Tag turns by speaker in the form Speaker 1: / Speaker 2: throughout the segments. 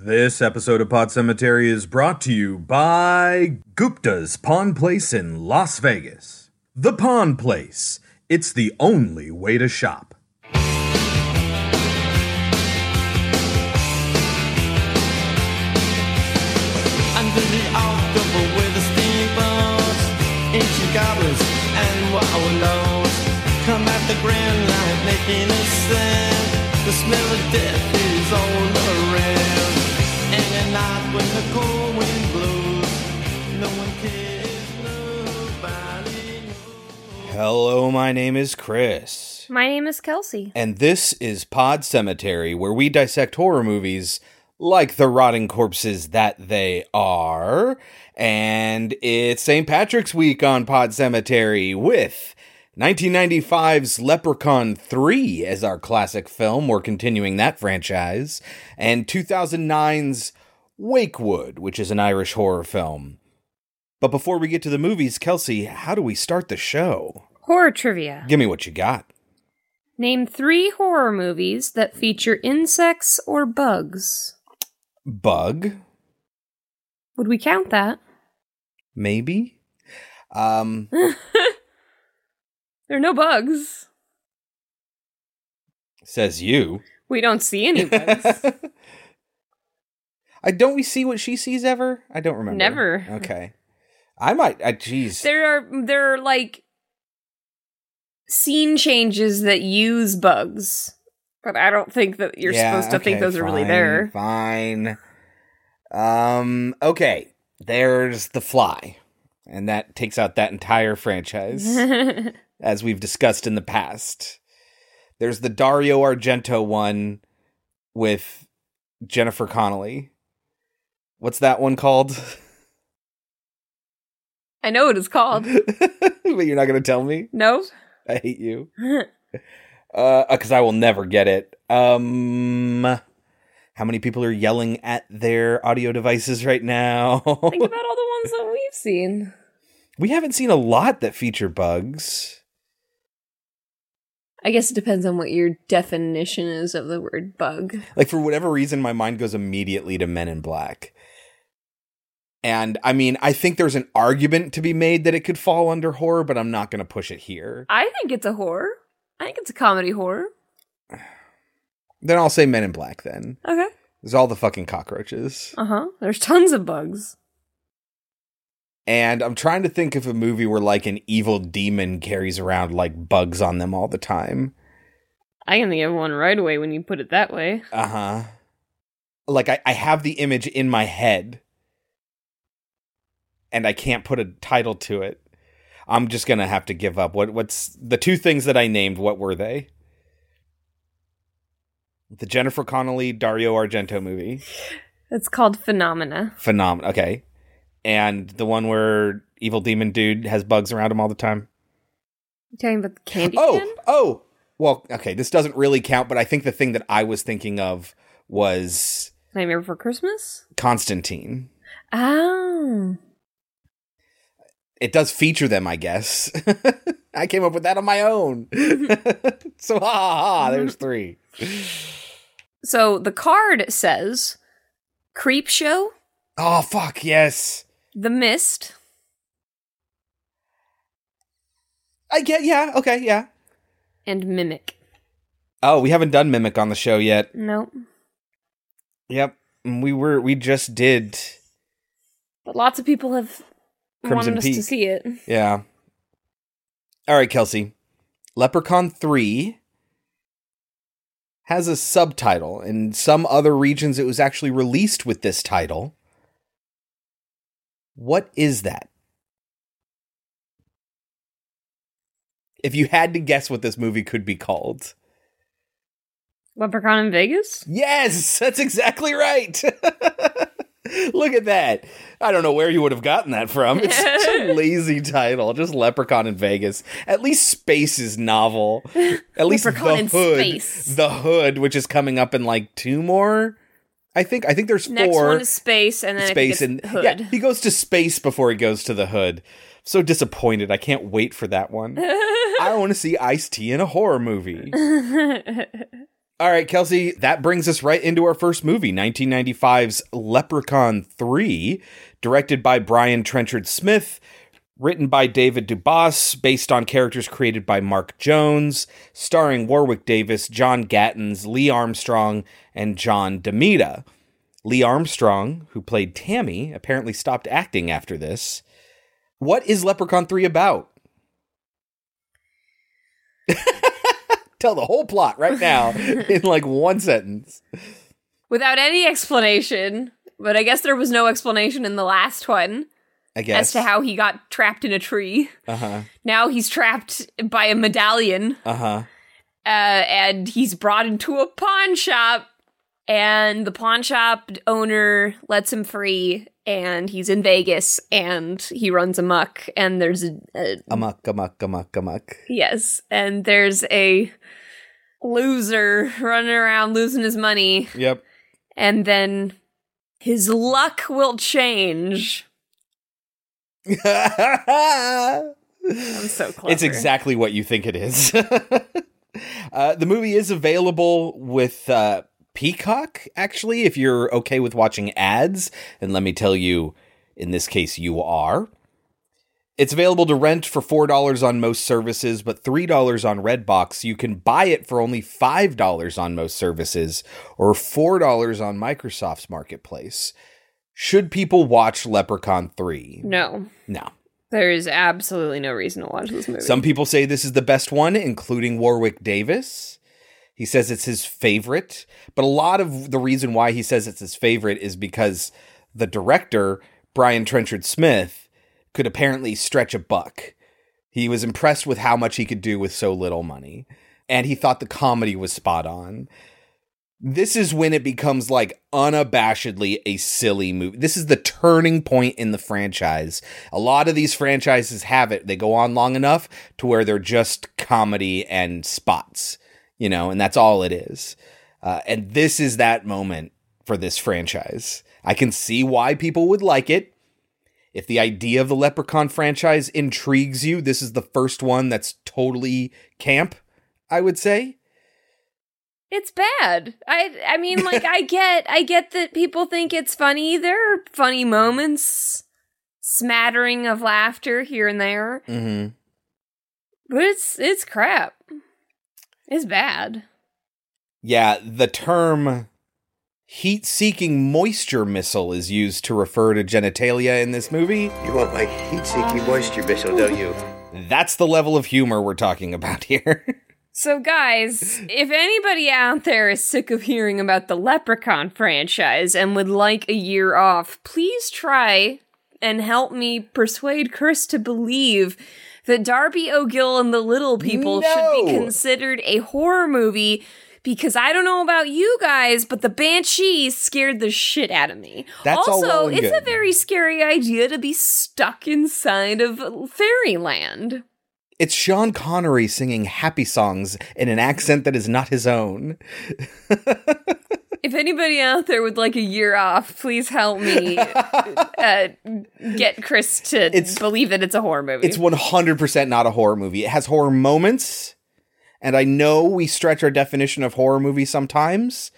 Speaker 1: This episode of Pod Cemetery is brought to you by Gupta's Pawn Place in Las Vegas. The Pawn Place. It's the only way to shop.
Speaker 2: Under the October with the steamboats, ancient goblins and wallows come at the grand line making a sound. The smell of death is all around, and at night when the cold wind blows, no one cares, nobody knows.
Speaker 1: Hello, my name is Chris,
Speaker 3: My name is Kelsey.
Speaker 1: and this is Pod Cemetery, where we dissect horror movies like the rotting corpses that they are. And it's St. Patrick's Week on Pod Cemetery with 1995's Leprechaun 3 as our classic film. We're continuing that franchise. And 2009's Wakewood, which is an Irish horror film. But before we get to the movies, Kelsey, how do we start the show?
Speaker 3: Horror trivia.
Speaker 1: Give me what you got.
Speaker 3: Name three horror movies that feature insects or bugs.
Speaker 1: Bug,
Speaker 3: Would we count that?
Speaker 1: maybe. Um,
Speaker 3: There are no bugs.
Speaker 1: says you.
Speaker 3: We don't see any bugs.
Speaker 1: I don't we see what she sees ever? I don't remember.
Speaker 3: Never.
Speaker 1: Okay. I might. I jeez.
Speaker 3: there are there are like scene changes that use bugs. But I don't think that you're
Speaker 1: Yeah,
Speaker 3: supposed to think
Speaker 1: okay,
Speaker 3: those are really
Speaker 1: fine,
Speaker 3: there.
Speaker 1: Fine. Um. Okay. There's the fly, and that takes out that entire franchise, as we've discussed in the past. There's the Dario Argento one with Jennifer Connelly. What's that one called?
Speaker 3: I know what it's called.
Speaker 1: but you're not gonna tell me.
Speaker 3: No?
Speaker 1: I hate you. Uh, because I will never get it. Um, how many people are yelling at their audio devices right now?
Speaker 3: Think about all the ones that we've seen.
Speaker 1: we haven't seen a lot that feature bugs.
Speaker 3: I guess it depends on what your definition is of the word bug.
Speaker 1: Like for whatever reason, my mind goes immediately to Men in Black. And I mean, I think there's an argument to be made that it could fall under horror, but I'm not going to push it here.
Speaker 3: I think it's a horror. I think it's a comedy horror.
Speaker 1: Then I'll say Men in Black. Then
Speaker 3: Okay.
Speaker 1: there's all the fucking cockroaches.
Speaker 3: Uh huh. There's tons of bugs.
Speaker 1: And I'm trying to think of a movie where like an evil demon carries around like bugs on them all the time.
Speaker 3: I can think of one right away when you put it that way.
Speaker 1: Uh huh. Like I, I have the image in my head, and I can't put a title to it. I'm just gonna have to give up. What what's the two things that I named? What were they? The Jennifer Connelly Dario Argento movie,
Speaker 3: It's called Phenomena.
Speaker 1: phenomenal. Okay, and the one where evil demon dude has bugs around him all the time.
Speaker 3: You talking about the candy
Speaker 1: Oh,
Speaker 3: can?
Speaker 1: oh. Well, okay, this doesn't really count, but I think the thing that I was thinking of was
Speaker 3: Nightmare Before Christmas?
Speaker 1: Constantine.
Speaker 3: Oh.
Speaker 1: It does feature them, I guess. I came up with that on my own. so ha ha ha, there's three.
Speaker 3: So the card says Creep Show,
Speaker 1: Oh fuck, yes.
Speaker 3: The Mist,
Speaker 1: I get yeah, okay, yeah.
Speaker 3: and Mimic.
Speaker 1: Oh, we haven't done Mimic on the show yet.
Speaker 3: Nope.
Speaker 1: Yep. We were we just did
Speaker 3: But lots of people have
Speaker 1: Crimson
Speaker 3: wanted us to
Speaker 1: Peak.
Speaker 3: see it.
Speaker 1: Yeah. All right, Kelsey. Leprechaun 3 has a subtitle. In some other regions, it was actually released with this title. What is that? If you had to guess what this movie could be called.
Speaker 3: Leprechaun in Vegas?
Speaker 1: Yes, that's exactly right. Look at that. I don't know where you would have gotten that from. It's such a lazy title. Just Leprechaun in Vegas. At least space is novel. At least
Speaker 3: Leprechaun
Speaker 1: the
Speaker 3: in
Speaker 1: hood,
Speaker 3: Space.
Speaker 1: the hood, which is coming up in like two more. I think. I think there's
Speaker 3: Next
Speaker 1: four
Speaker 3: one is Space, and then
Speaker 1: space
Speaker 3: I think
Speaker 1: and
Speaker 3: it's
Speaker 1: yeah,
Speaker 3: Hood.
Speaker 1: he goes to space before he goes to the hood. So disappointed. I can't wait for that one. I want to see Ice T in a horror movie. All right, Kelsey, that brings us right into our first movie, 1995's Leprechaun 3, directed by Brian Trenchard Smith, written by David Dubois, based on characters created by Mark Jones, starring Warwick Davis, John Gattens, Lee Armstrong, and John Demita. Lee Armstrong, who played Tammy, apparently stopped acting after this. What is Leprechaun 3 about? Tell the whole plot right now in like one sentence.
Speaker 3: Without any explanation, but I guess there was no explanation in the last one
Speaker 1: I guess.
Speaker 3: as to how he got trapped in a tree.
Speaker 1: Uh huh.
Speaker 3: Now he's trapped by a medallion,
Speaker 1: Uh huh.
Speaker 3: uh, and he's brought into a pawn shop, and the pawn shop owner lets him free, and he's in Vegas, and he runs amok, and there's a, a
Speaker 1: Amok, amok, amok, amok.
Speaker 3: yes, and there's a loser running around losing his money
Speaker 1: Yep.
Speaker 3: and then his luck will change. I'm so clever.
Speaker 1: It's exactly what you think it is. uh, the movie is available with uh, Peacock, actually, if you're okay with watching ads. And let me tell you, in this case, you are. It's available to rent for $4 on most services, but $3 on Redbox. You can buy it for only $5 on most services or $4 on Microsoft's marketplace. Should people watch Leprechaun 3?
Speaker 3: No,
Speaker 1: No.
Speaker 3: there is absolutely no reason to watch this movie.
Speaker 1: Some people say this is the best one, including Warwick Davis. He says it's his favorite, but a lot of the reason why he says it's his favorite is because the director, Brian Trenchard Smith, could apparently stretch a buck. He was impressed with how much he could do with so little money, and he thought the comedy was spot on. This is when it becomes like unabashedly a silly movie. This is the turning point in the franchise. A lot of these franchises have it. They go on long enough to where they're just comedy and spots, you know, and that's all it is. Uh, and this is that moment for this franchise. I can see why people would like it. If the idea of the Leprechaun franchise intrigues you, this is the first one that's totally camp, I would say.
Speaker 3: it's bad. I I mean, like I get I get that people think it's funny. There are funny moments, smattering of laughter here and there,
Speaker 1: Mm-hmm.
Speaker 3: but it's it's crap. It's bad.
Speaker 1: Yeah, the term heat seeking moisture missile is used to refer to genitalia in this movie.
Speaker 4: You want my heat-seeking moisture missile, don't you?
Speaker 1: That's the level of humor we're talking about here.
Speaker 3: So, guys, if anybody out there is sick of hearing about the Leprechaun franchise and would like a year off, please try and help me persuade Chris to believe that Darby O'Gill and the Little People should be
Speaker 1: No.
Speaker 3: considered a horror movie. Because I don't know about you guys, but the Banshee scared the shit out of me.
Speaker 1: That's all
Speaker 3: also,
Speaker 1: well and
Speaker 3: it's a
Speaker 1: good.
Speaker 3: very scary idea to be stuck inside of fairyland.
Speaker 1: It's Sean Connery singing happy songs in an accent that is not his own.
Speaker 3: If anybody out there would like a year off, please help me uh, get Chris to
Speaker 1: It's-
Speaker 3: believe that it's a horror movie.
Speaker 1: It's 100% not a horror movie. It has horror moments, and I know we stretch our definition of horror movie sometimes,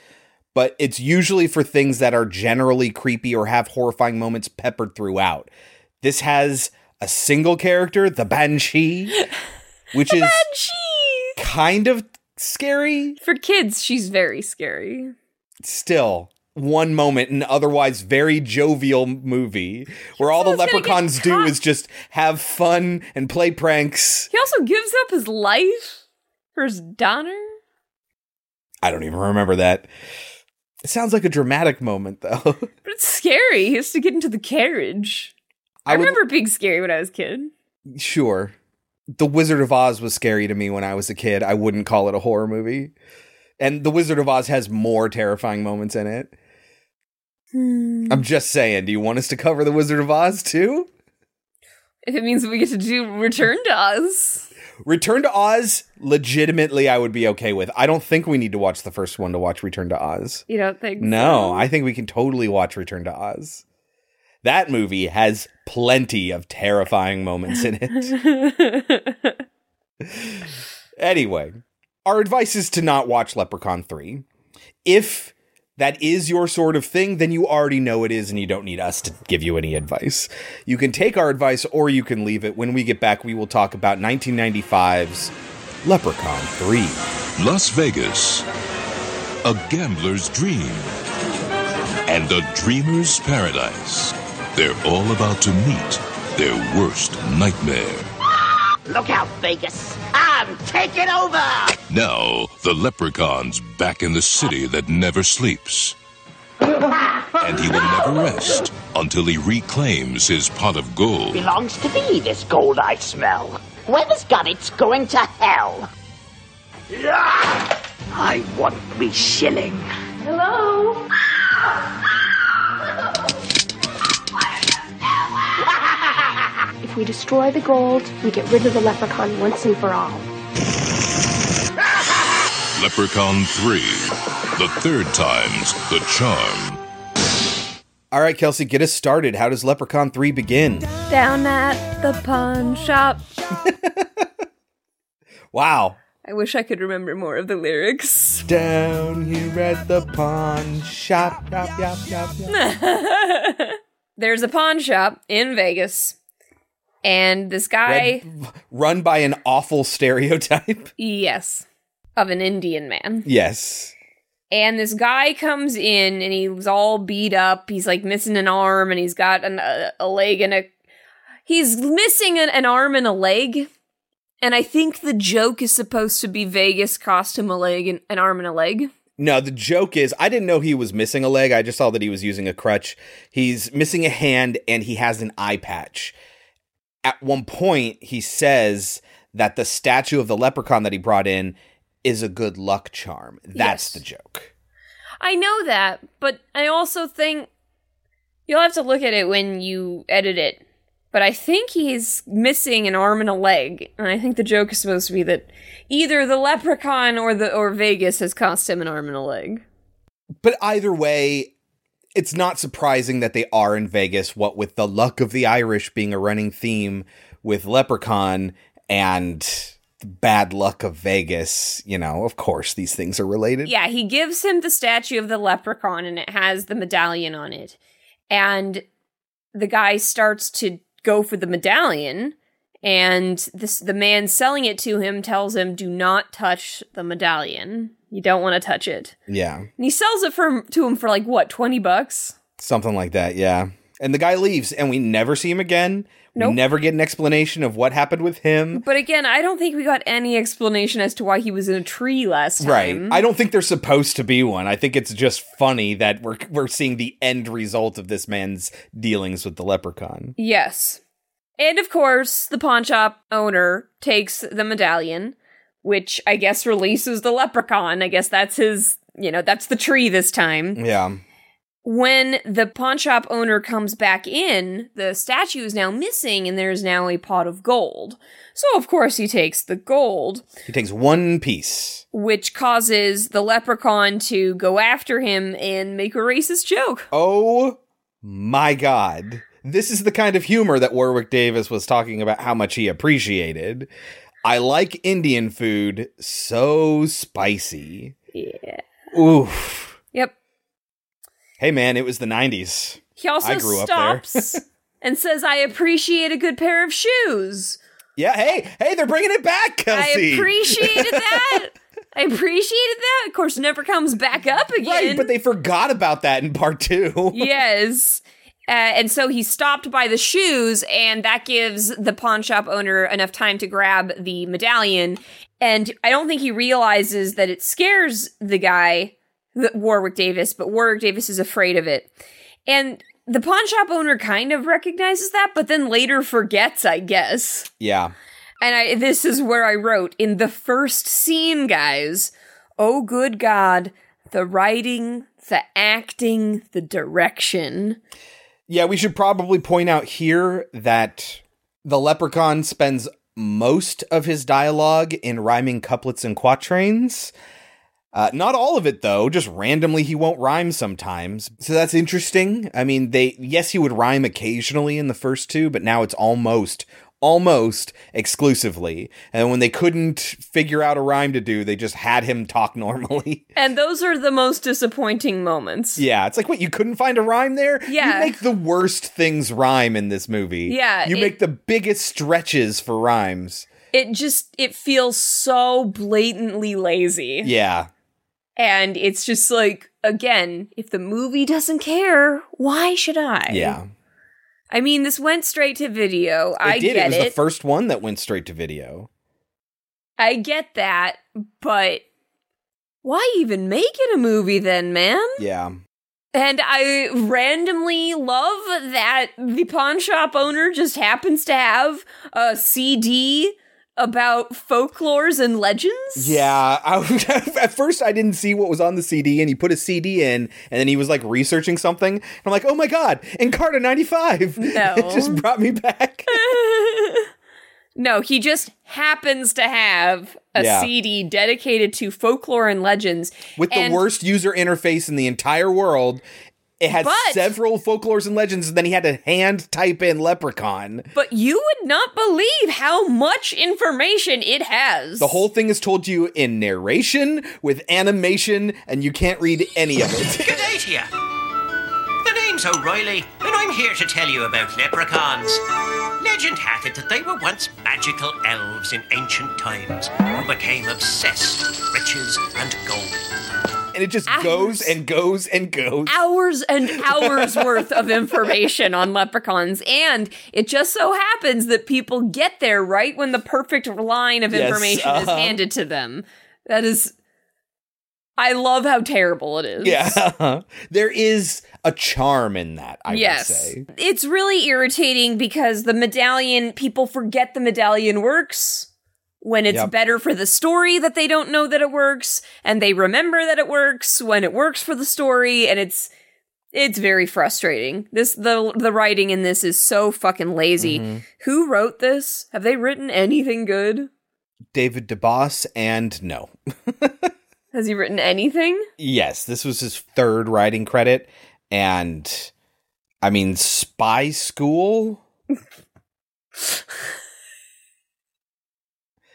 Speaker 1: but it's usually for things that are generally creepy or have horrifying moments peppered throughout. This has a single character, the Banshee, which is
Speaker 3: She-
Speaker 1: kind of scary
Speaker 3: for kids, she's very scary.
Speaker 1: still. One moment in otherwise very jovial movie where all the
Speaker 3: Someone's gonna get
Speaker 1: leprechauns do
Speaker 3: caught.
Speaker 1: is just have fun and play pranks.
Speaker 3: He also gives up his life for his daughter.
Speaker 1: I don't even remember that. It sounds like a dramatic moment, though.
Speaker 3: But it's scary. He has to get into the carriage. I,
Speaker 1: would-
Speaker 3: remember it being scary when I was a kid.
Speaker 1: Sure. The Wizard of Oz was scary to me when I was a kid. I wouldn't call it a horror movie. And The Wizard of Oz has more terrifying moments in it. I'm just saying, do you want us to cover The Wizard of Oz too?
Speaker 3: If it means we get to do Return to Oz.
Speaker 1: Return to Oz, legitimately, I would be okay with. I don't think we need to watch the first one to watch Return to Oz.
Speaker 3: You don't think?
Speaker 1: No,
Speaker 3: so?
Speaker 1: I think we can totally watch Return to Oz. That movie has plenty of terrifying moments in it. Anyway, our advice is to not watch Leprechaun 3. If that is your sort of thing, then you already know it is and you don't need us to give you any advice. You can take our advice or you can leave it. When we get back, we will talk about 1995's Leprechaun 3.
Speaker 5: Las Vegas, a gambler's dream, and a dreamer's paradise. They're all about to meet their worst nightmare.
Speaker 6: Look out, Vegas. I'm taking over.
Speaker 5: Now, the leprechaun's back in the city that never sleeps. And he will never rest until he reclaims his pot of gold.
Speaker 6: Belongs to me, this gold I smell. Whoever's got it's going to hell. Yeah! I want me shilling. Hello?
Speaker 7: If we destroy the gold, we get rid of the leprechaun once and for all.
Speaker 5: Leprechaun 3. The third time's the charm.
Speaker 1: All right, Kelsey, get us started. How does Leprechaun 3 begin?
Speaker 3: Down at the pawn shop.
Speaker 1: Wow.
Speaker 3: I wish I could remember more of the lyrics.
Speaker 1: Down here at the pawn shop. Yop, yop, yop, yop.
Speaker 3: There's a pawn shop in Vegas, and this guy,
Speaker 1: Run by an awful stereotype.
Speaker 3: yes, of an Indian man.
Speaker 1: yes.
Speaker 3: And this guy comes in and he's all beat up. He's like missing an arm and he's got an, a, a leg and a. He's missing an, an arm and a leg. And I think the joke is supposed to be Vegas cost him a leg and an arm and a leg.
Speaker 1: No, the joke is I didn't know he was missing a leg. I just saw that he was using a crutch. He's missing a hand and he has an eye patch. At one point, he says that the statue of the leprechaun that he brought in is a good luck charm. That's
Speaker 3: Yes.
Speaker 1: the joke.
Speaker 3: I know that, but I also think you'll have to look at it when you edit it. But I think he's missing an arm and a leg, and I think the joke is supposed to be that either the leprechaun or the or Vegas has cost him an arm and a leg.
Speaker 1: But either way, it's not surprising that they are in Vegas, what with the luck of the Irish being a running theme with Leprechaun and the bad luck of Vegas. You know, of course, these things are related.
Speaker 3: Yeah, he gives him the statue of the leprechaun and it has the medallion on it. And the guy starts to go for the medallion and this the man selling it to him tells him do not touch the medallion. You don't want to touch it.
Speaker 1: Yeah.
Speaker 3: And he sells it for to him for like what, 20 bucks?
Speaker 1: Something like that, yeah. And the guy leaves, and we never see him again.
Speaker 3: Nope.
Speaker 1: We never get an explanation of what happened with him.
Speaker 3: But again, I don't think we got any explanation as to why he was in a tree last
Speaker 1: Right.
Speaker 3: time.
Speaker 1: I don't think there's supposed to be one. I think it's just funny that we're we're seeing the end result of this man's dealings with the leprechaun.
Speaker 3: Yes. And of course, the pawn shop owner takes the medallion, which I guess releases the leprechaun. I guess that's his, you know, that's the tree this time.
Speaker 1: Yeah.
Speaker 3: When the pawn shop owner comes back in, the statue is now missing and there's now a pot of gold. So, of course, he takes the gold,
Speaker 1: He takes one piece.
Speaker 3: which causes the leprechaun to go after him and make a racist joke.
Speaker 1: Oh my god. This is the kind of humor that Warwick Davis was talking about how much he appreciated. I like Indian food so spicy.
Speaker 3: Yeah.
Speaker 1: Oof.
Speaker 3: Yep.
Speaker 1: Hey man, it was the 90s.
Speaker 3: He also
Speaker 1: I grew up there.
Speaker 3: stops and says, I appreciate a good pair of shoes.
Speaker 1: Yeah, hey, hey, they're bringing it back, Kelsey.
Speaker 3: I appreciated that. I appreciated that. Of course, never comes back up again.
Speaker 1: Right, but they forgot about that in part 2.
Speaker 3: yes. Uh, and so he stopped by the shoes, and that gives the pawn shop owner enough time to grab the medallion. And I don't think he realizes that it scares the guy, the- Warwick Davis, but Warwick Davis is afraid of it. And the pawn shop owner kind of recognizes that, but then later forgets, I guess.
Speaker 1: Yeah.
Speaker 3: And I, this is where I wrote in the first scene, guys. Oh, good God. The writing, the acting, the direction.
Speaker 1: Yeah, we should probably point out here that the leprechaun spends most of his dialogue in rhyming couplets and quatrains. Uh, not all of it though, just randomly he won't rhyme sometimes. So that's interesting. I mean, they yes, he would rhyme occasionally in the first two, but now it's almost almost exclusively. And when they couldn't figure out a rhyme to do, they just had him talk normally.
Speaker 3: And those are the most disappointing moments.
Speaker 1: yeah, it's like, what, you couldn't find a rhyme there?
Speaker 3: Yeah.
Speaker 1: You make the worst things rhyme in this movie.
Speaker 3: Yeah,
Speaker 1: You
Speaker 3: it-
Speaker 1: make the biggest stretches for rhymes.
Speaker 3: It just it feels so blatantly lazy.
Speaker 1: Yeah.
Speaker 3: And it's just like again, if the movie doesn't care, why should I?
Speaker 1: Yeah.
Speaker 3: I mean, this went straight to video. I
Speaker 1: it did. it
Speaker 3: get
Speaker 1: was
Speaker 3: it.
Speaker 1: the first one that went straight to video.
Speaker 3: I get that, but why even make it a movie then, man?
Speaker 1: Yeah.
Speaker 3: And I randomly love that the pawn shop owner just happens to have a CD about folklores and legends.
Speaker 1: Yeah, I, at first I didn't see what was on the CD, and he put a CD in, and then he was like researching something. And I'm like, oh my god, Encarta '95.
Speaker 3: No.
Speaker 1: it just brought me back.
Speaker 3: No, he just happens to have a
Speaker 1: Yeah.
Speaker 3: CD dedicated to folklore and legends.
Speaker 1: With
Speaker 3: And-
Speaker 1: the worst user interface in the entire world, it had
Speaker 3: But-
Speaker 1: several folklores and legends, and then he had to hand type in Leprechaun.
Speaker 3: But you would not believe how much information it has.
Speaker 1: The whole thing is told to you in narration with animation, and you can't read any of it.
Speaker 8: Good day to you. The name's O'Reilly, and I'm here to tell you about leprechauns. Legend hath it that they were once magical elves in ancient times who became obsessed with riches and gold.
Speaker 1: and it just goes and goes and goes.
Speaker 3: hours and hours worth of information on leprechauns and it just so happens that people get there right when the perfect line of
Speaker 1: Yes,
Speaker 3: information is
Speaker 1: uh-huh.
Speaker 3: handed to them that is i love how terrible it is
Speaker 1: Yeah. there is a charm in that, I
Speaker 3: yes
Speaker 1: would say.
Speaker 3: it's really irritating because the medallion people forget the medallion works when it's
Speaker 1: Yep.
Speaker 3: better for the story that they don't know that it works and they remember that it works when it works for the story and it's it's very frustrating. This the the writing in this is so fucking lazy.
Speaker 1: Mm-hmm.
Speaker 3: Who wrote this? Have they written anything good?
Speaker 1: David DeBoss and no.
Speaker 3: Has he written anything?
Speaker 1: Yes, this was his third writing credit and I mean Spy School.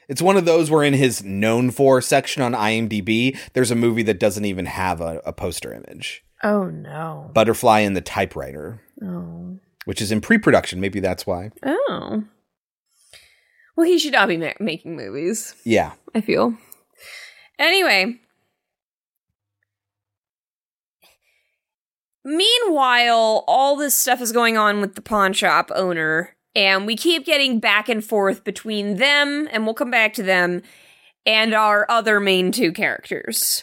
Speaker 1: it's one of those where in his known for section on IMDb, there's a movie that doesn't even have a, a poster image.
Speaker 3: Oh no.
Speaker 1: Butterfly and the Typewriter,
Speaker 3: Oh.
Speaker 1: which is in pre-production, maybe that's why.
Speaker 3: Oh. Well, he should not be ma- making movies.
Speaker 1: Yeah.
Speaker 3: I feel. Anyway. Meanwhile, all this stuff is going on with the pawn shop owner, and we keep getting back and forth between them, and we'll come back to them, and our other main two characters.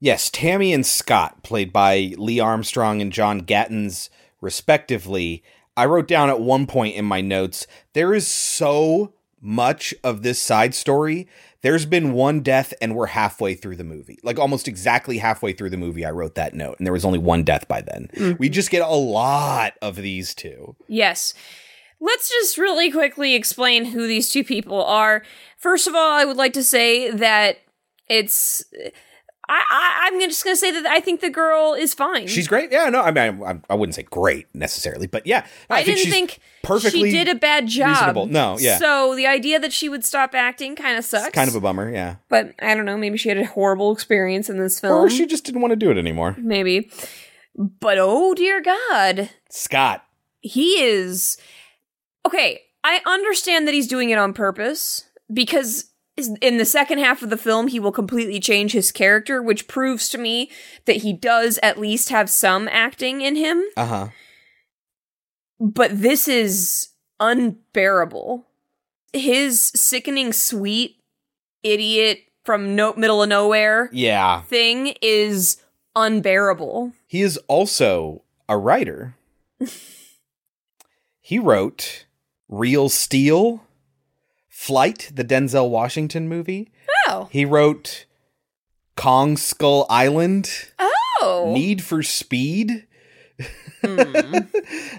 Speaker 1: Yes, Tammy and Scott, played by Lee Armstrong and John Gattens, respectively. I wrote down at one point in my notes there is so much of this side story. There's been one death, and we're halfway through the movie. Like almost exactly halfway through the movie, I wrote that note, and there was only one death by then.
Speaker 3: Mm-hmm.
Speaker 1: We just get a lot of these two.
Speaker 3: Yes. Let's just really quickly explain who these two people are. First of all, I would like to say that it's. I, I, I'm just going to say that I think the girl is fine.
Speaker 1: She's great. Yeah, no, I mean, I, I wouldn't say great necessarily, but yeah,
Speaker 3: I, didn't
Speaker 1: she's
Speaker 3: think
Speaker 1: perfectly
Speaker 3: she did a bad job.
Speaker 1: reasonable. No, yeah.
Speaker 3: So the idea that she would stop acting kind of sucks.
Speaker 1: kind of a bummer. Yeah,
Speaker 3: but I don't know. Maybe she had a horrible experience in this film.
Speaker 1: or she just didn't want to do it anymore.
Speaker 3: maybe. But oh dear God,
Speaker 1: Scott.
Speaker 3: he is okay. I understand that he's doing it on purpose because is- in the second half of the film he will completely change his character, which proves to me that he does at least have some acting in him.
Speaker 1: Uh huh.
Speaker 3: but this is unbearable. His sickening sweet idiot from no middle of nowhere
Speaker 1: Yeah.
Speaker 3: thing is unbearable.
Speaker 1: He is also a writer. he wrote Real Steel, Flight, the Denzel Washington movie.
Speaker 3: Oh.
Speaker 1: He wrote Kong Skull Island,
Speaker 3: Oh. Hmm.
Speaker 1: Need for Speed,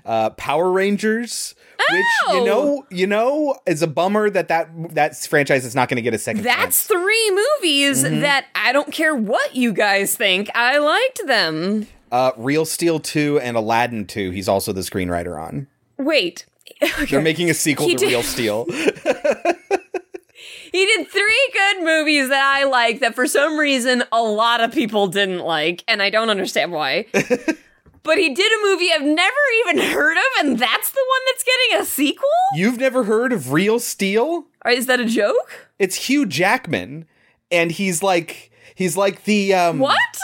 Speaker 1: uh, Power Rangers. Which
Speaker 3: Oh.
Speaker 1: you know, you know, is a bummer that that that franchise is not going to get a second.
Speaker 3: That's
Speaker 1: chance.
Speaker 3: three movies that I don't care what you guys think. I liked them.
Speaker 1: uh, Real Steel two and Aladdin two. He's also the screenwriter on.
Speaker 3: Wait,
Speaker 1: They're making a sequel
Speaker 3: He
Speaker 1: to
Speaker 3: did-
Speaker 1: Real Steel.
Speaker 3: He did three good movies that I like that for some reason a lot of people didn't like, and I don't understand why. but he did a movie I've never even heard of, and that's the one that's getting a sequel?
Speaker 1: You've never heard of Real Steel?
Speaker 3: Or Is that a joke?
Speaker 1: It's Hugh Jackman, and he's like he's like the um,
Speaker 3: What?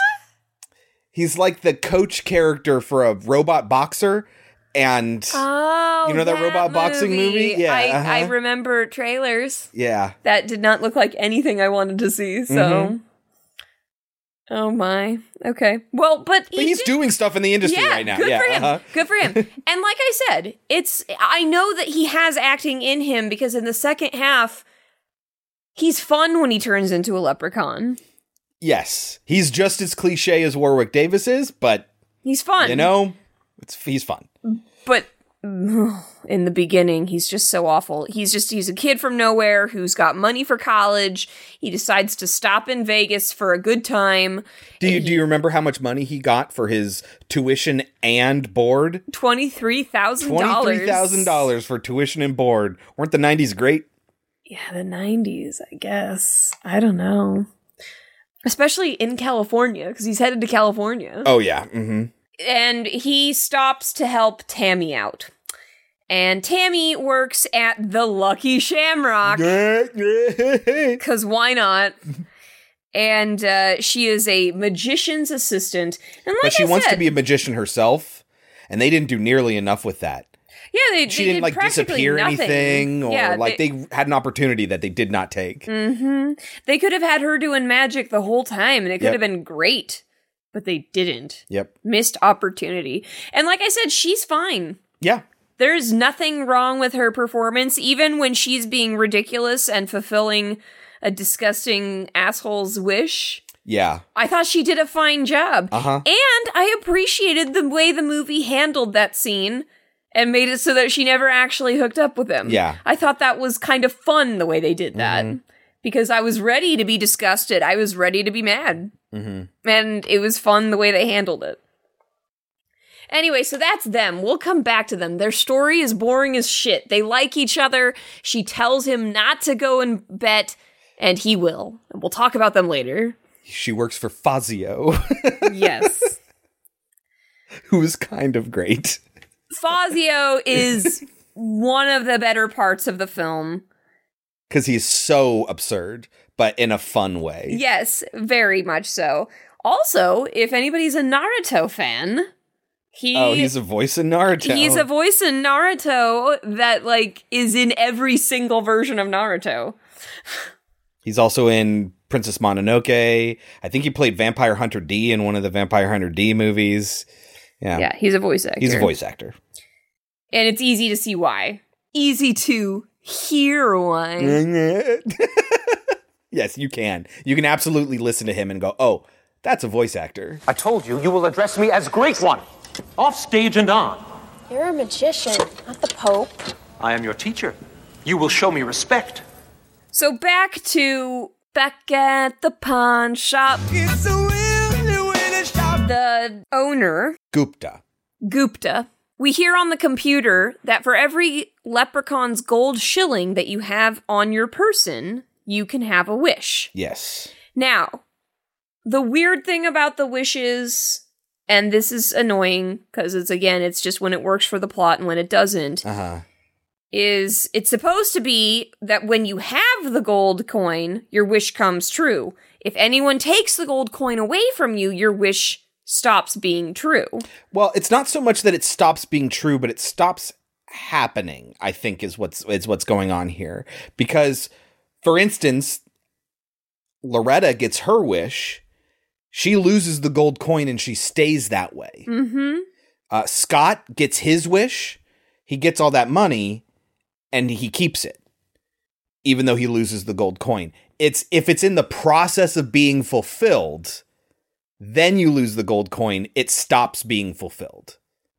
Speaker 1: He's like the coach character for a robot boxer, and
Speaker 3: Oh,
Speaker 1: You know that robot boxing movie? Yeah,
Speaker 3: I,
Speaker 1: uh-huh.
Speaker 3: I remember trailers.
Speaker 1: yeah,
Speaker 3: That did not look like anything I wanted to see, so.
Speaker 1: Mm-hmm.
Speaker 3: Oh my. Okay. Well, but,
Speaker 1: but he's
Speaker 3: did-
Speaker 1: doing stuff in the industry right now.
Speaker 3: Good
Speaker 1: yeah,
Speaker 3: for him.
Speaker 1: uh-huh.
Speaker 3: Good for him. and like I said, it's I know that he has acting in him because in the second half, he's fun when he turns into a leprechaun.
Speaker 1: Yes, he's just as cliche as Warwick Davis is, but
Speaker 3: He's fun.
Speaker 1: you know, it's he's fun.
Speaker 3: But in the beginning, he's just so awful. He's just he's a kid from nowhere who's got money for college. He decides to stop in Vegas for a good time.
Speaker 1: Do you do you remember how much money he got for his tuition and board?
Speaker 3: Twenty three thousand dollars.
Speaker 1: Twenty three thousand dollars for tuition and board. Weren't the nineties great?
Speaker 3: Yeah, the 90s, I guess. I don't know. Especially in California, because he's headed to California.
Speaker 1: Oh yeah. hmm
Speaker 3: And he stops to help Tammy out. And Tammy works at the Lucky Shamrock, because why not? And uh, she is a magician's assistant. And like
Speaker 1: but she
Speaker 3: I
Speaker 1: wants
Speaker 3: said,
Speaker 1: to be a magician herself, and they didn't do nearly enough with that.
Speaker 3: yeah, they,
Speaker 1: She
Speaker 3: they
Speaker 1: didn't
Speaker 3: did
Speaker 1: like
Speaker 3: practically
Speaker 1: disappear
Speaker 3: nothing.
Speaker 1: anything, or
Speaker 3: Yeah,
Speaker 1: like
Speaker 3: they, Mm.
Speaker 1: they, had an opportunity that they did not take.
Speaker 3: they could have had her doing magic the whole time, and it could
Speaker 1: Yep.
Speaker 3: have been great, but they didn't.
Speaker 1: Yep.
Speaker 3: missed opportunity. And like I said, she's fine.
Speaker 1: Yeah.
Speaker 3: There's nothing wrong with her performance, even when she's being ridiculous and fulfilling a disgusting asshole's wish.
Speaker 1: Yeah.
Speaker 3: I thought she did a fine job.
Speaker 1: Uh-huh.
Speaker 3: And I appreciated the way the movie handled that scene and made it so that she never actually hooked up with him.
Speaker 1: Yeah. Mm-hmm.
Speaker 3: I thought that was kind of fun the way they did that because I was ready to be disgusted. I was ready to be mad. Mm-hmm. And it was fun the way they handled it. Anyway, so that's them. We'll come back to them. Their story is boring as shit. They like each other. She tells him not to go and bet, and he will. And we'll talk about them later.
Speaker 1: She works for Fazio,
Speaker 3: Yes.
Speaker 1: who is kind of great.
Speaker 3: Fazio is one of the better parts of the film.
Speaker 1: Because he's so absurd, but in a fun way.
Speaker 3: Yes, very much so. Also, if anybody's a Naruto fan, he
Speaker 1: Oh, he's a voice in Naruto.
Speaker 3: he's a voice in Naruto that like is in every single version of Naruto.
Speaker 1: He's also in Princess Mononoke. I think he played Vampire Hunter D in one of the Vampire Hunter D movies. Yeah.
Speaker 3: Yeah, he's a voice actor.
Speaker 1: He's a voice actor.
Speaker 3: and it's easy to see why. Easy to hear
Speaker 1: Mm.
Speaker 3: why.
Speaker 1: yes, you can. You can absolutely listen to him and go, oh, that's a voice actor.
Speaker 9: I told you, you will address me as Great One, off stage and on.
Speaker 7: You're a magician, not the Pope.
Speaker 9: I am your teacher. You will show me respect.
Speaker 3: So back to back at the pawn shop,
Speaker 2: It's a winner, winner shop.
Speaker 3: the owner
Speaker 1: Gupta.
Speaker 3: Gupta. We hear on the computer that for every leprechaun's gold shilling that you have on your person, you can have a wish.
Speaker 1: Yes.
Speaker 3: Now, the weird thing about the wishes, and this is annoying because it's again, it's just when it works for the plot and when it doesn't,
Speaker 1: Uh huh.
Speaker 3: is it's supposed to be that when you have the gold coin, your wish comes true. If anyone takes the gold coin away from you, your wish stops being true.
Speaker 1: Well, it's not so much that it stops being true, but it stops happening. I think is what's is what's going on here. Because, for instance, Loretta gets her wish. She loses the gold coin and she stays that way.
Speaker 3: hmm.
Speaker 1: Uh, Scott gets his wish. He gets all that money, and he keeps it, even though he loses the gold coin. It's if it's in the process of being fulfilled, then you lose the gold coin. It stops being fulfilled.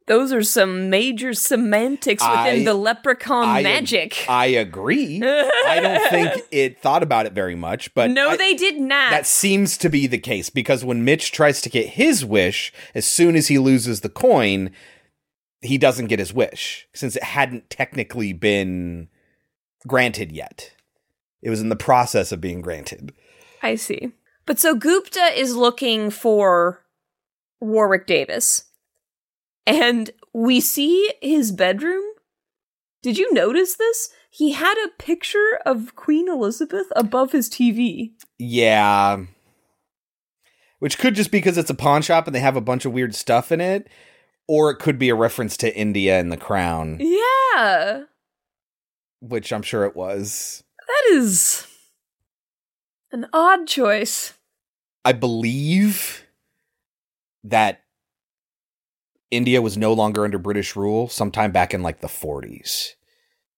Speaker 3: Those are some major semantics within
Speaker 1: I-
Speaker 3: the leprechaun
Speaker 1: I- uh,
Speaker 3: magic.
Speaker 1: I agree. I don't think it thought about it very much, but
Speaker 3: no,
Speaker 1: I-
Speaker 3: they did not.
Speaker 1: that seems to be the case because when Mitch tries to get his wish, as soon as he loses the coin, he doesn't get his wish since it hadn't technically been granted yet. It was in the process of being granted.
Speaker 3: I see. But so Gupta is looking for Warwick Davis. And we see his bedroom. Did you notice this? He had a picture of Queen Elizabeth above his TV.
Speaker 1: Yeah. Which could just because it's a pawn shop and they have a bunch of weird stuff in it, or it could be a reference to India and the crown,
Speaker 3: Yeah.
Speaker 1: which I'm sure it was.
Speaker 3: That is an odd choice.
Speaker 1: I believe that India was no longer under British rule sometime back in like the 40s.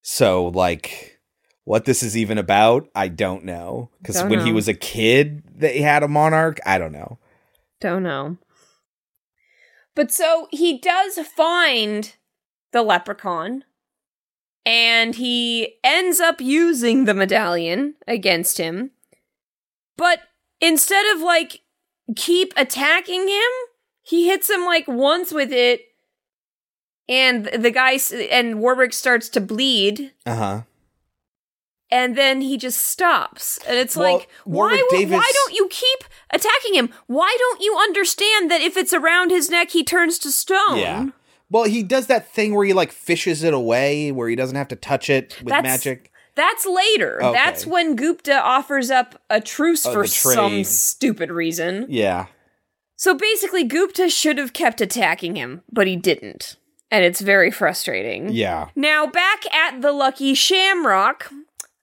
Speaker 1: So, like, what this is even about, I don't know. Because
Speaker 3: Don't
Speaker 1: when he
Speaker 3: know.
Speaker 1: was a kid, they had a monarch. I don't know.
Speaker 3: Don't know. But so he does find the leprechaun and he ends up using the medallion against him. But instead of like keep attacking him, he hits him like once with it and the guy s- and Warwick starts to bleed
Speaker 1: Uh huh.
Speaker 3: and then he just stops. And it's
Speaker 1: Well,
Speaker 3: like, why,
Speaker 1: Warwick
Speaker 3: wo- why
Speaker 1: Davis-
Speaker 3: don't you keep attacking him? Why don't you understand that if it's around his neck, he turns to stone?
Speaker 1: Yeah. Well, he does that thing where he like fishes it away, where he doesn't have to touch it with
Speaker 3: That's-
Speaker 1: magic.
Speaker 3: That's later.
Speaker 1: Okay.
Speaker 3: That's when Gupta offers up a truce
Speaker 1: Oh,
Speaker 3: for
Speaker 1: the
Speaker 3: some
Speaker 1: trade.
Speaker 3: stupid reason.
Speaker 1: Yeah.
Speaker 3: So basically, Gupta should have kept attacking him, but he didn't. And it's very frustrating.
Speaker 1: Yeah.
Speaker 3: Now, back at the Lucky Shamrock,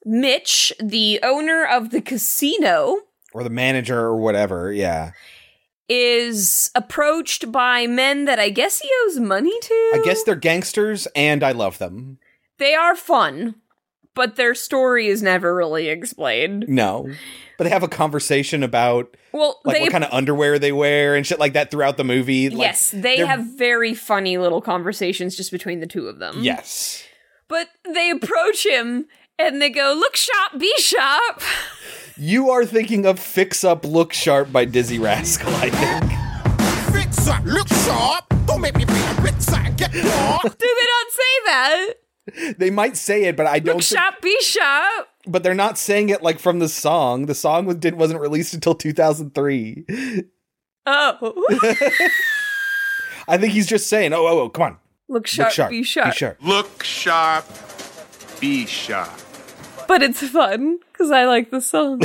Speaker 3: Mitch, the owner of the casino,
Speaker 1: Or the manager or whatever. Yeah.
Speaker 3: is approached by men that I guess he owes money to.
Speaker 1: I guess they're gangsters and I love them.
Speaker 3: they are fun, but their story is never really explained.
Speaker 1: No. But they have a conversation about
Speaker 3: Well,
Speaker 1: like
Speaker 3: they
Speaker 1: what kind of underwear they wear and shit like that throughout the movie. Like,
Speaker 3: yes, they
Speaker 1: they're-
Speaker 3: have very funny little conversations just between the two of them.
Speaker 1: Yes.
Speaker 3: but they approach him and they go, "Look sharp, be sharp."
Speaker 1: You are thinking of Fix Up Look Sharp by Dizzy Rascal, I think.
Speaker 10: Fix up, look sharp. Don't make me be a pizza and get bored.
Speaker 3: Do they not say that?
Speaker 1: They might say it, but I don't
Speaker 3: Look
Speaker 1: thi-
Speaker 3: sharp, be sharp.
Speaker 1: but they're not saying it like from the song. The song was, did, wasn't released until 2003.
Speaker 3: Oh,
Speaker 1: I think he's just saying, "Oh, oh, oh, come on,
Speaker 3: look sharp,
Speaker 1: look sharp,
Speaker 3: be sharp.
Speaker 1: be sharp."
Speaker 10: look sharp, be sharp.
Speaker 3: but it's fun because I like the song.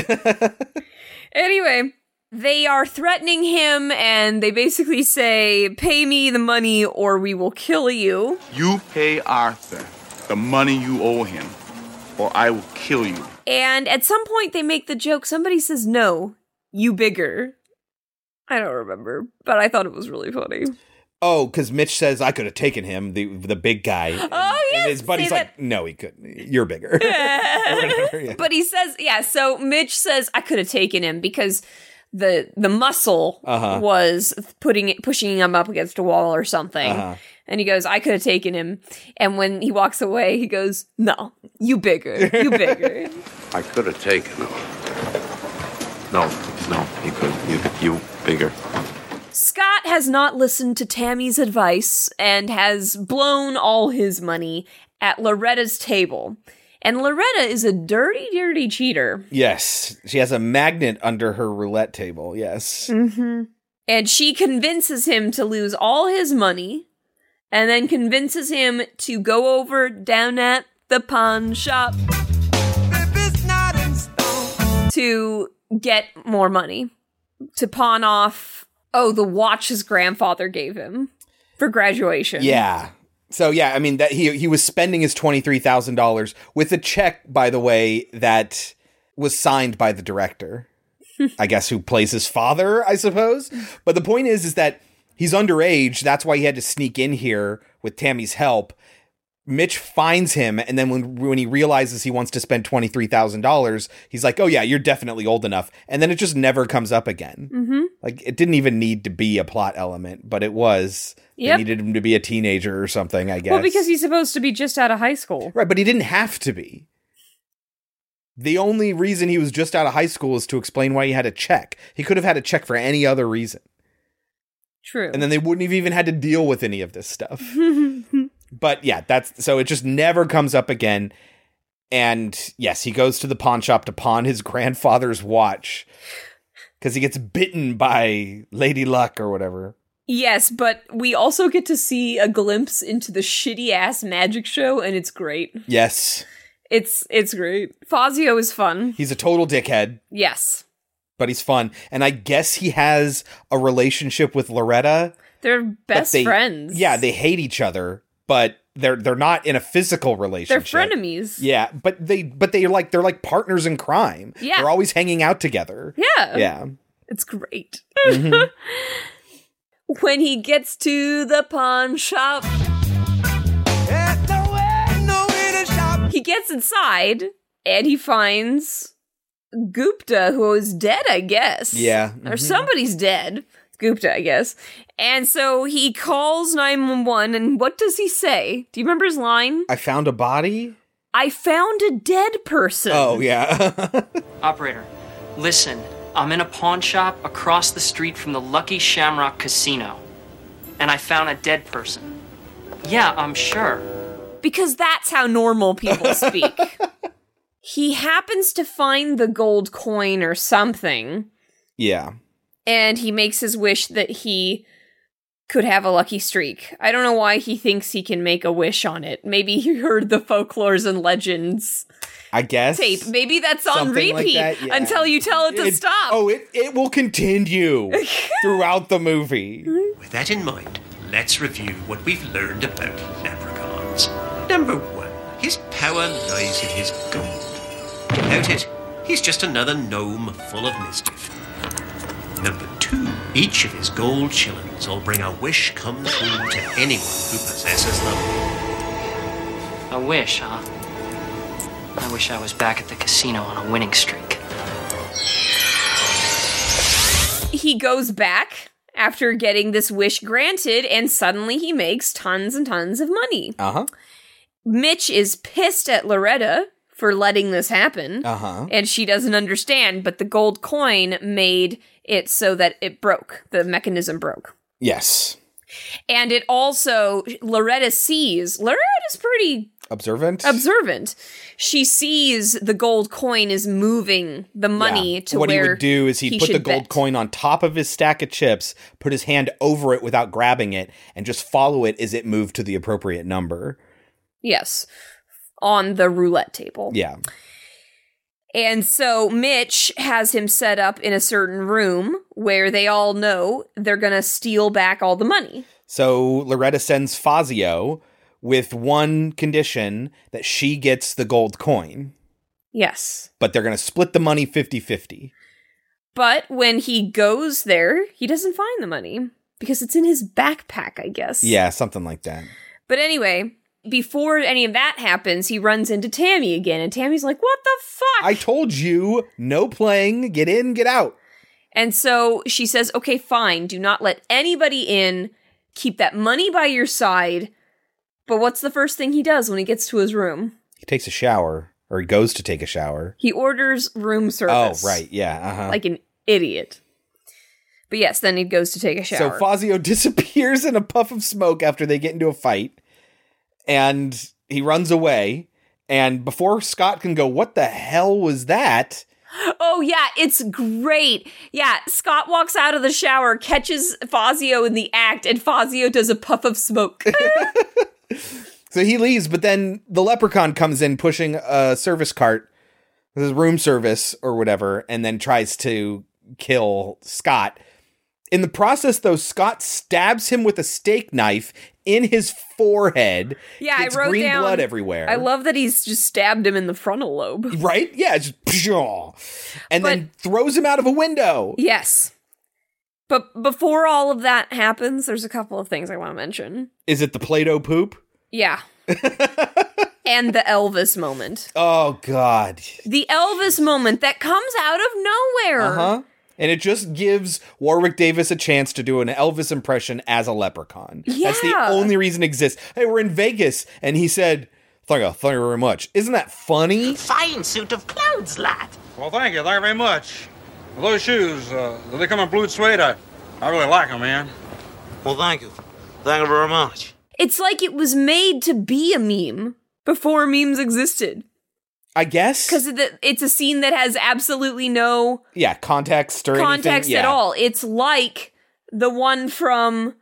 Speaker 3: anyway, they are threatening him and they basically say, Pay me the money or we will kill you.
Speaker 10: You pay Arthur the money you owe him, or I will kill you.
Speaker 3: And at some point, they make the joke somebody says, No, you bigger. I don't remember, but I thought it was really funny.
Speaker 1: Oh, because Mitch says I could have taken him, the the big guy. And,
Speaker 3: Oh, yes,
Speaker 1: and his buddy's
Speaker 3: say
Speaker 1: like, "No, he couldn't. You're bigger." Or whatever, yeah.
Speaker 3: But he says, yeah, so Mitch says I could have taken him because the the muscle
Speaker 1: Uh-huh.
Speaker 3: was putting it, pushing him up against a wall or something.
Speaker 1: Uh-huh.
Speaker 3: And he goes, I could have taken him. And when he walks away, he goes, No, you bigger, you bigger.
Speaker 4: I could have taken him. No, no, he couldn't. You, you bigger.
Speaker 3: Scott has not listened to Tammy's advice and has blown all his money at Loretta's table. And Loretta is a dirty, dirty cheater.
Speaker 1: yes, she has a magnet under her roulette table. Yes,
Speaker 3: And she convinces him to lose all his money and then convinces him to go over down at the pawn shop to get more money to pawn off oh the watch his grandfather gave him for graduation.
Speaker 1: yeah. So yeah, I mean that he he was spending his twenty three thousand dollars with a check, by the way, that was signed by the director. I guess who plays his father, I suppose. But the point is, is that he's underage. That's why he had to sneak in here with Tammy's help. Mitch finds him, and then when when he realizes he wants to spend twenty three thousand dollars, he's like, "Oh yeah, you're definitely old enough." And then it just never comes up again. Mm-hmm. Like it didn't even need to be a plot element, but it was. They
Speaker 3: Yep.
Speaker 1: needed him to be a teenager or something, I guess.
Speaker 3: Well, because he's supposed to be just out of high school.
Speaker 1: right, but he didn't have to be. The only reason he was just out of high school is to explain why he had a check. He could have had a check for any other reason.
Speaker 3: True.
Speaker 1: And then they wouldn't have even had to deal with any of this stuff. but yeah, that's so it just never comes up again. And yes, he goes to the pawn shop to pawn his grandfather's watch because he gets bitten by Lady Luck or whatever.
Speaker 3: Yes, but we also get to see a glimpse into the shitty ass magic show, and it's great.
Speaker 1: Yes,
Speaker 3: It's it's great. Fazio is fun.
Speaker 1: he's a total dickhead,
Speaker 3: Yes.
Speaker 1: but he's fun. And I guess he has a relationship with Loretta.
Speaker 3: They're
Speaker 1: but
Speaker 3: best
Speaker 1: they-
Speaker 3: friends.
Speaker 1: Yeah, they hate each other, but they're they're not in a physical
Speaker 3: They're
Speaker 1: relationship.
Speaker 3: frenemies.
Speaker 1: Yeah, but they but they like they're like partners in crime.
Speaker 3: Yeah.
Speaker 1: They're always hanging out together.
Speaker 3: Yeah.
Speaker 1: Yeah. Mm-hmm.
Speaker 3: It's great. when he gets to the pawn shop, he gets inside and he finds Gupta, who is dead, I guess.
Speaker 1: Yeah. Mm-hmm.
Speaker 3: Or somebody's dead. Gupta, I guess. And so he calls 911, and what does he say? Do you remember his line?
Speaker 1: I found a body.
Speaker 3: I found a dead person.
Speaker 1: Oh yeah.
Speaker 11: Operator, listen. I'm in a pawn shop across the street from the Lucky Shamrock Casino, and I found a dead person. Yeah, I'm sure.
Speaker 3: Because that's how normal people speak. he happens to find the gold coin or something,
Speaker 1: yeah.
Speaker 3: and he makes his wish that he could have a lucky streak. I don't know why he thinks he can make a wish on it. Maybe he heard the folklores and legends
Speaker 1: I guess.
Speaker 3: tape. Maybe that's on
Speaker 1: Something like
Speaker 3: repeat
Speaker 1: that, yeah.
Speaker 3: until you tell it to
Speaker 1: It-
Speaker 3: stop.
Speaker 1: Oh, it, it will continue throughout the movie.
Speaker 8: With that in mind, let's review what we've learned about leprechauns. Number one, his power lies in his gold. Without it, he's just another gnome full of mischief. Number two, each of his gold shillings will bring a wish come true to anyone who possesses them.
Speaker 11: A wish, huh? I wish I was back at the casino on a winning streak.
Speaker 3: he goes back after getting this wish granted and suddenly he makes tons and tons of money.
Speaker 1: Uh-huh.
Speaker 3: Mitch is pissed at Loretta for letting this happen.
Speaker 1: Uh-huh.
Speaker 3: And she doesn't understand, but the gold coin made it so that it broke. The mechanism broke.
Speaker 1: Yes.
Speaker 3: And it also Loretta sees Loretta's pretty
Speaker 1: Observant.
Speaker 3: observant. She sees the gold coin is moving the money
Speaker 1: Yeah.
Speaker 3: to
Speaker 1: what
Speaker 3: where
Speaker 1: he would do is he'd
Speaker 3: he
Speaker 1: put the
Speaker 3: should
Speaker 1: gold
Speaker 3: bet.
Speaker 1: coin on top of his stack of chips, put his hand over it without grabbing it, and just follow it as it moved to the appropriate number.
Speaker 3: Yes. On the roulette table.
Speaker 1: Yeah.
Speaker 3: And so Mitch has him set up in a certain room where they all know they're going to steal back all the money.
Speaker 1: So Loretta sends Fazio with one condition that she gets the gold coin,
Speaker 3: Yes.
Speaker 1: but they're going to split the money 50 50.
Speaker 3: But when he goes there, he doesn't find the money because it's in his backpack, I guess.
Speaker 1: Yeah, something like that.
Speaker 3: But anyway, before any of that happens, he runs into Tammy again, and Tammy's like, What the fuck?
Speaker 1: I told you, no playing, get in, get out.
Speaker 3: And so she says, okay, fine, do not let anybody in. Keep that money by your side. But what's the first thing he does when he gets to his room?
Speaker 1: He takes a shower, or he goes to take a shower.
Speaker 3: He orders room service.
Speaker 1: Oh, right. Yeah. Uh-huh.
Speaker 3: Like an idiot. But yes, then he goes to take a shower.
Speaker 1: So Fazio disappears in a puff of smoke after they get into a fight, and he runs away. And before Scott can go, what the hell was that?
Speaker 3: oh, yeah, it's great. Yeah, Scott walks out of the shower, catches Fazio in the act, and Fazio does a puff of smoke.
Speaker 1: So he leaves, but then the leprechaun comes in pushing a service cart, this is room service or whatever, and then tries to kill Scott. In the process, though, Scott stabs him with a steak knife in his forehead.
Speaker 3: yeah,
Speaker 1: Gets
Speaker 3: I wrote
Speaker 1: green
Speaker 3: down.
Speaker 1: blood everywhere.
Speaker 3: I love that he's just stabbed him in the frontal lobe.
Speaker 1: right? Yeah, it's just pshaw. and then throws him out of a window.
Speaker 3: Yes. But before all of that happens, there's a couple of things I want to mention.
Speaker 1: Is it the Play-Doh poop?
Speaker 3: Yeah. and the Elvis moment.
Speaker 1: Oh God.
Speaker 3: The Elvis moment that comes out of nowhere.
Speaker 1: Uh-huh. And it just gives Warwick Davis a chance to do an Elvis impression as a leprechaun. That's the
Speaker 3: Yeah.
Speaker 1: only reason it exists. Hey, we're in Vegas, and he said, Thank you, thank you very much. Isn't that funny?
Speaker 12: Fine suit of clothes, lad.
Speaker 13: Well, thank you. Thank you very much. Those shoes, uh, do they come in blue suede? I, I really like them, man. Well, thank you. Thank you very much.
Speaker 3: It's like it was made to be a meme before memes existed.
Speaker 1: I guess
Speaker 3: because it's a scene that has absolutely no
Speaker 1: yeah context or
Speaker 3: context
Speaker 1: anything.
Speaker 3: at
Speaker 1: Yeah.
Speaker 3: all. It's like the one from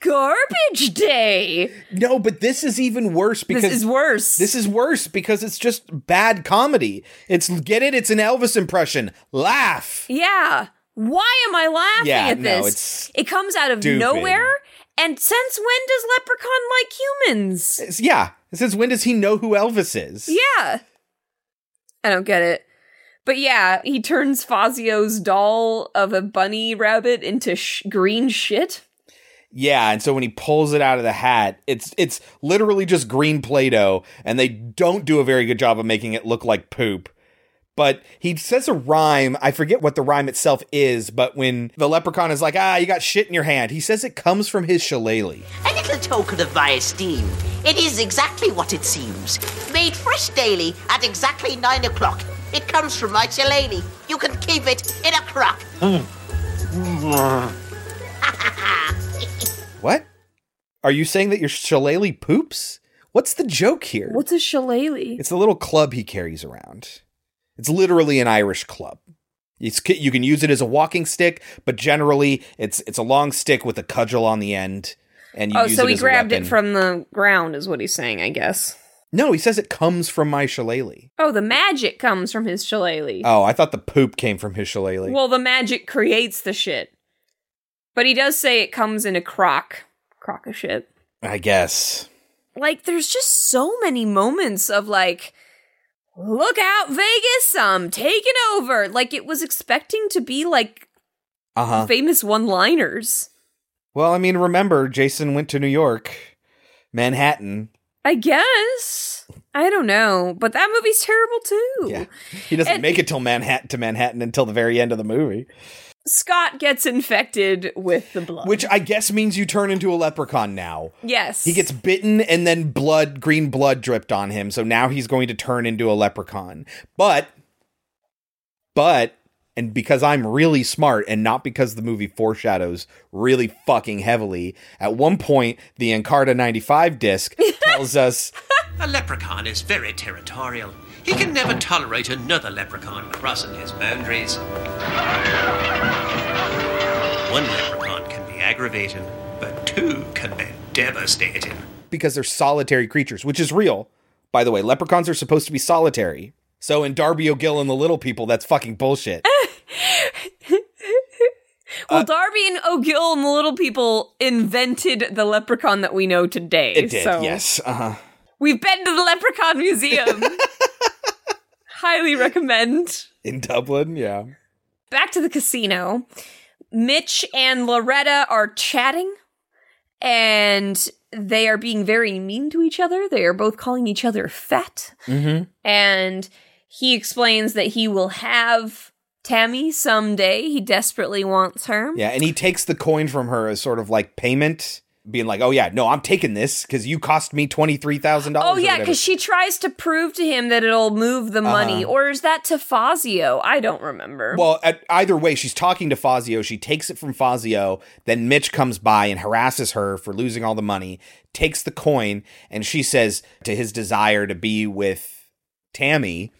Speaker 3: Garbage Day.
Speaker 1: No, but this is even worse because
Speaker 3: is worse.
Speaker 1: This is worse because it's just bad comedy. It's get it? It's an Elvis impression. Laugh.
Speaker 3: Yeah. Why am I laughing
Speaker 1: Yeah,
Speaker 3: at
Speaker 1: no,
Speaker 3: this?
Speaker 1: it's
Speaker 3: it comes out of
Speaker 1: stupid.
Speaker 3: nowhere. And since when does Leprechaun like humans?
Speaker 1: It's- yeah. Since when does he know who Elvis is?
Speaker 3: Yeah. I don't get it. But yeah, he turns Fazio's doll of a bunny rabbit into sh- green shit.
Speaker 1: Yeah, and so when he pulls it out of the hat, it's it's literally just green Play-Doh, and they don't do a very good job of making it look like poop. But he says a rhyme. I forget what the rhyme itself is, but when the leprechaun is like, "Ah, you got shit in your hand," he says it comes from his shillelagh.
Speaker 12: A little token of my esteem. It is exactly what it seems. Made fresh daily at exactly nine o'clock. It comes from my shillelagh. You can keep it in a crock.
Speaker 1: What? Are you saying that your shillelagh poops? What's the joke here?
Speaker 3: What's a shillelagh?
Speaker 1: It's the little club he carries around. It's literally an Irish club. It's, you can use it as a walking stick, but generally it's it's a long stick with a cudgel on the end. And you
Speaker 3: oh,
Speaker 1: use
Speaker 3: so
Speaker 1: it
Speaker 3: he
Speaker 1: as a
Speaker 3: grabbed it
Speaker 1: weapon.
Speaker 3: from the ground, is what he's saying, I guess.
Speaker 1: No, he says it comes from my shillelagh.
Speaker 3: Oh, the magic comes from his shillelagh.
Speaker 1: Oh, I thought the poop came from his shillelagh.
Speaker 3: Well, the magic creates the shit. But he does say it comes in a crock. Crock of shit.
Speaker 1: I guess.
Speaker 3: Like, there's just so many moments of, like, look out, Vegas, I'm taking over. Like, it was expecting to be, like,
Speaker 1: Uh huh.
Speaker 3: famous one liners.
Speaker 1: Well, I mean, remember Jason went to New York, Manhattan.
Speaker 3: I guess. I don't know. But that movie's terrible, too.
Speaker 1: Yeah. He doesn't
Speaker 3: And-
Speaker 1: make it till Manhattan to Manhattan until the very end of the movie.
Speaker 3: Scott gets infected with the blood.
Speaker 1: Which I guess means you turn into a leprechaun now.
Speaker 3: Yes.
Speaker 1: He gets uh, bitten and then blood, green blood dripped on him. So now he's going to turn into a leprechaun. But, but, and because I'm really smart and not because the movie foreshadows really fucking heavily, at one point, the Encarta 95 disc tells us
Speaker 8: A leprechaun is very territorial. He can never tolerate another leprechaun crossing his boundaries. One leprechaun can be aggravating, but two can be devastating.
Speaker 1: because they're solitary creatures, which is real. By the way, leprechauns are supposed to be solitary. So in Darby O'Gill and the Little People, that's fucking bullshit.
Speaker 3: Well, Darby and O'Gill and the Little People invented the leprechaun that we know today.
Speaker 1: It did,
Speaker 3: so
Speaker 1: yes. Uh-huh.
Speaker 3: We've been to the Leprechaun Museum. Highly recommend.
Speaker 1: In Dublin, yeah.
Speaker 3: Back to the casino. Mitch and Loretta are chatting and they are being very mean to each other. They are both calling each other fat.
Speaker 14: Mm-hmm.
Speaker 3: And he explains that he will have Tammy someday. He desperately wants her.
Speaker 1: Yeah, and he takes the coin from her as sort of like payment, being like, "Oh yeah, no, I'm taking this because you cost me twenty three thousand dollars."
Speaker 3: Oh yeah, because she tries to prove to him that it'll move the money,
Speaker 1: Uh-huh.
Speaker 3: or is that to Fazio? I don't remember.
Speaker 1: Well, at, either way, she's talking to Fazio. She takes it from Fazio. Then Mitch comes by and harasses her for losing all the money. Takes the coin, and she says to his desire to be with Tammy,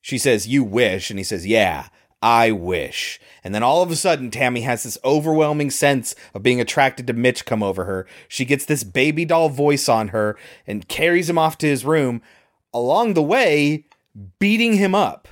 Speaker 1: she says, "You wish," and he says, "Yeah." I wish. And then all of a sudden, Tammy has this overwhelming sense of being attracted to Mitch come over her. She gets this baby doll voice on her and carries him off to his room. Along the way, beating him up.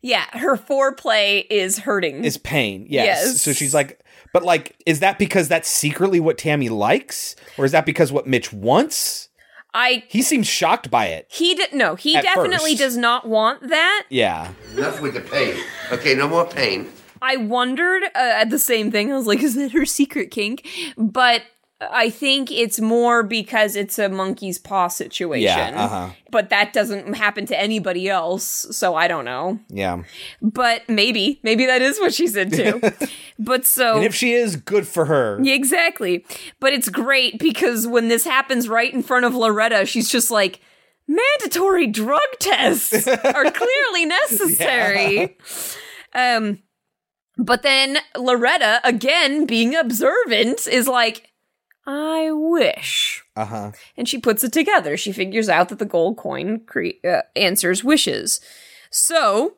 Speaker 3: yeah, her foreplay is hurting.
Speaker 1: is pain. Yes.
Speaker 3: Yes.
Speaker 1: So she's like, but like, is that because that's secretly what Tammy likes, or is that because what Mitch wants?
Speaker 3: I
Speaker 1: He seems shocked by it.
Speaker 3: he did no, he
Speaker 1: At
Speaker 3: definitely
Speaker 1: first.
Speaker 3: does not want that.
Speaker 1: Yeah.
Speaker 15: Enough with the pain. Okay, no more pain.
Speaker 3: I wondered uh, at the same thing. I was like, is that her secret kink? But I think it's more because it's a monkey's paw situation.
Speaker 1: Yeah. Uh huh.
Speaker 3: But that doesn't happen to anybody else, so I don't know.
Speaker 1: Yeah.
Speaker 3: But maybe, maybe that is what she's into. but so
Speaker 1: And if she is, good for her.
Speaker 3: Yeah, exactly. But it's great because when this happens right in front of Loretta, she's just like, mandatory drug tests are clearly necessary. Um, But then Loretta, again being observant, is like, I wish.
Speaker 1: Uh huh.
Speaker 3: And she puts it together. She figures out that the gold coin cre- uh, answers wishes. So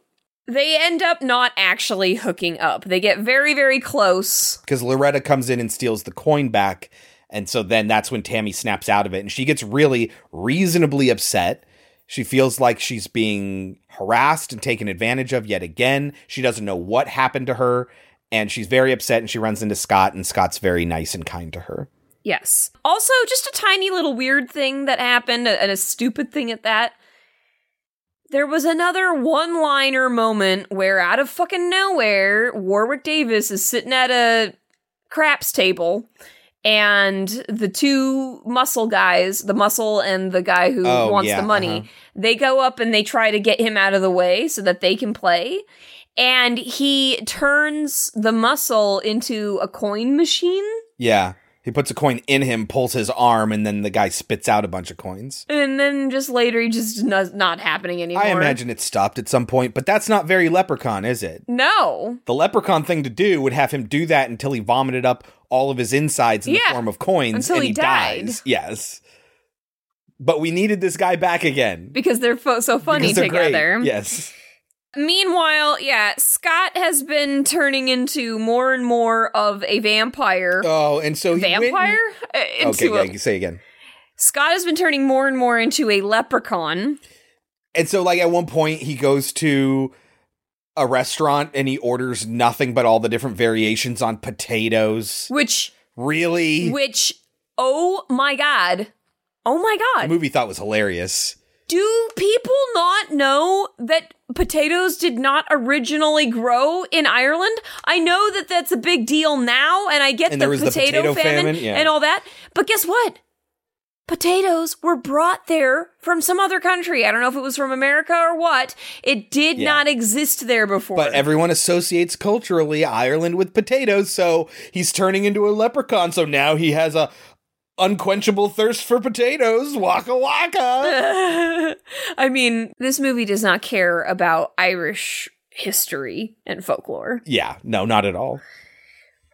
Speaker 3: they end up not actually hooking up. They get very, very close.
Speaker 1: Because Loretta comes in and steals the coin back. And so then that's when Tammy snaps out of it and she gets really reasonably upset. She feels like she's being harassed and taken advantage of yet again. She doesn't know what happened to her and she's very upset and she runs into Scott and Scott's very nice and kind to her.
Speaker 3: Yes. Also, just a tiny little weird thing that happened and a stupid thing at that. There was another one liner moment where, out of fucking nowhere, Warwick Davis is sitting at a craps table and the two muscle guys, the muscle and the guy who
Speaker 1: Oh,
Speaker 3: wants
Speaker 1: yeah,
Speaker 3: the money,
Speaker 1: uh-huh.
Speaker 3: they go up and they try to get him out of the way so that they can play. And he turns the muscle into a coin machine.
Speaker 1: Yeah. He puts a coin in him, pulls his arm, and then the guy spits out a bunch of coins.
Speaker 3: And then just later, he just no- not happening anymore.
Speaker 1: I imagine it stopped at some point, but that's not very leprechaun, is it?
Speaker 3: No.
Speaker 1: The leprechaun thing to do would have him do that until he vomited up all of his insides in
Speaker 3: Yeah,
Speaker 1: the form of coins
Speaker 3: until
Speaker 1: and
Speaker 3: he
Speaker 1: he,
Speaker 3: died.
Speaker 1: dies. Yes. But we needed this guy back again.
Speaker 3: Because they're fo- so funny
Speaker 1: Because they're great.
Speaker 3: together.
Speaker 1: Yes.
Speaker 3: Meanwhile, yeah, Scott has been turning into more and more of a vampire.
Speaker 1: Oh, and so he went and-
Speaker 3: vampire Uh, into
Speaker 1: okay,
Speaker 3: a-
Speaker 1: yeah, say again.
Speaker 3: Scott has been turning more and more into a leprechaun.
Speaker 1: And so, like, at one point, he goes to a restaurant and he orders nothing but all the different variations on potatoes.
Speaker 3: Which.
Speaker 1: Really?
Speaker 3: Which, oh my god. Oh my
Speaker 1: the
Speaker 3: god.
Speaker 1: movie thought was hilarious.
Speaker 3: Do people not know that potatoes did not originally grow in Ireland? I know that that's a big deal now, and I get
Speaker 1: And
Speaker 3: the,
Speaker 1: there was the
Speaker 3: potato
Speaker 1: potato
Speaker 3: famine,
Speaker 1: famine, yeah.
Speaker 3: and all that, but guess what? Potatoes were brought there from some other country. I don't know if it was from America or what. It did
Speaker 1: Yeah.
Speaker 3: not exist there before.
Speaker 1: But everyone associates culturally Ireland with potatoes, so he's turning into a leprechaun, so now he has a unquenchable thirst for potatoes. Waka waka.
Speaker 3: I mean, this movie does not care about Irish history and folklore.
Speaker 1: yeah, no, not at all.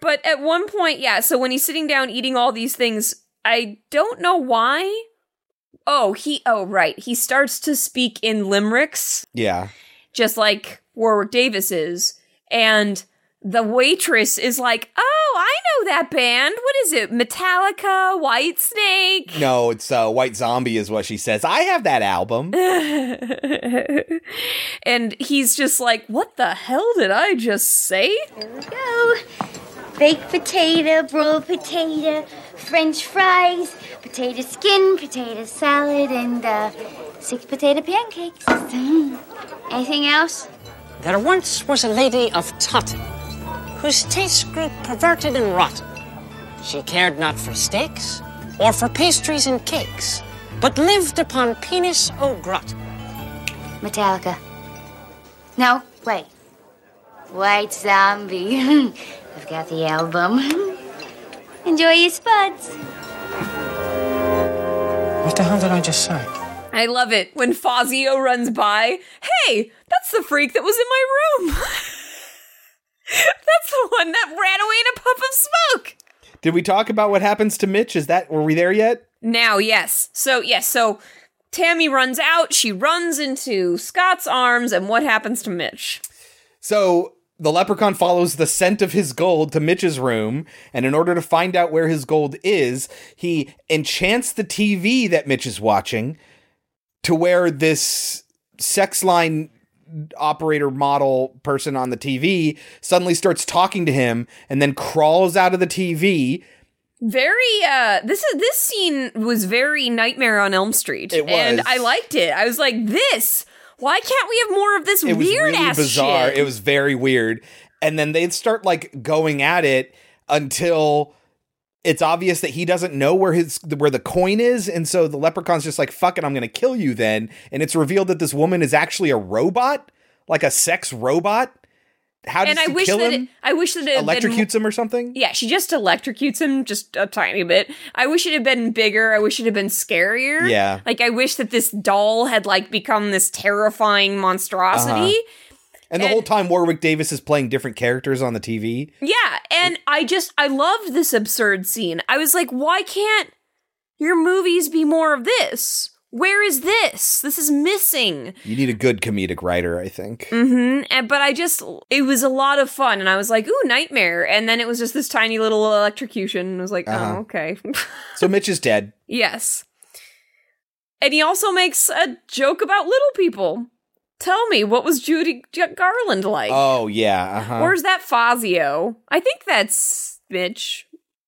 Speaker 3: But at one point, yeah, so when he's sitting down eating all these things, I don't know why. Oh, he oh right. He starts to speak in limericks,
Speaker 1: Yeah.
Speaker 3: just like Warwick Davis is, and the waitress is like, "Oh, I know that band. What is it? Metallica, White Snake."
Speaker 1: No, it's uh, White Zombie is what she says. I have that album.
Speaker 3: and he's just like, "What the hell did I just say?"
Speaker 14: go. Baked potato, broiled potato, french fries, potato skin, potato salad, and uh, six potato pancakes. Mm. Anything else?
Speaker 16: There once was a lady of Tot, whose tastes grew perverted and rotten. She cared not for steaks, or for pastries and cakes, but lived upon penis au gratin.
Speaker 14: Metallica. No, wait. White Zombie. I've got the album. Enjoy your spuds.
Speaker 16: What the hell did I just say?
Speaker 3: I love it when Fazio runs by. Hey, that's the freak that was in my room. that's the one that ran away in a puff of smoke.
Speaker 1: Did we talk about what happens to Mitch? Is that were we there yet?
Speaker 3: Now, yes. So, yes. So Tammy runs out. She runs into Scott's arms. And what happens to Mitch?
Speaker 1: So the leprechaun follows the scent of his gold to Mitch's room, and in order to find out where his gold is, he enchants the TV that Mitch is watching to where this sex line operator model person on the TV suddenly starts talking to him and then crawls out of the TV.
Speaker 3: Very uh this is this scene was very Nightmare on Elm Street.
Speaker 1: It was.
Speaker 3: And I liked it. I was like, this why can't we have more of this
Speaker 1: it was
Speaker 3: weird
Speaker 1: really
Speaker 3: ass
Speaker 1: bizarre.
Speaker 3: shit?
Speaker 1: It was very weird. And then they'd start like going at it until it's obvious that he doesn't know where his where the coin is, and so the leprechaun's just like, "Fuck it, I'm gonna kill you." Then, and it's revealed that this woman is actually a robot, like a sex robot. How does
Speaker 3: and I
Speaker 1: she
Speaker 3: wish
Speaker 1: kill
Speaker 3: that
Speaker 1: him?
Speaker 3: it, I wish that it had been
Speaker 1: Electrocutes him or something?
Speaker 3: Yeah, she just electrocutes him just a tiny bit. I wish it had been bigger. I wish it had been scarier.
Speaker 1: Yeah. Uh-huh.
Speaker 3: Like I wish that this doll had like become this terrifying monstrosity.
Speaker 1: And the whole time Warwick Davis is playing different characters on the TV.
Speaker 3: Yeah, and I just I loved this absurd scene. I was like, why can't your movies be more of this? Where is this? This is missing.
Speaker 1: You need a good comedic writer, I think.
Speaker 3: Mm-hmm. And, but I just it was a lot of fun, and I was like, ooh, nightmare. And then it was just this tiny little electrocution, and I was like,
Speaker 1: Uh-huh.
Speaker 3: oh, okay.
Speaker 1: So Mitch is dead.
Speaker 3: yes. And he also makes a joke about little people. Tell me, what was Judy G- Garland like?
Speaker 1: Oh yeah. Uh-huh.
Speaker 3: Where's that Fazio? I think that's Mitch.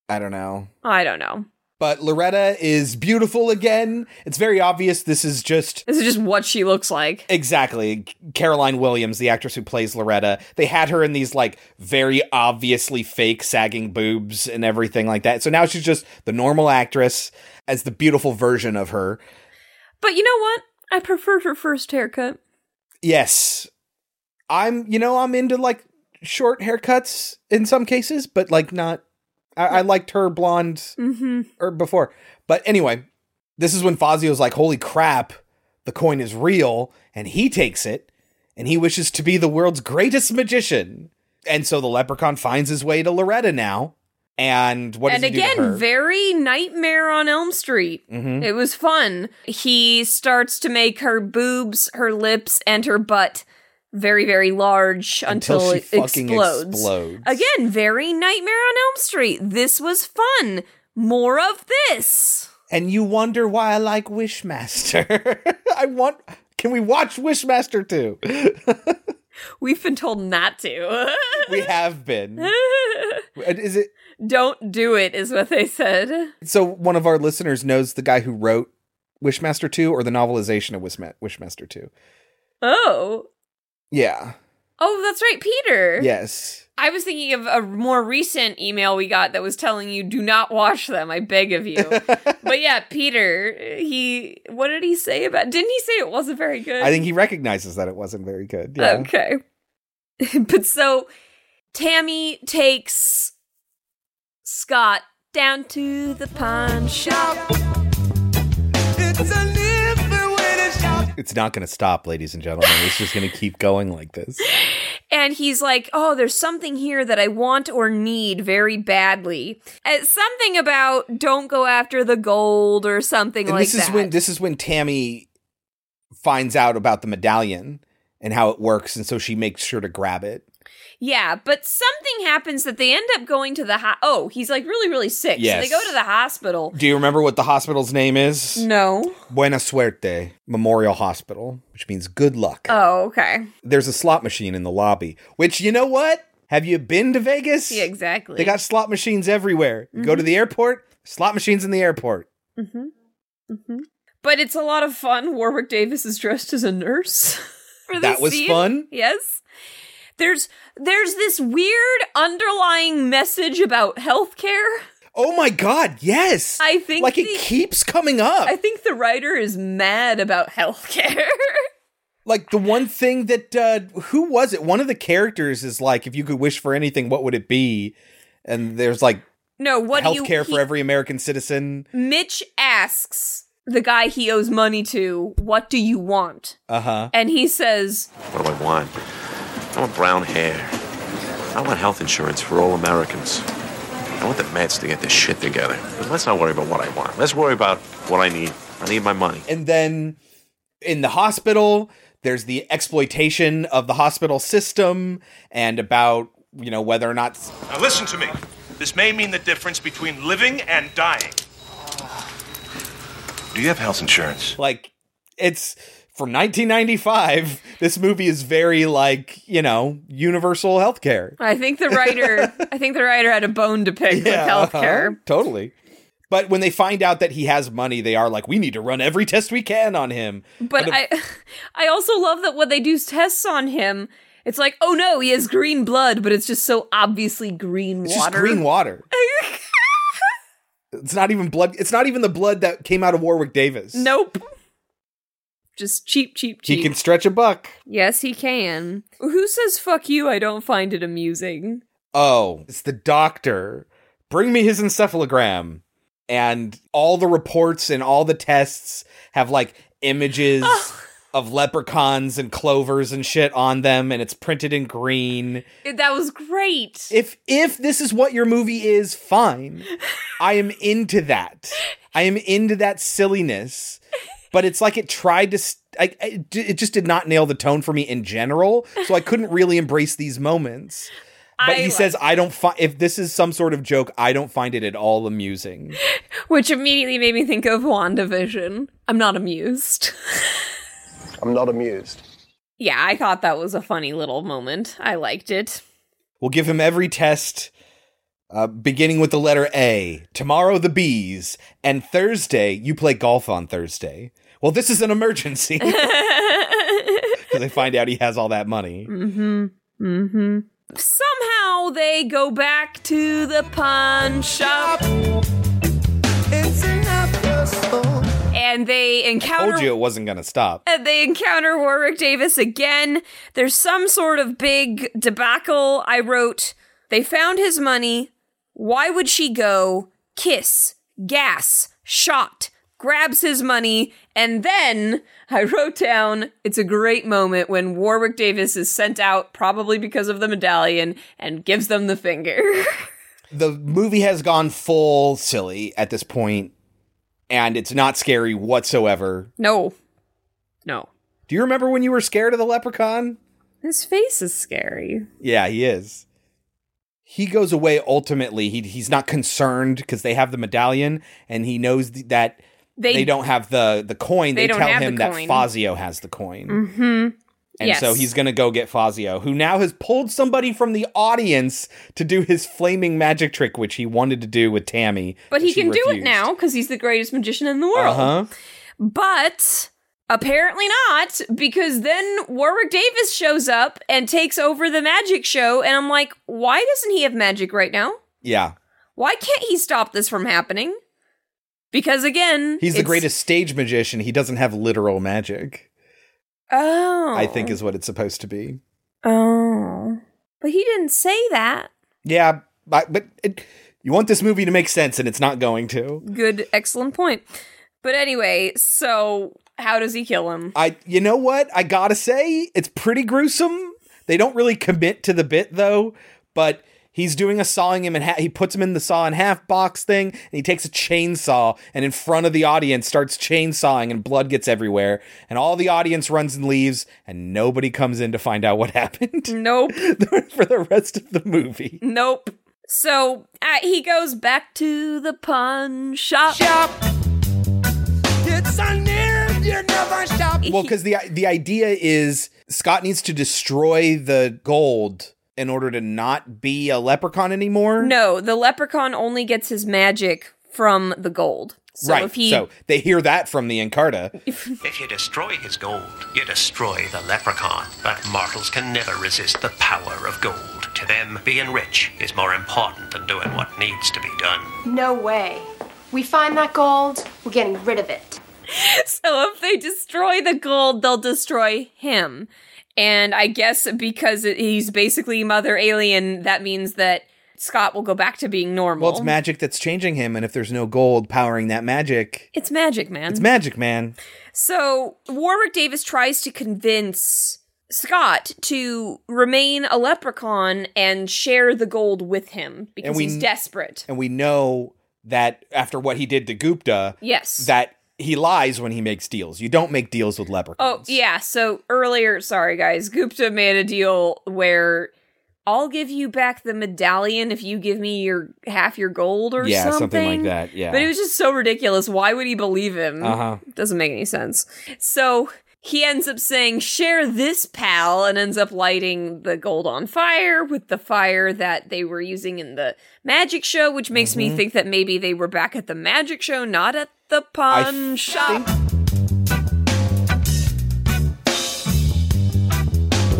Speaker 1: I don't know.
Speaker 3: I don't know.
Speaker 1: But Loretta is beautiful again. It's very obvious this is just
Speaker 3: This is just what she looks like.
Speaker 1: Exactly. Caroline Williams, the actress who plays Loretta, they had her in these like very obviously fake sagging boobs and everything like that. So now she's just the normal actress as the beautiful version of her.
Speaker 3: But you know what? I preferred her first haircut.
Speaker 1: Yes. I'm, you know, I'm into like short haircuts in some cases, but like not. I, I liked her blonde
Speaker 3: Mm-hmm.
Speaker 1: or before. But anyway, this is when Fazio's like, holy crap, the coin is real. And he takes it and he wishes to be the world's greatest magician. And so the leprechaun finds his way to Loretta now. And what
Speaker 3: and
Speaker 1: does he do to her?
Speaker 3: again, very Nightmare on Elm Street.
Speaker 1: Mhm.
Speaker 3: It was fun. He starts to make her boobs, her lips, and her butt very, very large until,
Speaker 1: Until she
Speaker 3: it
Speaker 1: fucking
Speaker 3: explodes.
Speaker 1: explodes.
Speaker 3: Again, very Nightmare on Elm Street. This was fun. More of this.
Speaker 1: and you wonder why I like Wishmaster. I want. Can we watch Wishmaster too?
Speaker 3: We've been told not to.
Speaker 1: we have been. Is it
Speaker 3: Don't do it, is what they said.
Speaker 1: so? One of our listeners knows the guy who wrote Wishmaster two or the novelization of Wishma- Wishmaster two.
Speaker 3: Oh.
Speaker 1: Yeah.
Speaker 3: Oh, that's right, Peter.
Speaker 1: Yes.
Speaker 3: I was thinking of a more recent email we got that was telling you do not wash them. I beg of you. but yeah, Peter, he what did he say about? Didn't he say it wasn't very good?
Speaker 1: I think he recognizes that it wasn't very good. Yeah.
Speaker 3: Okay. but so Tammy takes Scott down to the pawn shop.
Speaker 2: It's a different way to shop.
Speaker 1: It's not going to stop, ladies and gentlemen. It's just going to keep going like this.
Speaker 3: And he's like, Oh, there's something here that I want or need very badly. Uh, something about don't go after the gold or something
Speaker 1: and
Speaker 3: like
Speaker 1: this is
Speaker 3: that.
Speaker 1: when this is when Tammy finds out about the medallion and how it works, and so she makes sure to grab it.
Speaker 3: yeah, but something happens that they end up going to the ho- oh, he's like really, really sick. So
Speaker 1: Yes.
Speaker 3: they go to the hospital.
Speaker 1: Do you remember what the hospital's name is?
Speaker 3: No.
Speaker 1: Buena Suerte Memorial Hospital, which means good luck.
Speaker 3: Oh, okay.
Speaker 1: There's a slot machine in the lobby, which you know what? Have you been to Vegas?
Speaker 3: Yeah, exactly. Mm-hmm.
Speaker 1: They got slot machines everywhere. You Go to the airport, slot machines in the airport.
Speaker 3: hmm hmm But it's a lot of fun. Warwick Davis is dressed as a nurse. for this
Speaker 1: That was
Speaker 3: scene.
Speaker 1: fun.
Speaker 3: Yes. There's there's this weird underlying message about healthcare.
Speaker 1: Oh my god, yes.
Speaker 3: I think
Speaker 1: like
Speaker 3: the-
Speaker 1: it keeps coming up.
Speaker 3: I think the writer is mad about healthcare.
Speaker 1: like the one thing that uh who was it? One of the characters is like if you could wish for anything, what would it be? And there's like
Speaker 3: no, what do you
Speaker 1: healthcare
Speaker 3: he-
Speaker 1: for every American citizen.
Speaker 3: Mitch asks the guy he owes money to, "What do you want?"
Speaker 1: Uh-huh.
Speaker 3: And he says,
Speaker 4: What do I want? I want brown hair. I want health insurance for all Americans. I want the Mets to get their shit together. But let's not worry about what I want. Let's worry about what I need. I need my money.
Speaker 1: And then in the hospital, there's the exploitation of the hospital system and about, you know, whether or not
Speaker 17: Now listen to me. This may mean the difference between living and dying.
Speaker 4: Do you have health insurance?
Speaker 1: Like it's from 1995, this movie is very like, you know, universal healthcare.
Speaker 3: "I think the writer, I think the writer had a bone to pick with healthcare."
Speaker 1: uh-huh, totally. But when they find out that he has money, they are like, we need to run every test we can on him.
Speaker 3: But
Speaker 1: it-
Speaker 3: I, I also love that when they do tests on him, it's like, oh no, he has green blood, but it's just so obviously green
Speaker 1: it's
Speaker 3: water.
Speaker 1: just green water. it's not even blood. It's not even the blood that came out of Warwick Davis.
Speaker 3: Nope. Just cheap, cheap, cheap.
Speaker 1: He can stretch a buck.
Speaker 3: yes, he can. Who says "fuck you"? I don't find it amusing.
Speaker 1: oh, it's the doctor. Bring me his encephalogram. And all the reports and all the tests have like images of leprechauns and clovers and shit on them, and it's printed in green.
Speaker 3: That was great.
Speaker 1: If if this is what your movie is, fine. I am into that. I am into that silliness. But it's like it tried to. St- I, I- it just did not nail the tone for me in general, so I couldn't really embrace these moments. But
Speaker 3: I
Speaker 1: he
Speaker 3: like-
Speaker 1: says, "I don't find if this is some sort of joke, I don't find it at all amusing."
Speaker 3: Which immediately made me think of WandaVision. I'm not amused.
Speaker 18: I'm not amused.
Speaker 3: yeah, I thought that was a funny little moment. I liked it.
Speaker 1: We'll give him every test, uh, beginning with the letter A. Tomorrow, the B's. And Thursday, you play golf on Thursday. Well, this is an emergency. Because they find out he has all that money.
Speaker 3: Mm-hmm. Mm-hmm. Somehow they go back to the pawn shop. And they encounter
Speaker 1: Told you it wasn't going to stop.
Speaker 3: And they encounter Warwick Davis again. There's some sort of big debacle. I wrote, they found his money. Why would she go? Kiss, gas, shot, grabs his money. And then I wrote down, it's a great moment when Warwick Davis is sent out, probably because of the medallion, and gives them the finger.
Speaker 1: The movie has gone full silly at this point, and it's not scary whatsoever.
Speaker 3: no, no.
Speaker 1: Do you remember when you were scared of the leprechaun?
Speaker 3: His face is scary.
Speaker 1: Yeah, he is. He goes away ultimately. He he's not concerned because they have the medallion, and he knows th- that
Speaker 3: They-
Speaker 1: they, don't have the the coin.
Speaker 3: They
Speaker 1: They,
Speaker 3: don't
Speaker 1: tell
Speaker 3: have the
Speaker 1: him that
Speaker 3: coin.
Speaker 1: Fazio has the coin,
Speaker 3: Mm-hmm.
Speaker 1: and so he's gonna go get Fazio, who now has pulled somebody from the audience to do his flaming magic trick, which he wanted to do with Tammy,
Speaker 3: But he
Speaker 1: she
Speaker 3: can do it
Speaker 1: refused.
Speaker 3: now because he's the greatest magician in the world.
Speaker 1: Uh-huh.
Speaker 3: But apparently not, because then Warwick Davis shows up and takes over the magic show. And I'm like, why doesn't he have magic right now?
Speaker 1: Yeah,
Speaker 3: Why can't he stop this from happening? Because again,
Speaker 1: he's the
Speaker 3: it's-
Speaker 1: greatest stage magician. He doesn't have literal magic.
Speaker 3: Oh,
Speaker 1: I think is what it's supposed to be.
Speaker 3: Oh, but he didn't say that.
Speaker 1: Yeah, but, but it, you want this movie to make sense, and it's not going to.
Speaker 3: Good, excellent point. But anyway, so how does he kill him?
Speaker 1: I you know what? I gotta say, it's pretty gruesome. They don't really commit to the bit though, but he's doing a sawing him in half. He puts him in the saw in half box thing, and he takes a chainsaw and in front of the audience starts chainsawing, and blood gets everywhere. And all the audience runs and leaves, and nobody comes in to find out what happened.
Speaker 3: Nope.
Speaker 1: For the rest of the movie.
Speaker 3: Nope. So uh, he goes back to the pawn shop.
Speaker 2: It's a nerve you never stop.
Speaker 1: Well, because the the idea is Scott needs to destroy the gold in order to not be a leprechaun anymore.
Speaker 3: No, the leprechaun only gets his magic from the gold. So
Speaker 1: right.
Speaker 3: if he
Speaker 1: so they hear that from the Encarta.
Speaker 8: If you destroy his gold, you destroy the leprechaun. But mortals can never resist the power of gold. To them, being rich is more important than doing what needs to be done.
Speaker 7: No way. We find that gold, we're getting rid of it.
Speaker 3: so if they destroy the gold, they'll destroy him. And I guess because it- he's basically Mother Alien, that means that Scott will go back to being normal.
Speaker 1: Well, it's magic that's changing him, and if there's no gold powering that magic,
Speaker 3: It's magic, man.
Speaker 1: it's magic, man.
Speaker 3: So Warwick Davis tries to convince Scott to remain a leprechaun and share the gold with him because
Speaker 1: And we-
Speaker 3: he's desperate.
Speaker 1: And we know that after what he did to Gupta,
Speaker 3: Yes.
Speaker 1: that he lies when he makes deals. You don't make deals with leprechauns.
Speaker 3: Oh, yeah. So earlier, sorry guys, Gupta made a deal where I'll give you back the medallion if you give me your half your gold or
Speaker 1: Yeah,
Speaker 3: something.
Speaker 1: something like that, yeah.
Speaker 3: But it was just so ridiculous. Why would he believe him?
Speaker 1: Uh-huh.
Speaker 3: Doesn't make any sense. So he ends up saying, share this, pal, and ends up lighting the gold on fire with the fire that they were using in the magic show, which makes me
Speaker 1: Mhm.
Speaker 3: think that maybe they were back at the magic show, not at the pawn shop.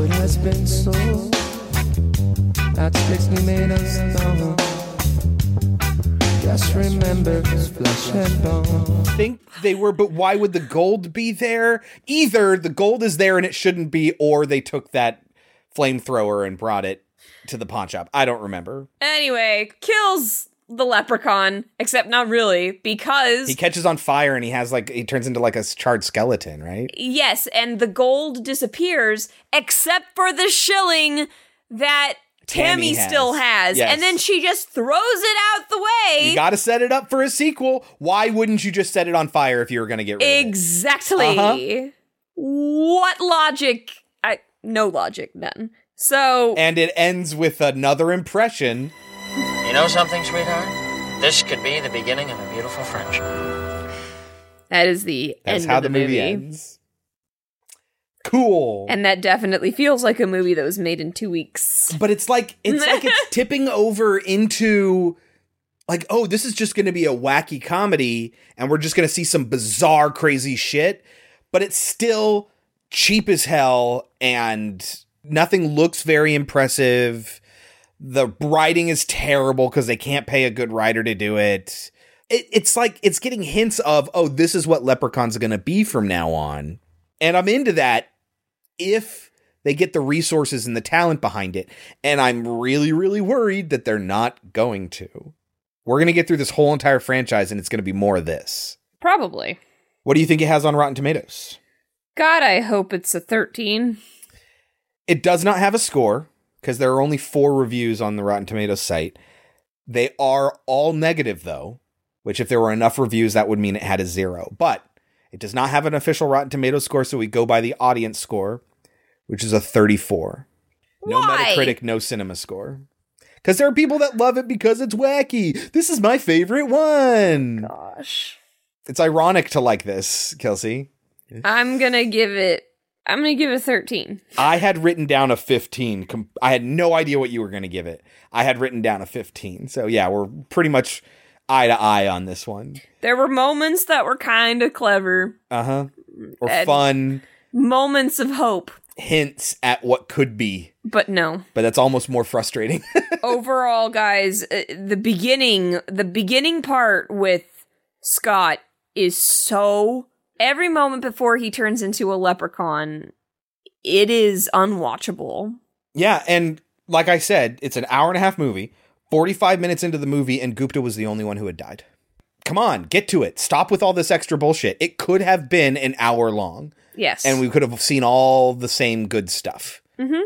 Speaker 2: It has been so that makes me made of stone. Just remember flesh and bone.
Speaker 1: think they were, but why would the gold be there? Either the gold is there and it shouldn't be, or they took that flamethrower and brought it to the pawn shop. I don't remember.
Speaker 3: Anyway, kills the leprechaun, except not really, because
Speaker 1: He catches on fire and he has like he turns into like a charred skeleton, right?
Speaker 3: yes, and the gold disappears except for the shilling that
Speaker 1: Tammy
Speaker 3: Tammy,
Speaker 1: has.
Speaker 3: still has,
Speaker 1: Yes.
Speaker 3: and then she just throws it out the way.
Speaker 1: You got to set it up for a sequel. Why wouldn't you just set it on fire if you were going to get rid of it?
Speaker 3: Exactly.
Speaker 1: Uh-huh.
Speaker 3: What logic? I no logic, none. So
Speaker 1: And it ends with another impression.
Speaker 19: You know something, sweetheart? This could be the beginning of a beautiful friendship.
Speaker 3: that is the
Speaker 1: That's
Speaker 3: end
Speaker 1: how
Speaker 3: of the,
Speaker 1: the movie ends. Cool.
Speaker 3: And that definitely feels like a movie that was made in two weeks.
Speaker 1: But it's like it's like it's tipping over into like oh this is just going to be a wacky comedy and we're just going to see some bizarre crazy shit but it's still cheap as hell and nothing looks very impressive the writing is terrible cuz they can't pay a good writer to do it. it it's like it's getting hints of oh this is what leprechauns are going to be from now on and i'm into that if they get the resources and the talent behind it. And I'm really, really worried that they're not going to. We're going to get through this whole entire franchise and it's going to be more of this.
Speaker 3: Probably.
Speaker 1: What do you think it has on Rotten Tomatoes?
Speaker 3: God, I hope it's a 13.
Speaker 1: It does not have a score because there are only four reviews on the Rotten Tomatoes site. They are all negative, though, which if there were enough reviews, that would mean it had a zero. But it does not have an official Rotten Tomatoes score, so we go by the audience score, which is a 34. No
Speaker 3: Why?
Speaker 1: Metacritic, no cinema score. Because there are people that love it because it's wacky. This is my favorite one.
Speaker 3: Gosh.
Speaker 1: It's ironic to like this, Kelsey.
Speaker 3: I'm going to give it I'm going to give it 13.
Speaker 1: I had written down a 15. Com- I had no idea what you were going to give it. I had written down a 15. So, yeah, we're pretty much eye to eye on this one.
Speaker 3: There were moments that were kind of clever,
Speaker 1: Uh huh. Or
Speaker 3: And-
Speaker 1: fun
Speaker 3: moments of hope,
Speaker 1: hints at what could be,
Speaker 3: but no.
Speaker 1: but that's almost more frustrating.
Speaker 3: Overall, guys, uh, the beginning, the beginning part with Scott is so every moment before he turns into a leprechaun, it is unwatchable.
Speaker 1: yeah. And like I said, it's an hour and a half movie, 45 minutes into the movie, and Gupta was the only one who had died. Come on, get to it. Stop with all this extra bullshit. It could have been an hour long,
Speaker 3: Yes.
Speaker 1: and we could have seen all the same good stuff.
Speaker 3: Mhm.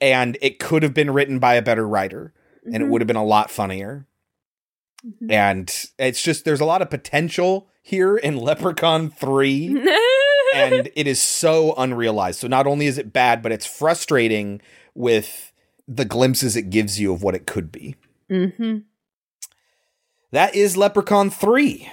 Speaker 1: and it could have been written by a better writer and it
Speaker 3: Mhm.
Speaker 1: would have been a lot funnier and it's just there's a lot of potential here in leprechaun 3
Speaker 3: Mm-hmm.
Speaker 1: and it is so unrealized so not only is it bad but it's frustrating with the glimpses it gives you of what it could be
Speaker 3: Mhm.
Speaker 1: that is leprechaun 3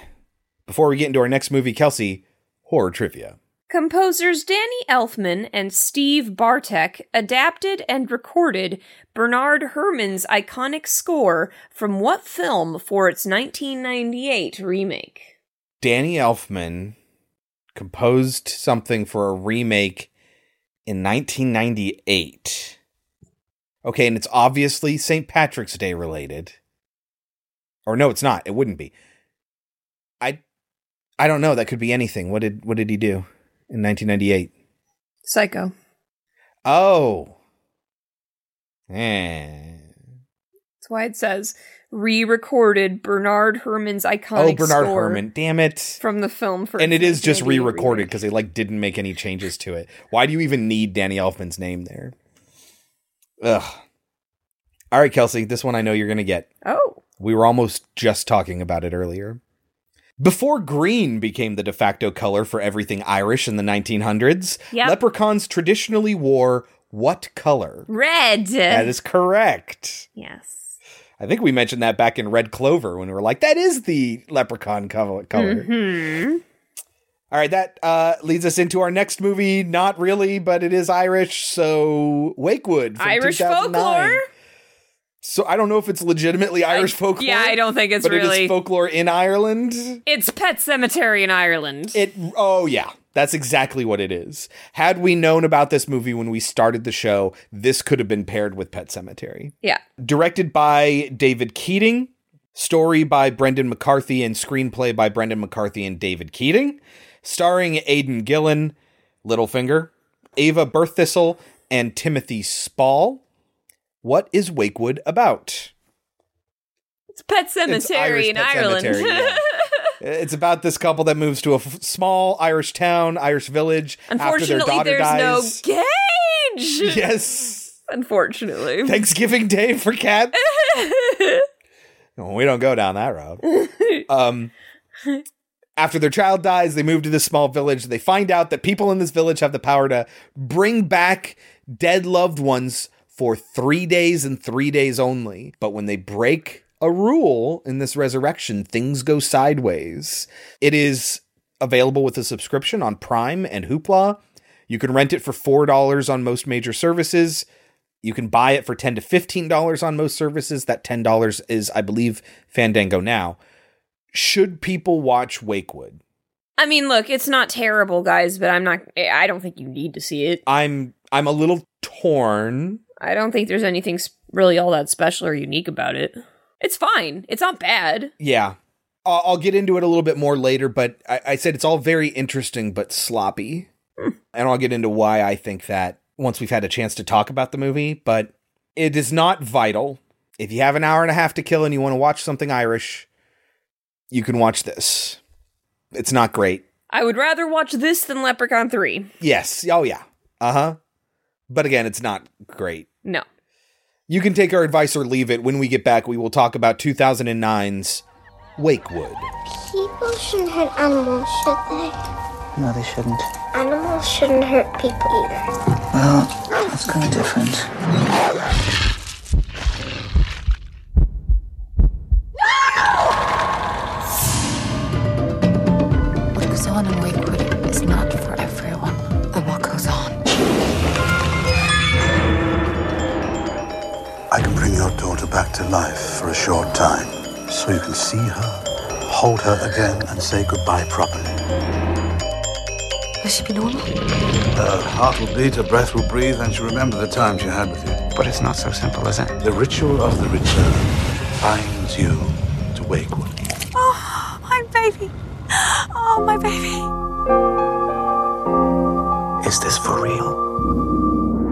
Speaker 1: before we get into our next movie kelsey horror trivia
Speaker 3: Composers Danny Elfman and Steve Bartek adapted and recorded Bernard Herrmann's iconic score from what film for its 1998 remake?
Speaker 1: Danny Elfman composed something for a remake in 1998. Okay, and it's obviously St. Patrick's Day related. Or no, it's not. It wouldn't be. I I don't know. That could be anything. What did what did he do in 1998?
Speaker 3: Psycho.
Speaker 1: Oh. Eh.
Speaker 3: That's why it says re recorded Bernard Herrmann's iconic
Speaker 1: Oh, Bernard
Speaker 3: score
Speaker 1: Herman. Damn it.
Speaker 3: from the film for
Speaker 1: and it is just
Speaker 3: 1998
Speaker 1: re-recorded because they like didn't make any changes to it. Why do you even need Danny Elfman's name there? Ugh. All right, Kelsey, this one I know you're gonna get.
Speaker 3: Oh.
Speaker 1: We were almost just talking about it earlier. Before green became the de facto color for everything Irish in the 1900s,
Speaker 3: Yep.
Speaker 1: leprechauns traditionally wore what color?
Speaker 3: Red.
Speaker 1: That is correct.
Speaker 3: Yes.
Speaker 1: I think we mentioned that back in Red Clover when we were like, that is the leprechaun col- color.
Speaker 3: Mhm.
Speaker 1: All right, that uh, leads us into our next movie. Not really, but it is Irish. So Wakewood, from
Speaker 3: Irish
Speaker 1: 2009.
Speaker 3: folklore?
Speaker 1: So I don't know if it's legitimately Irish folklore.
Speaker 3: yeah, I don't think it's
Speaker 1: but it
Speaker 3: really-
Speaker 1: is folklore in Ireland.
Speaker 3: It's Pet Cemetery in Ireland.
Speaker 1: It. Oh yeah, that's exactly what it is. Had we known about this movie when we started the show, this could have been paired with Pet Cemetery.
Speaker 3: Yeah.
Speaker 1: Directed by David Keating, story by Brendan McCarthy, and screenplay by Brendan McCarthy and David Keating, starring Aidan Gillen, Littlefinger, Ava Berthistle, and Timothy Spall. What is Wakewood about?
Speaker 3: It's Pet Cemetery
Speaker 1: Irish
Speaker 3: in
Speaker 1: Pet
Speaker 3: Ireland.
Speaker 1: Cemetery, yeah. It's about this couple that moves to a f- small Irish town, Irish village.
Speaker 3: Unfortunately,
Speaker 1: after their daughter
Speaker 3: there's
Speaker 1: dies.
Speaker 3: no cage.
Speaker 1: Yes.
Speaker 3: Unfortunately.
Speaker 1: Thanksgiving Day for cats. we don't go down that road. um, after their child dies, they move to this small village. They find out that people in this village have the power to bring back dead loved ones for three days and three days only. But when they break a rule in this resurrection, things go sideways. It is available with a subscription on Prime and Hoopla. You can rent it for $4 on most major services. You can buy it for $10 to $15 on most services. That $10 is, I believe, Fandango now. Should people watch Wakewood?
Speaker 3: I mean, look, it's not terrible, guys, but I'm not. I don't think you need to see it.
Speaker 1: I'm I'm a little torn.
Speaker 3: I don't think there's anything s- really all that special or unique about it. It's fine. It's not bad.
Speaker 1: Yeah. I'll, I'll get into it a little bit more later, but I, I said it's all very interesting but sloppy. and I'll get into why I think that once we've had a chance to talk about the movie, but it is not vital. If you have an hour and a half to kill and you want to watch something Irish, you can watch this. It's not great.
Speaker 3: I would rather watch this than Leprechaun 3.
Speaker 1: Yes. Oh, yeah. Uh huh. But again, it's not great.
Speaker 3: No.
Speaker 1: You can take our advice or leave it. When we get back, we will talk about 2009's Wakewood.
Speaker 7: People shouldn't hurt animals, should they?
Speaker 20: No, they shouldn't.
Speaker 7: Animals shouldn't hurt people either.
Speaker 20: Well, that's kind of different.
Speaker 21: What goes on in Wakewood is not for everyone. And what goes on?
Speaker 22: I can bring your daughter back to life for a short time so you can see her, hold her again, and say goodbye properly.
Speaker 21: Will she be normal?
Speaker 22: Her heart will beat, her breath will breathe, and she'll remember the time she had with you. But it's not so simple, is it? The ritual of the return binds you to Wakewood.
Speaker 21: Oh, my baby. Oh, my baby.
Speaker 22: Is this for real?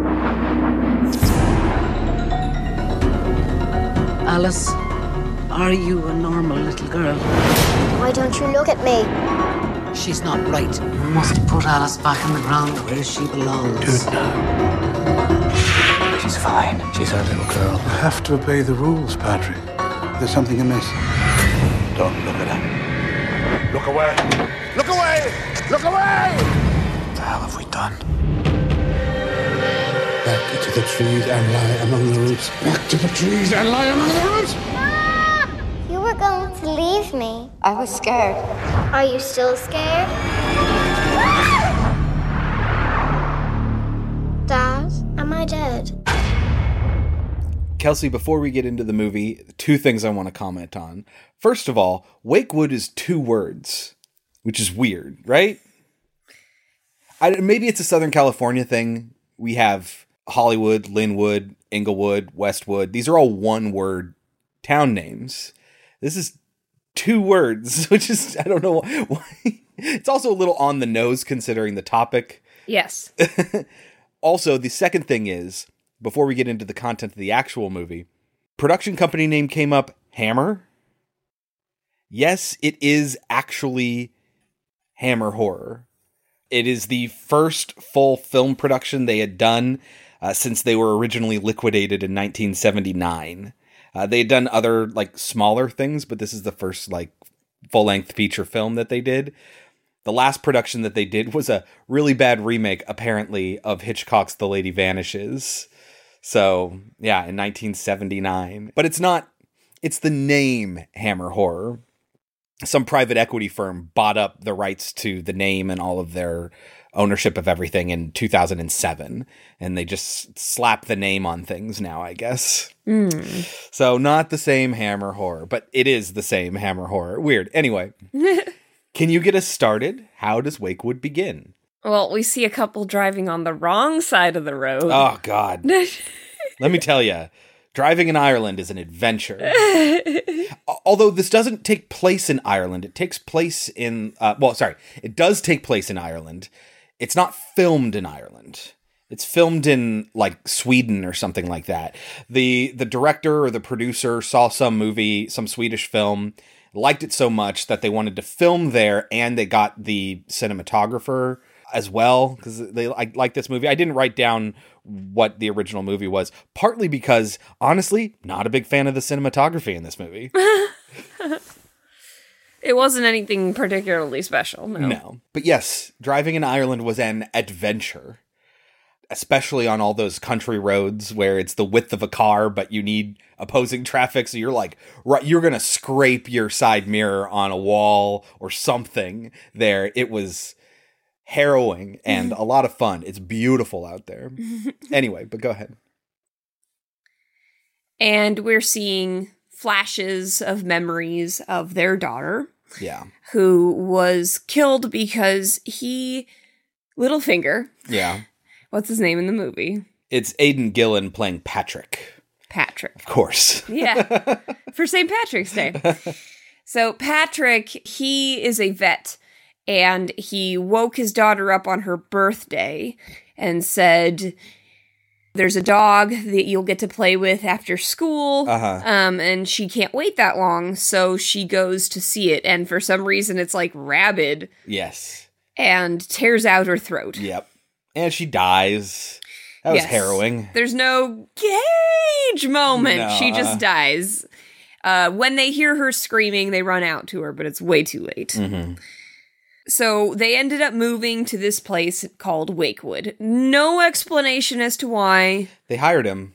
Speaker 23: Alice, are you a normal little girl?
Speaker 7: Why don't you look at me?
Speaker 23: She's not right. You must put Alice back in the ground where she belongs. Dude,
Speaker 22: She's fine. She's our little girl. You have to obey the rules, Patrick. There's something amiss. Don't look at her. Look away.
Speaker 2: Look away! Look away!
Speaker 22: What the hell have we done? Back to the trees and lie among the roots. Back to the trees and lie among the roots.
Speaker 7: You were going to leave me. I was scared. Are you still scared? Dad, am I dead?
Speaker 1: Kelsey, before we get into the movie, two things I want to comment on. First of all, Wakewood is two words, which is weird, right? I, maybe it's a Southern California thing. We have Hollywood, Linwood, Inglewood, Westwood. These are all one word town names. This is two words, which is, I don't know why. It's also a little on the nose considering the topic.
Speaker 3: Yes.
Speaker 1: Also, the second thing is, before we get into the content of the actual movie, production company name came up Hammer. Yes, it is actually Hammer Horror. It is the first full film production they had done uh, since they were originally liquidated in 1979. Uh, they had done other like smaller things, but this is the first like full length feature film that they did. The last production that they did was a really bad remake, apparently, of Hitchcock's The Lady Vanishes. So, yeah, in 1979. But it's not, it's the name Hammer Horror. Some private equity firm bought up the rights to the name and all of their ownership of everything in 2007. And they just slap the name on things now, I guess. So, not the same Hammer Horror, but it is the same Hammer Horror. Weird. Anyway. Can you get us started? How does Wakewood begin?
Speaker 3: well, we see a couple driving on the wrong side of the road.
Speaker 1: Oh, God. Let me tell you, driving in Ireland is an adventure. Al- Although this doesn't take place in Ireland, it takes place in, uh, well, sorry, it does take place in Ireland. It's not filmed in Ireland. It's filmed in like Sweden or something like that. The the director or the producer saw some movie, some Swedish film, liked it so much that they wanted to film there and they got the cinematographer as well cuz they I like this movie. I didn't write down what the original movie was, partly because honestly, not a big fan of the cinematography in this movie.
Speaker 3: It wasn't anything particularly special. No.
Speaker 1: No. But yes, driving in Ireland was an adventure, especially on all those country roads where it's the width of a car, but you need opposing traffic. So you're like, right, you're going to scrape your side mirror on a wall or something there. It was harrowing and a lot of fun. It's beautiful out there. anyway, but go ahead.
Speaker 3: And we're seeing flashes of memories of their daughter.
Speaker 1: Yeah.
Speaker 3: who was killed because he Littlefinger,
Speaker 1: Yeah.
Speaker 3: what's his name in the movie?
Speaker 1: It's Aidan Gillen playing Patrick,
Speaker 3: Patrick.
Speaker 1: of course.
Speaker 3: Yeah. For St. Patrick's Day. So Patrick, he is a vet and he woke his daughter up on her birthday and said there's a dog that you'll get to play with after school.
Speaker 5: Uh-huh.
Speaker 3: Um, and she can't wait that long, so she goes to see it. And for some reason, it's like rabid
Speaker 1: Yes.
Speaker 3: and tears out her throat.
Speaker 1: Yep. And she dies. That was
Speaker 3: Yes.
Speaker 1: harrowing.
Speaker 3: There's no cage moment.
Speaker 1: No,
Speaker 3: she
Speaker 1: uh-uh.
Speaker 3: just dies. Uh, when they hear her screaming, they run out to her, but it's way too late.
Speaker 1: Mm-hmm.
Speaker 3: So they ended up moving to this place called Wakewood. No explanation as to why.
Speaker 1: They hired him.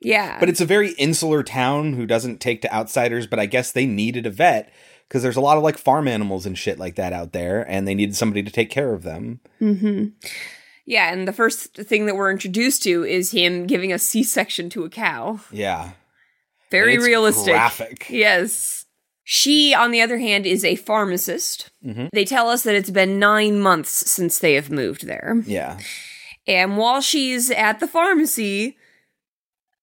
Speaker 3: Yeah.
Speaker 1: But it's a very insular town who doesn't take to outsiders, but I guess they needed a vet because there's a lot of like farm animals and shit like that out there, and they needed somebody to take care of them.
Speaker 3: hmm Yeah, and the first thing that we're introduced to is him giving a C section to a cow.
Speaker 1: Yeah.
Speaker 3: Very
Speaker 1: It's
Speaker 3: realistic.
Speaker 1: graphic.
Speaker 3: Yes. She, on the other hand, is a pharmacist.
Speaker 1: Mhm.
Speaker 3: They tell us that it's been nine months since they have moved there.
Speaker 1: Yeah.
Speaker 3: And while she's at the pharmacy,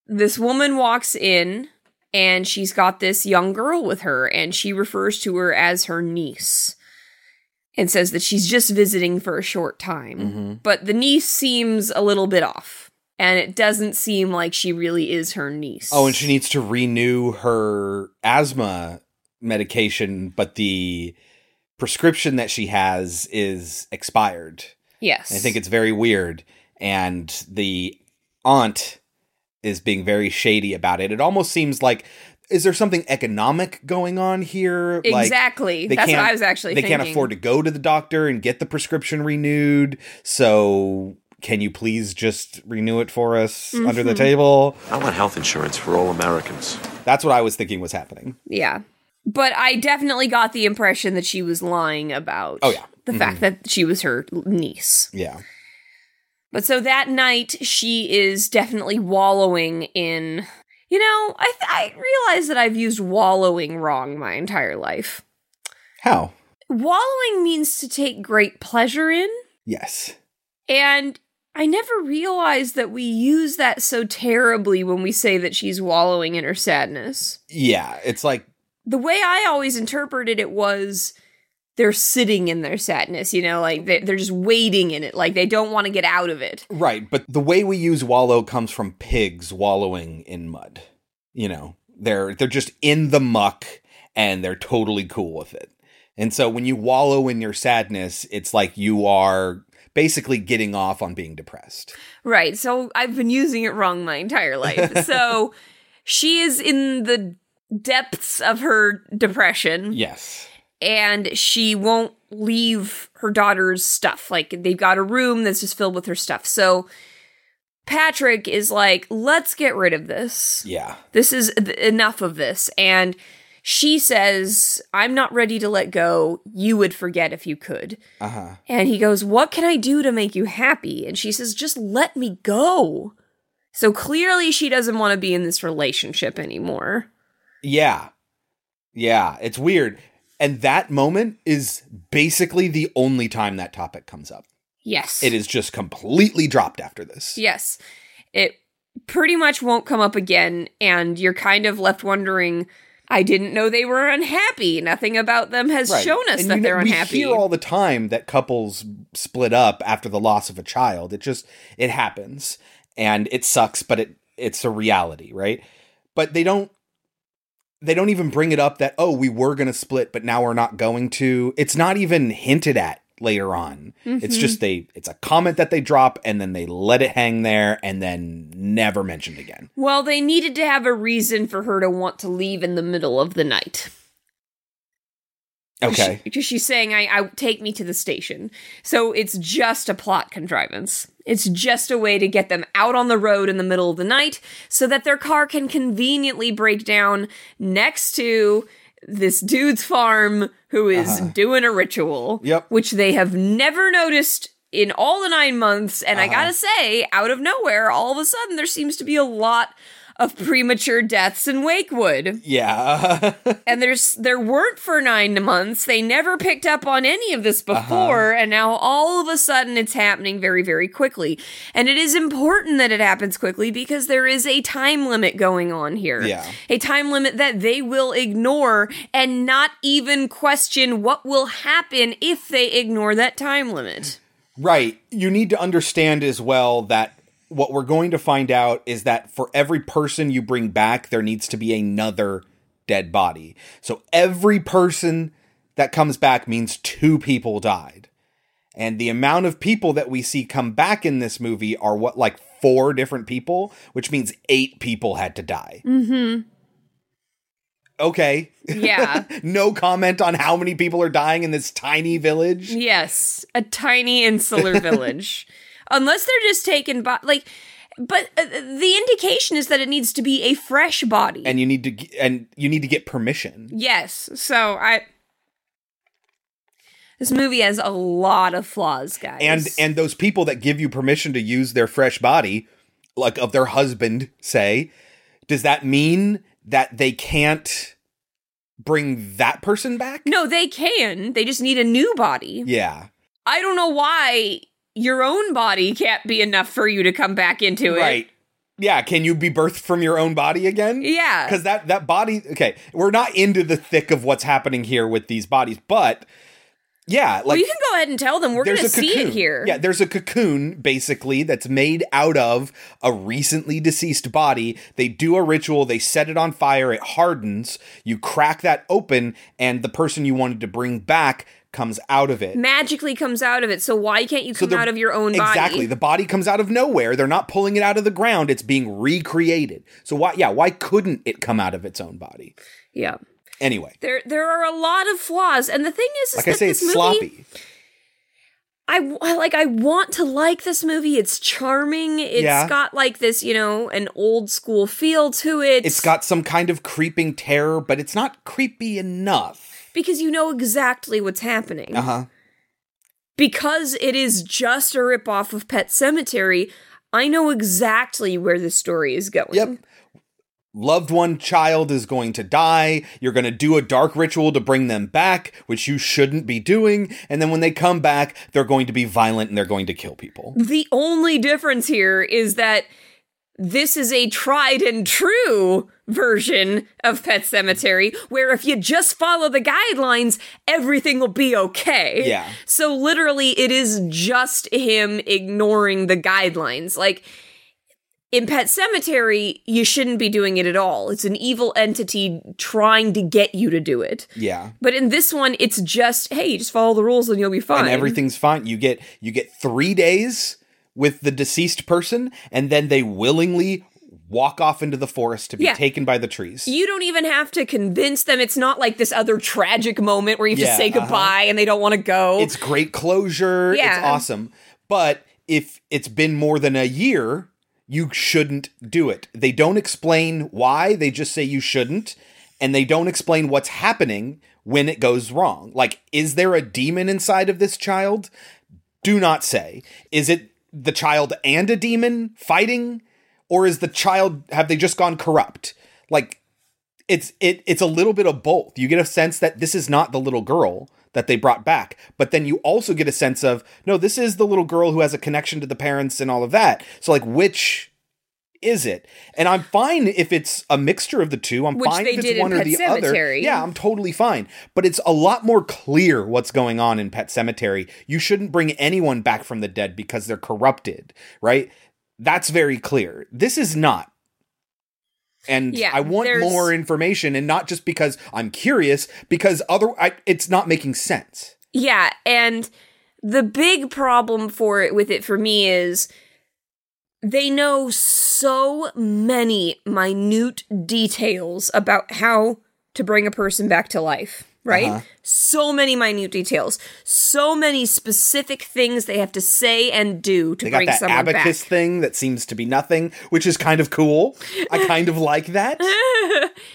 Speaker 3: this woman walks in and she's got this young girl with her, and she refers to her as her niece and says that she's just visiting for a short time.
Speaker 1: Mm-hmm.
Speaker 3: But the niece seems a little bit off, and it doesn't seem like she really is her niece.
Speaker 1: Oh, and she needs to renew her asthma medication, but the prescription that she has is expired.
Speaker 3: Yes.
Speaker 1: I think it's very weird. And the aunt is being very shady about it. It almost seems like is there something economic going on here? Like,
Speaker 3: Exactly.
Speaker 1: they
Speaker 3: That's what
Speaker 1: can't-
Speaker 3: I was actually
Speaker 1: They can't
Speaker 3: thinking.
Speaker 1: afford to go to the doctor and get the prescription renewed. So can you please just renew it for us under the
Speaker 3: Mhm.
Speaker 1: table?
Speaker 4: I want health insurance for all Americans.
Speaker 1: That's what I was thinking was happening.
Speaker 3: Yeah. But I definitely got the impression that she was lying about
Speaker 1: Oh, yeah.
Speaker 3: the
Speaker 1: Mhm.
Speaker 3: fact that she was her niece.
Speaker 1: Yeah.
Speaker 3: But so that night, she is definitely wallowing in. You know, I, th- I realize that I've used wallowing wrong my entire life.
Speaker 1: How?
Speaker 3: Wallowing means to take great pleasure in,
Speaker 1: Yes.
Speaker 3: and I never realized that we use that so terribly when we say that she's wallowing in her sadness.
Speaker 1: Yeah. It's like
Speaker 3: the way I always interpreted it was they're sitting in their sadness, you know, like they- they're just waiting in it, like they don't want to get out of it.
Speaker 1: Right, but the way we use wallow comes from pigs wallowing in mud. You know, they're they're just in the muck and they're totally cool with it. And so when you wallow in your sadness, it's like you are basically getting off on being depressed.
Speaker 3: Right. So I've been using it wrong my entire life. so she is in the depths of her depression.
Speaker 1: Yes.
Speaker 3: and she won't leave her daughter's stuff. Like they've got a room that's just filled with her stuff. So Patrick is like, "Let's get rid of this.
Speaker 1: Yeah.
Speaker 3: This is th- enough of this." And she says, "I'm not ready to let go. You would forget if you could."
Speaker 1: Uh-huh.
Speaker 3: And he goes, "What can I do to make you happy?" And she says, "Just let me go." So clearly she doesn't want to be in this relationship anymore.
Speaker 1: Yeah. Yeah, it's weird. And that moment is basically the only time that topic comes up.
Speaker 3: Yes.
Speaker 1: It is just completely dropped after this.
Speaker 3: Yes. It pretty much won't come up again, and you're kind of left wondering I didn't know they were unhappy. Nothing about them has
Speaker 1: Right.
Speaker 3: shown us
Speaker 1: And
Speaker 3: that
Speaker 1: you know,
Speaker 3: they're unhappy.
Speaker 1: We hear all the time that couples split up after the loss of a child. It just it happens, and it sucks, but it it's a reality, right? But they don't they don't even bring it up that oh we were going to split, but now we're not going to. It's not even hinted at later on. It's
Speaker 3: Mm-hmm.
Speaker 5: Mhm.
Speaker 1: just they it's a comment that they drop and then they let it hang there and then never mentioned again.
Speaker 3: well, they needed to have a reason for her to want to leave in the middle of the night.
Speaker 1: Okay.
Speaker 3: Because she's saying, I, I take me to the station. So it's just a plot contrivance. It's just a way to get them out on the road in the middle of the night so that their car can conveniently break down next to this dude's farm who is
Speaker 6: Uh-huh.
Speaker 3: doing a ritual.
Speaker 6: Yep.
Speaker 3: Which they have never noticed in all the nine months. And I
Speaker 6: Uh-huh.
Speaker 3: gotta say, out of nowhere, all of a sudden, there seems to be a lot of premature deaths in Wakewood
Speaker 1: Yeah.
Speaker 3: and there's there weren't for nine months. They never picked up on any of this before, and now all of a sudden it's happening very, very quickly. And it is important that it happens quickly because there is a time limit going on here.
Speaker 6: Yeah.
Speaker 3: A time limit that they will ignore and not even question what will happen if they ignore that time limit.
Speaker 1: Right. You need to understand as well that what we're going to find out is that for every person you bring back, there needs to be another dead body. So every person that comes back means two people died. And the amount of people that we see come back in this movie are what, like four different people, which means eight people had to die.
Speaker 3: Mm-hmm.
Speaker 1: Okay.
Speaker 3: Yeah.
Speaker 1: no comment on how many people are dying in this tiny village.
Speaker 3: Yes, a tiny insular village. Unless they're just taken by like but uh, the indication is that it needs to be a fresh body.
Speaker 1: And you need to g- and you need to get permission.
Speaker 3: yes. So I This movie has a lot of flaws, guys.
Speaker 1: and and those people that give you permission to use their fresh body like of their husband say does that mean that they can't bring that person back
Speaker 3: No, they can. They just need a new body.
Speaker 1: yeah
Speaker 3: I don't know why your own body can't be enough for you to come back into it.
Speaker 1: right yeah can you be birthed from your own body again
Speaker 3: Yeah.
Speaker 1: because that that body okay we're not into the thick of what's happening here with these bodies but yeah like
Speaker 3: well, you can go ahead and tell them we're going to see it
Speaker 1: cocoon.
Speaker 3: here.
Speaker 1: Yeah, there's a cocoon basically that's made out of a recently deceased body. They do a ritual, they set it on fire, it hardens. You crack that open, and the person you wanted to bring back comes out of it.
Speaker 3: magically comes out of it. So why can't you come
Speaker 1: the-
Speaker 3: out of your own body?
Speaker 1: Exactly. The body comes out of nowhere. They're not pulling it out of the ground. It's being recreated. So why yeah, why couldn't it come out of its own body?
Speaker 3: Yeah.
Speaker 1: Anyway,
Speaker 3: There, there are a lot of flaws, and the thing is, is
Speaker 1: like
Speaker 3: that
Speaker 1: I say
Speaker 3: this
Speaker 1: it's
Speaker 3: movie,
Speaker 1: sloppy.
Speaker 3: I w- I like. I want to like this movie. It's charming. It's
Speaker 1: Yeah.
Speaker 3: got like this, you know, an old school feel to it.
Speaker 1: It's got some kind of creeping terror, but it's not creepy enough.
Speaker 3: because you know exactly what's happening.
Speaker 1: Uh-huh.
Speaker 3: Because it is just a ripoff of Pet Cemetery. I know exactly where the story is going. Yep.
Speaker 1: loved one child is going to die. You're going to do a dark ritual to bring them back, which you shouldn't be doing. And then when they come back, they're going to be violent and they're going to kill people.
Speaker 3: The only difference here is that this is a tried and true version of Pet Cemetery, where if you just follow the guidelines, everything will be okay.
Speaker 6: Yeah.
Speaker 3: So literally, it is just him ignoring the guidelines. Like, in Pet Cemetery, you shouldn't be doing it at all. It's an evil entity trying to get you to do it.
Speaker 1: Yeah.
Speaker 3: But in this one, it's just, hey, just follow the rules and you'll be fine.
Speaker 1: And everything's fine. You get you get 3 days with the deceased person and then they willingly walk off into the forest to be
Speaker 3: Yeah.
Speaker 1: taken by the trees.
Speaker 3: You don't even have to convince them. It's not like this other tragic moment where you have
Speaker 1: Yeah,
Speaker 3: to say
Speaker 1: uh-huh.
Speaker 3: goodbye and they don't want to go.
Speaker 1: It's great closure. It's
Speaker 3: Yeah.
Speaker 1: awesome. But if it's been more than a year, you shouldn't do it. They don't explain why, they just say you shouldn't. And they don't explain what's happening when it goes wrong. Like, is there a demon inside of this child? Do not say. Is it the child and a demon fighting? Or is the child, have they just gone corrupt? Like, it's it it's a little bit of both. You get a sense that this is not the little girl that they brought back, but then you also get a sense of no, this is the little girl who has a connection to the parents and all of that. So like which is it? And I'm fine if it's a mixture of the two. I'm
Speaker 3: Which
Speaker 1: fine
Speaker 3: they
Speaker 1: if
Speaker 3: did
Speaker 1: it's
Speaker 3: in
Speaker 1: one or
Speaker 3: Pet
Speaker 1: the other.
Speaker 3: Sematary.
Speaker 1: Yeah, I'm totally fine. But it's a lot more clear what's going on in Pet Cemetery. You shouldn't bring anyone back from the dead because they're corrupted, right? That's very clear. This is not. And
Speaker 3: Yeah,
Speaker 1: I want
Speaker 3: there's-
Speaker 1: more information and not just because I'm curious, because other I, it's not making sense.
Speaker 3: Yeah, and the big problem for it with it for me is they know so many minute details about how to bring a person back to life, right?
Speaker 5: Uh-huh.
Speaker 3: So many minute details, so many specific things they have to say and do to
Speaker 1: They got
Speaker 3: bring
Speaker 1: that
Speaker 3: someone
Speaker 1: abacus
Speaker 3: back.
Speaker 1: thing that seems to be nothing, which is kind of cool. I kind of like that.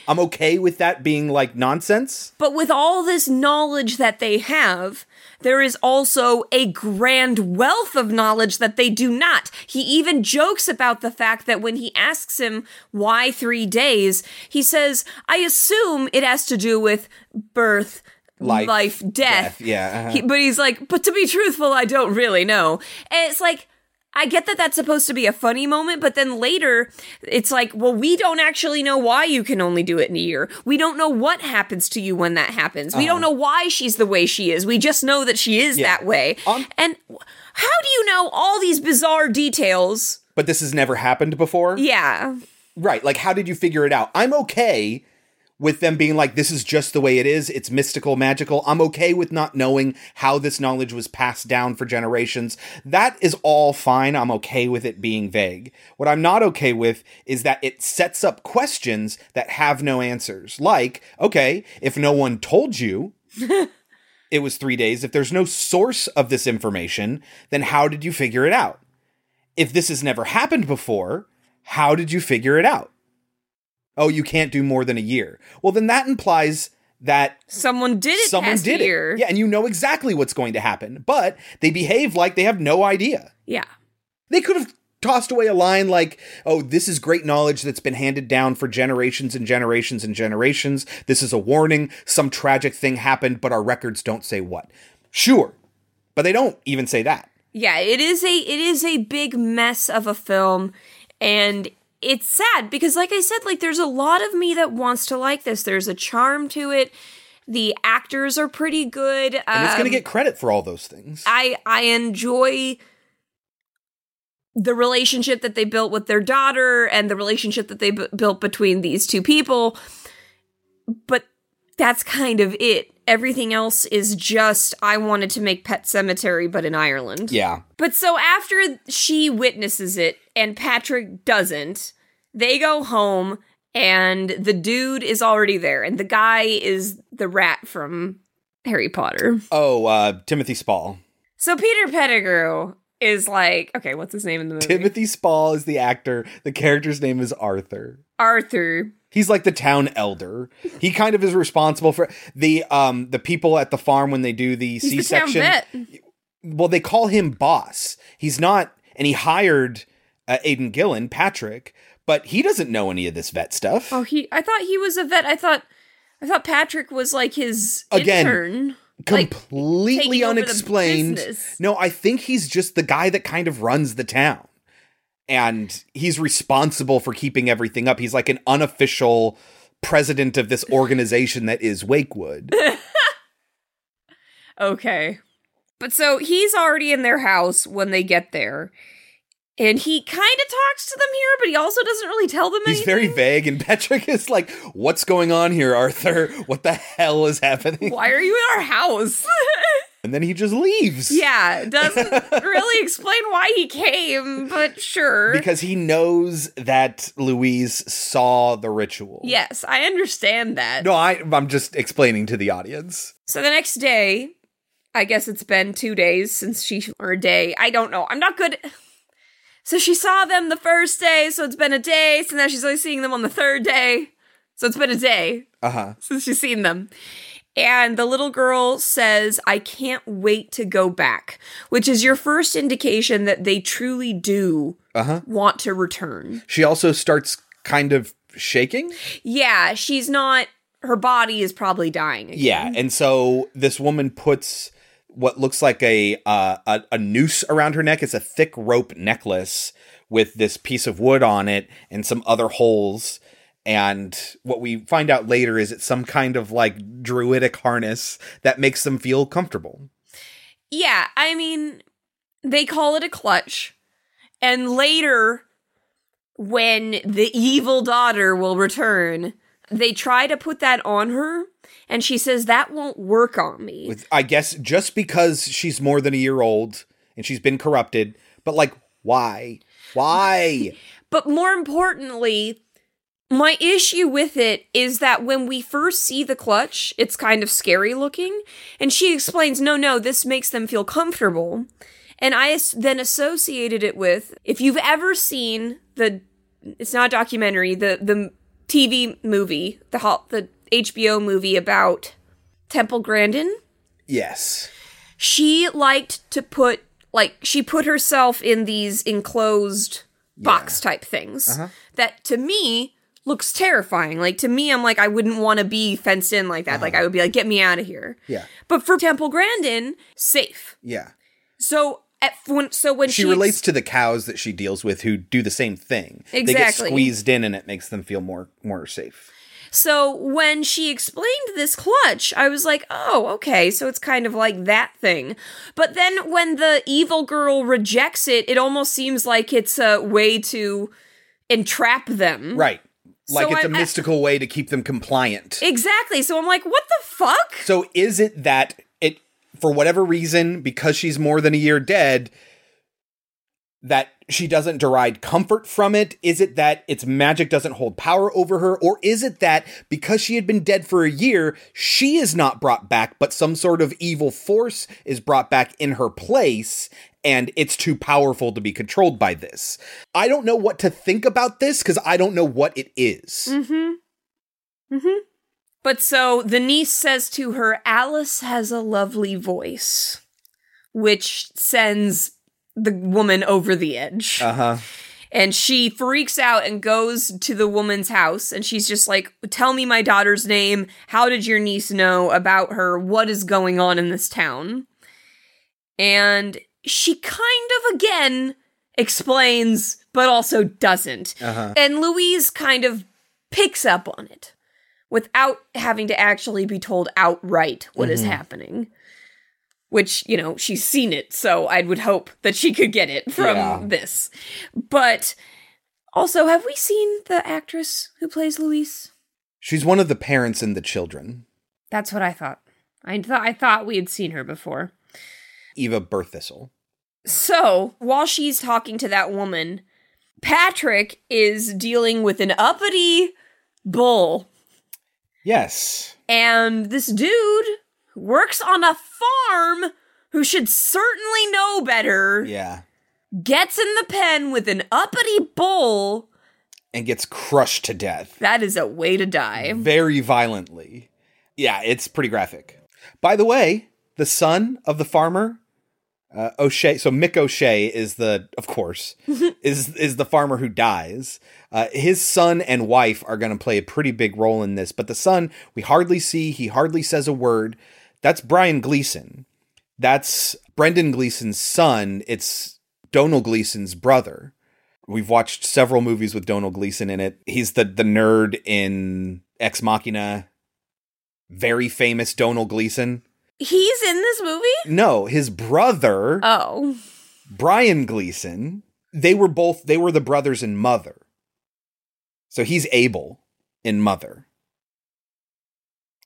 Speaker 1: I'm okay with that being like nonsense.
Speaker 3: But with all this knowledge that they have, there is also a grand wealth of knowledge that they do not. He even jokes about the fact that when he asks him why three days, he says, I assume it has to do with birth,
Speaker 1: Life,
Speaker 3: life, death.
Speaker 1: death, yeah, uh-huh.
Speaker 3: He- but he's like, but to be truthful, I don't really know. And it's like, I get that that's supposed to be a funny moment, but then later it's like, well, we don't actually know why you can only do it in a year. We don't know what happens to you when that happens. We don't
Speaker 5: Uh-huh.
Speaker 3: know why she's the way she is. We just know that she is
Speaker 1: Yeah. Um,
Speaker 3: that way. and w- how do you know all these bizarre details?
Speaker 1: But this has never happened before.
Speaker 3: Yeah.
Speaker 1: Right. Like, how did you figure it out? I'm okay with them being like, this is just the way it is. It's mystical, magical. I'm okay with not knowing how this knowledge was passed down for generations. That is all fine. I'm okay with it being vague. What I'm not okay with is that it sets up questions that have no answers. Like, okay, if no one told you, it was three days. If there's no source of this information, then how did you figure it out? If this has never happened before, how did you figure it out? Oh, you can't do more than a year. Well, then that implies that
Speaker 3: someone did it
Speaker 1: Someone
Speaker 3: past
Speaker 1: did
Speaker 3: year.
Speaker 1: it. Yeah, and you know exactly what's going to happen, but they behave like they have no idea.
Speaker 3: Yeah.
Speaker 1: They could have tossed away a line like, oh, this is great knowledge that's been handed down for generations and generations and generations. This is a warning. Some tragic thing happened, but our records don't say what. Sure. But they don't even say that.
Speaker 3: yeah it is a it is a big mess of a film and it's sad because like i said like there's a lot of me that wants to like this there's a charm to it the actors are pretty good
Speaker 1: And it's going to
Speaker 3: um,
Speaker 1: get credit for all those things.
Speaker 3: I I enjoy the relationship that they built with their daughter and the relationship that they b- built between these two people. But that's kind of it. Everything else is just I wanted to make Pet Cemetery but in Ireland.
Speaker 1: Yeah.
Speaker 3: But so after she witnesses it and Patrick doesn't, they go home and the dude is already there and the guy is the rat from Harry Potter.
Speaker 1: Oh, uh, Timothy Spall.
Speaker 3: So Peter Pettigrew is like, okay, what's his name in the movie?
Speaker 1: Timothy Spall is the actor. The character's name is Arthur.
Speaker 3: Arthur.
Speaker 1: He's like the town elder. He kind of is responsible for the um the people at the farm when they do the
Speaker 5: He's
Speaker 1: C
Speaker 5: the town
Speaker 1: section.
Speaker 5: vet.
Speaker 1: Well, they call him boss. He's not, and he hired uh, Aiden Gillen, Patrick, but he doesn't know any of this vet stuff.
Speaker 3: Oh, he. I thought he was a vet. I thought, I thought Patrick was like his
Speaker 1: Again,
Speaker 3: intern. Like,
Speaker 1: Completely
Speaker 3: taking over the
Speaker 1: unexplained.
Speaker 3: business.
Speaker 1: No, I think he's just the guy that kind of runs the town, and he's responsible for keeping everything up. He's like an unofficial president of this organization that is Wakewood.
Speaker 3: Okay. But so he's already in their house when they get there. And he kind of talks to them here, but he also doesn't really tell them
Speaker 1: He's
Speaker 3: anything.
Speaker 1: very vague, and Patrick is like, "What's going on here, Arthur? What the hell is happening?"
Speaker 3: Why are you in our house?
Speaker 1: And then he just leaves
Speaker 3: yeah, doesn't really explain why he came, but sure.
Speaker 1: because he knows that Louise saw the ritual.
Speaker 3: yes, I understand that.
Speaker 1: No, I, I'm just explaining to the audience.
Speaker 3: So the next day, I guess it's been two days since she, or a day, I don't know. I'm not good. So she saw them the first day, so it's been a day. So now she's only seeing them on the third day. So it's been a day
Speaker 1: Uh huh.
Speaker 3: since she's seen them. And the little girl says, I can't wait to go back, which is your first indication that they truly do
Speaker 1: Uh huh.
Speaker 3: want to return.
Speaker 1: She also starts kind of shaking.
Speaker 3: Yeah, she's not, her body is probably dying. again.
Speaker 1: Yeah, and so this woman puts what looks like a uh, a, a noose around her neck. It's a thick rope necklace with this piece of wood on it and some other holes. And what we find out later is it's some kind of like druidic harness that makes them feel comfortable.
Speaker 3: Yeah, I mean, they call it a clutch. And later, when the evil daughter will return, they try to put that on her. And she says, That won't work on me.
Speaker 1: With, I guess just because she's more than a year old and she's been corrupted, but like, why? Why?
Speaker 3: But more importantly, my issue with it is that when we first see the clutch, it's kind of scary looking. And she explains, no, no, this makes them feel comfortable. And I as- then associated it with if you've ever seen the, it's not a documentary, the, the TV movie, the, ho- the HBO movie about Temple Grandin,
Speaker 1: yes.
Speaker 3: she liked to put, like, she put herself in these enclosed box type things
Speaker 1: Uh-huh.
Speaker 3: that to me looks terrifying. Like to me, I'm like, I wouldn't want to be fenced in like that. Like I would be like, get me out of here.
Speaker 1: Uh-huh. Yeah.
Speaker 3: But for Temple Grandin, safe.
Speaker 1: Yeah.
Speaker 3: So at when so when
Speaker 1: She
Speaker 3: she,
Speaker 1: relates to the cows that she deals with who do the same thing. They get
Speaker 3: Exactly.
Speaker 1: squeezed in and it makes them feel more more safe.
Speaker 3: so when she explained this clutch, I was like, oh, okay, so it's kind of like that thing. But then when the evil girl rejects it, it almost seems like it's a way to entrap them.
Speaker 1: Right. Like
Speaker 3: Mm-hmm. So
Speaker 1: it's a
Speaker 3: I'm- I-
Speaker 1: mystical way to keep them compliant.
Speaker 3: Exactly. So I'm like, what the fuck?
Speaker 1: So is it that it for whatever reason because she's more than a year dead that she doesn't derive comfort from it? Is it that its magic doesn't hold power over her or is it that because she had been dead for a year, she is not brought back but some sort of evil force is brought back in her place? And it's too powerful to be controlled by this. I don't know what to think about this because I don't know what it is.
Speaker 3: Mm-hmm. Mm-hmm. But so the niece says to her, Alice has a lovely voice, which sends the woman over the edge.
Speaker 1: Uh huh.
Speaker 3: And she freaks out and goes to the woman's house. And she's just like, Tell me my daughter's name. How did your niece know about her? What is going on in this town? And she kind of again explains, but also doesn't.
Speaker 1: Uh-huh.
Speaker 3: And Louise kind of picks up on it without having to actually be told outright what is
Speaker 1: Mhm.
Speaker 3: happening. Which, you know, she's seen it, so I would hope that she could get it from
Speaker 1: Yeah.
Speaker 3: this. But also, have we seen the actress who plays Louise?
Speaker 1: She's one of the parents and the children.
Speaker 3: That's what I thought. I thought I thought we had seen her before.
Speaker 1: Eva Berthistle.
Speaker 3: So, while she's talking to that woman, Patrick is dealing with an uppity bull
Speaker 1: Yes.
Speaker 3: And this dude who works on a farm who should certainly know better
Speaker 1: Yeah.
Speaker 3: gets in the pen with an uppity bull.
Speaker 1: And gets crushed to death
Speaker 3: That is a way to die.
Speaker 1: very violently. Yeah, it's pretty graphic. By the way, the son of the farmer, uh, O'Shea. So Mick O'Shea is the, of course, is is the farmer who dies. Uh, his son and wife are going to play a pretty big role in this. But the son, we hardly see. He hardly says a word. That's Brian Gleason. That's Brendan Gleason's son. It's Donal Gleason's brother. We've watched several movies with Donal Gleason in it. He's the the nerd in Ex Machina. Very famous Donal Gleason.
Speaker 3: He's in this movie?
Speaker 1: No, his brother
Speaker 3: Oh.
Speaker 1: Brian Gleason. They were both they were the brothers in Mother. So he's Abel in Mother.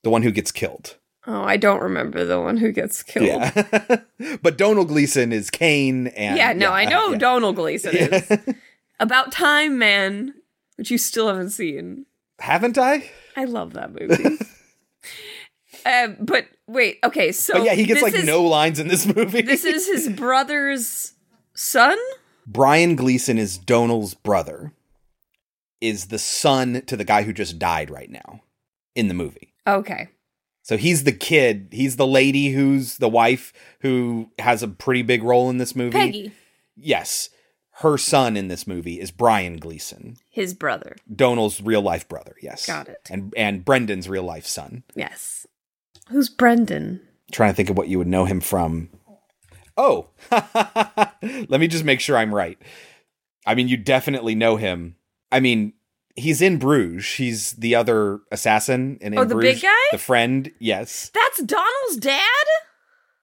Speaker 1: The one who gets killed.
Speaker 3: Oh, I don't remember the one who gets killed. Yeah,
Speaker 1: Yeah. but Donal Gleason is Kane and
Speaker 3: no, I know
Speaker 1: yeah.
Speaker 3: Donald Gleason is. About Time Man, which you still haven't seen.
Speaker 1: Haven't I?
Speaker 3: I love that movie. uh, but wait, okay, so
Speaker 1: but yeah, he gets
Speaker 3: this
Speaker 1: like
Speaker 3: is-
Speaker 1: no lines in this movie.
Speaker 3: This is his brother's son?
Speaker 1: Brian Gleason is Donal's brother, is the son to the guy who just died right now in the movie.
Speaker 3: Okay.
Speaker 1: So he's the kid, he's the lady who's the wife who has a pretty big role in this movie.
Speaker 3: Peggy,
Speaker 1: Yes. Her son in this movie is Brian Gleason,
Speaker 3: his brother.
Speaker 1: Donal's real life brother, yes.
Speaker 3: Got it.
Speaker 1: And and Brendan's real life son.
Speaker 3: Yes. Who's Brendan?
Speaker 1: trying to think of what you would know him from. Oh, let me just make sure I'm right. I mean, you definitely know him. I mean, he's in Bruges. He's the other assassin in, in
Speaker 3: Oh, the big
Speaker 1: Bruges.
Speaker 3: guy?
Speaker 1: the friend. Yes,
Speaker 3: That's Donald's dad?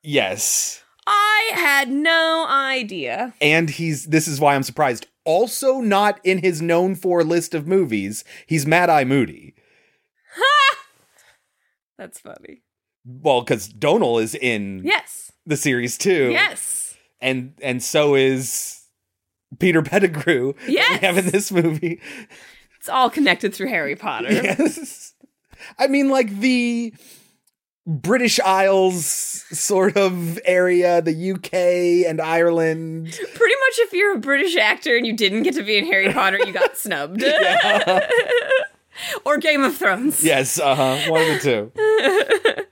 Speaker 1: yes,
Speaker 3: I had no idea.
Speaker 1: and he's. This is why I'm surprised. Also, not in his known for list of movies. He's Mad Eye Moody.
Speaker 3: That's funny.
Speaker 1: Well, because Donal is in
Speaker 3: Yes.
Speaker 1: the series too.
Speaker 3: Yes.
Speaker 1: and and so is Peter Pettigrew. that
Speaker 3: Yes.
Speaker 1: we have in this movie.
Speaker 3: It's all connected through Harry Potter.
Speaker 1: Yes. I mean, like the British Isles sort of area, the UK and Ireland.
Speaker 3: Pretty much if you're a British actor and you didn't get to be in Harry Potter, you got snubbed. or Game of Thrones.
Speaker 1: Yes, uh huh. One of the two.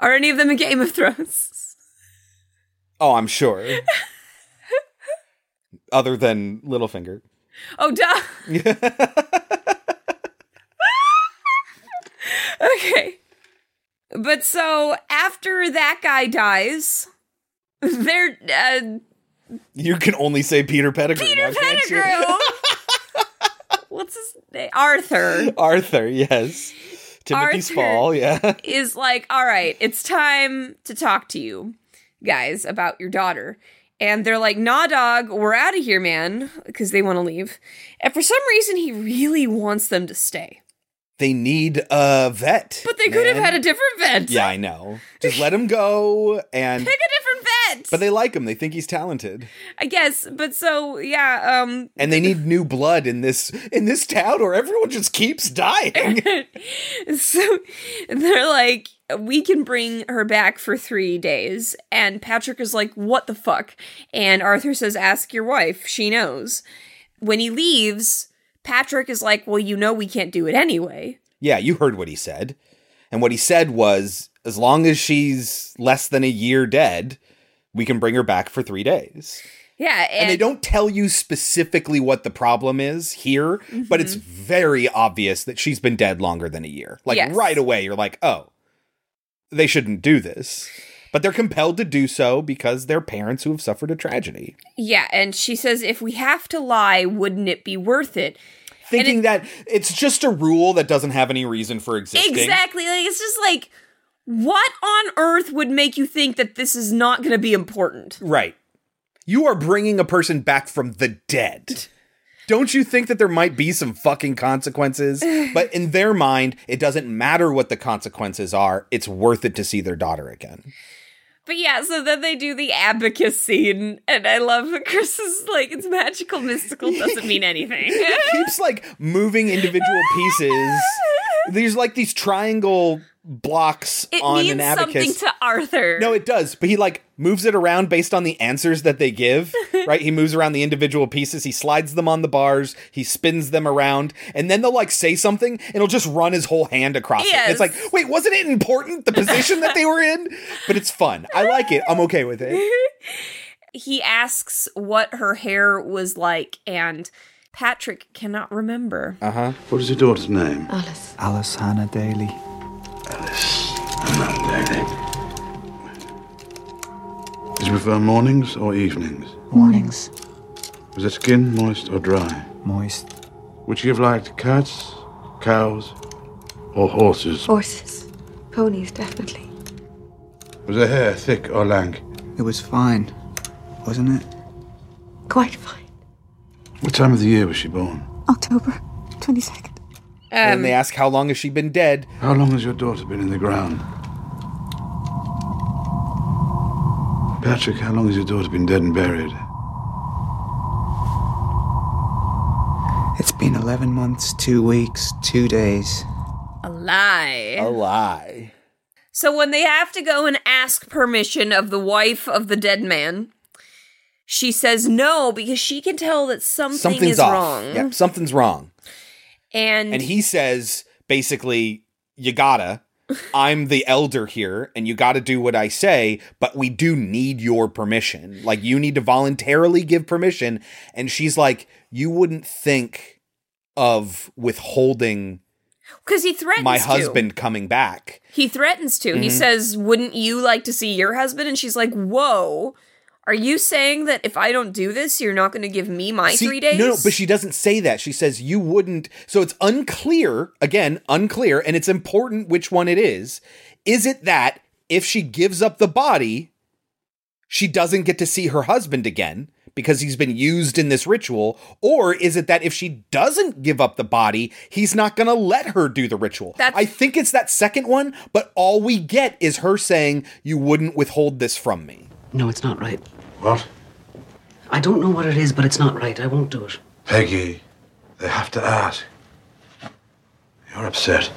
Speaker 3: Are any of them in Game of Thrones?
Speaker 1: Oh, I'm sure. Other than Littlefinger.
Speaker 3: Oh, duh. okay. But so after that guy dies, they're. Uh,
Speaker 1: You can only say Peter Pettigrew.
Speaker 3: Peter
Speaker 1: now, can't you?
Speaker 3: Pettigrew! What's his name? Arthur.
Speaker 1: Arthur, yes. Timothy
Speaker 3: Arthur.
Speaker 1: Spall, yeah.
Speaker 3: is like, all right, it's time to talk to you guys about your daughter. And they're like, nah, dog, we're out of here, man, because they want to leave. And for some reason, he really wants them to stay.
Speaker 1: They need a vet.
Speaker 3: But they could have
Speaker 1: man.
Speaker 3: had a different vet.
Speaker 1: Yeah, I know. Just let him go and
Speaker 3: Pick a different vet,
Speaker 1: but they like him. They think he's talented.
Speaker 3: I guess. But so, yeah, um,
Speaker 1: And they need new blood in this in this town or everyone just keeps dying.
Speaker 3: so they're like, we can bring her back for three days. And Patrick is like, what the fuck? And Arthur says, ask your wife. She knows. When he leaves, Patrick is like, well, you know, we can't do it anyway.
Speaker 1: yeah, you heard what he said. And what he said was as long as she's less than a year dead, we can bring her back for 3 days.
Speaker 3: Yeah.
Speaker 1: And, they don't tell you specifically what the problem is here, but it's very obvious that she's been dead longer than a year. Like
Speaker 3: Yes.
Speaker 1: right away you're like, "Oh, they shouldn't do this." But they're compelled to do so because they're parents who have suffered a tragedy.
Speaker 3: Yeah. And she says, if we have to lie, wouldn't it be worth it?
Speaker 1: thinking that it's just a rule that doesn't have any reason for existing.
Speaker 3: Exactly. Like, it's just like, what on earth would make you think that this is not going to be important?
Speaker 1: Right. You are bringing a person back from the dead. Don't you think that there might be some fucking consequences? But in their mind, it doesn't matter what the consequences are. It's worth it to see their daughter again.
Speaker 3: But yeah, so then they do the abacus scene, and I love that Chris is like, it's magical, mystical, doesn't mean anything.
Speaker 1: Keeps like moving individual pieces. There's like these triangle blocks
Speaker 3: It
Speaker 1: on an
Speaker 3: means
Speaker 1: abacus.
Speaker 3: something to Arthur.
Speaker 1: No, it does, but he like moves it around based on the answers that they give, right? he moves around the individual pieces, he slides them on the bars, he spins them around, and then they'll like say something and he'll just run his whole hand across it. And It's like, wait, wasn't it important the position that they were in? But it's fun. I like it. I'm okay with it.
Speaker 3: he asks what her hair was like, and Patrick cannot remember.
Speaker 1: Uh-huh.
Speaker 22: Uh huh. What is your daughter's name?
Speaker 3: Alice.
Speaker 20: Alice Hannah Daly.
Speaker 22: Did you prefer mornings or evenings?
Speaker 20: Mornings.
Speaker 22: Was her skin moist or dry?
Speaker 20: Moist.
Speaker 22: Would you have liked cats, cows, or horses?
Speaker 5: Horses. Ponies, definitely.
Speaker 22: Was her hair thick or lank?
Speaker 20: It was fine, wasn't it?
Speaker 5: Quite fine.
Speaker 22: What time of the year was she born?
Speaker 5: October 22nd.
Speaker 1: and then
Speaker 3: Um,
Speaker 1: they ask how long has she been dead?
Speaker 22: How long has your daughter been in the ground? Patrick, how long has your daughter been dead and buried?
Speaker 20: It's been 11 months, two weeks, two days.
Speaker 3: A lie.
Speaker 1: Oh. lie.
Speaker 3: So when they have to go and ask permission of the wife of the dead man, she says no because she can tell that something
Speaker 1: Something's
Speaker 3: is
Speaker 1: off.
Speaker 3: wrong.
Speaker 1: Yep, something's wrong.
Speaker 3: And,
Speaker 1: And he says basically, you gotta. I'm the elder here, and you gotta do what I say, but we do need your permission. Like, you need to voluntarily give permission. And she's like, You wouldn't think of withholding
Speaker 3: because he threatens
Speaker 1: my
Speaker 3: to.
Speaker 1: husband coming back.
Speaker 3: He threatens to. He
Speaker 1: Mhm.
Speaker 3: says, Wouldn't you like to see your husband? And she's like, Whoa, Are you saying that if I don't do this, you're not going to give me my
Speaker 1: See,
Speaker 3: three days?
Speaker 1: No, no, but she doesn't say that. She says you wouldn't. So it's unclear, again, unclear, and it's important which one it is. Is it that if she gives up the body, she doesn't get to see her husband again because he's been used in this ritual? Or is it that if she doesn't give up the body, he's not going to let her do the ritual?
Speaker 3: That's-
Speaker 1: I think it's that second one, but all we get is her saying, You wouldn't withhold this from me.
Speaker 23: No, it's not right.
Speaker 22: What?
Speaker 23: I don't know what it is, but it's not right. I won't do it.
Speaker 22: Peggy, they have to ask. You're upset.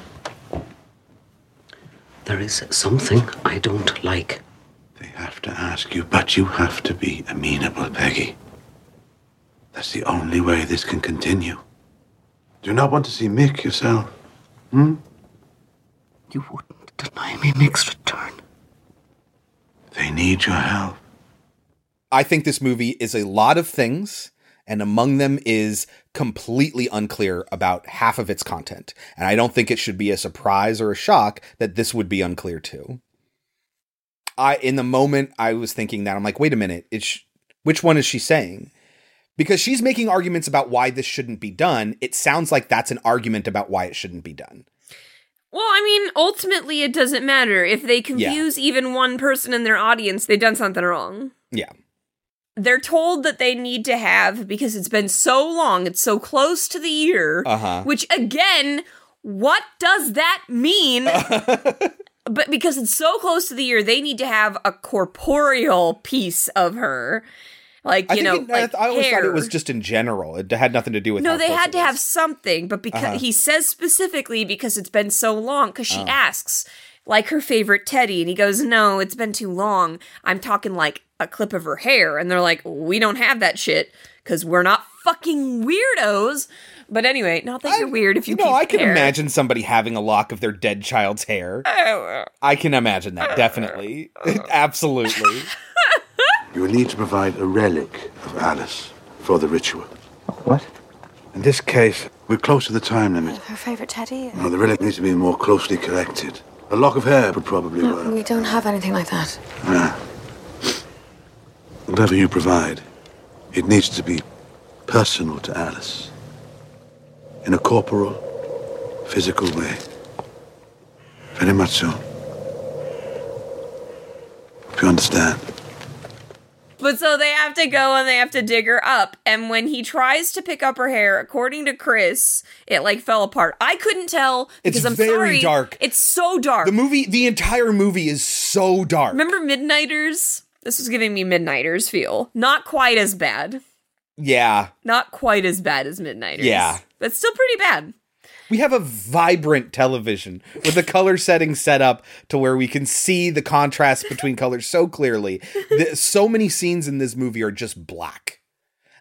Speaker 23: There is something I don't like.
Speaker 22: have to ask you, but you have to be amenable, Peggy. That's the only way this can continue. Do you not want to see Mick yourself? Hmm?
Speaker 23: You wouldn't deny me Mick's return.
Speaker 22: They need your help.
Speaker 1: I think this movie is a lot of things, and among them is completely unclear about half of its content. And I don't think it should be a surprise or a shock that this would be unclear too. I in the moment I was thinking that I'm like, wait a minute, it's which one is she saying? Because she's making arguments about why this shouldn't be done. It sounds like that's an argument about why it shouldn't be done.
Speaker 3: well, I mean, ultimately, it doesn't matter. If they confuse even one person in their audience, they've done something wrong.
Speaker 1: Yeah.
Speaker 3: They're told that they need to have, because it's been so long, it's so close to the year,
Speaker 1: Uh-huh.
Speaker 3: which again, what does that mean? but because it's so close to the year, they need to have a corporeal piece of her. Like,
Speaker 1: I
Speaker 3: you
Speaker 1: think
Speaker 3: know,
Speaker 1: it- I,
Speaker 3: like
Speaker 1: I always thought it
Speaker 3: hair.
Speaker 1: was just in general. It had nothing to do with
Speaker 3: No,
Speaker 1: how
Speaker 3: they
Speaker 1: close
Speaker 3: had
Speaker 1: it
Speaker 3: to
Speaker 1: was.
Speaker 3: have something, but because
Speaker 1: Uh-huh.
Speaker 3: he says specifically because it's been so long, because she
Speaker 1: Uh.
Speaker 3: asks, like her favorite Teddy, and he goes, No, it's been too long. I'm talking like a clip of her hair. And they're like, We don't have that shit because we're not fucking weirdos. But anyway, not that you're weird if you
Speaker 1: No,
Speaker 3: keep
Speaker 1: I can
Speaker 3: hair.
Speaker 1: imagine somebody having a lock of their dead child's hair.
Speaker 3: Oh,
Speaker 1: I can imagine that, definitely. Absolutely.
Speaker 22: You will need to provide a relic of Alice for the ritual. What? In this case, we're close to the time limit.
Speaker 5: Her favorite teddy?
Speaker 22: Now, the relic needs to be more closely collected. A lock of hair would probably work.
Speaker 5: No, we don't have anything like that.
Speaker 22: Ah. Whatever you provide, it needs to be personal to Alice. In a corporal, physical way. Very much so. If you understand.
Speaker 3: But so they have to go and they have to dig her up. And when he tries to pick up her hair, according to Chris, it like fell apart. I couldn't tell
Speaker 1: It's
Speaker 3: because I'm
Speaker 1: very
Speaker 3: sorry.
Speaker 1: dark.
Speaker 3: It's so dark.
Speaker 1: The movie, the entire movie is so dark.
Speaker 3: Remember Midnighters? This was giving me Midnighters feel. Not quite as bad.
Speaker 1: Yeah.
Speaker 3: Not quite as bad as Midnighters.
Speaker 1: Yeah.
Speaker 3: But still pretty bad.
Speaker 1: We have a vibrant television with the color setting set up to where we can see the contrast between colors so clearly. The, so many scenes in this movie are just black.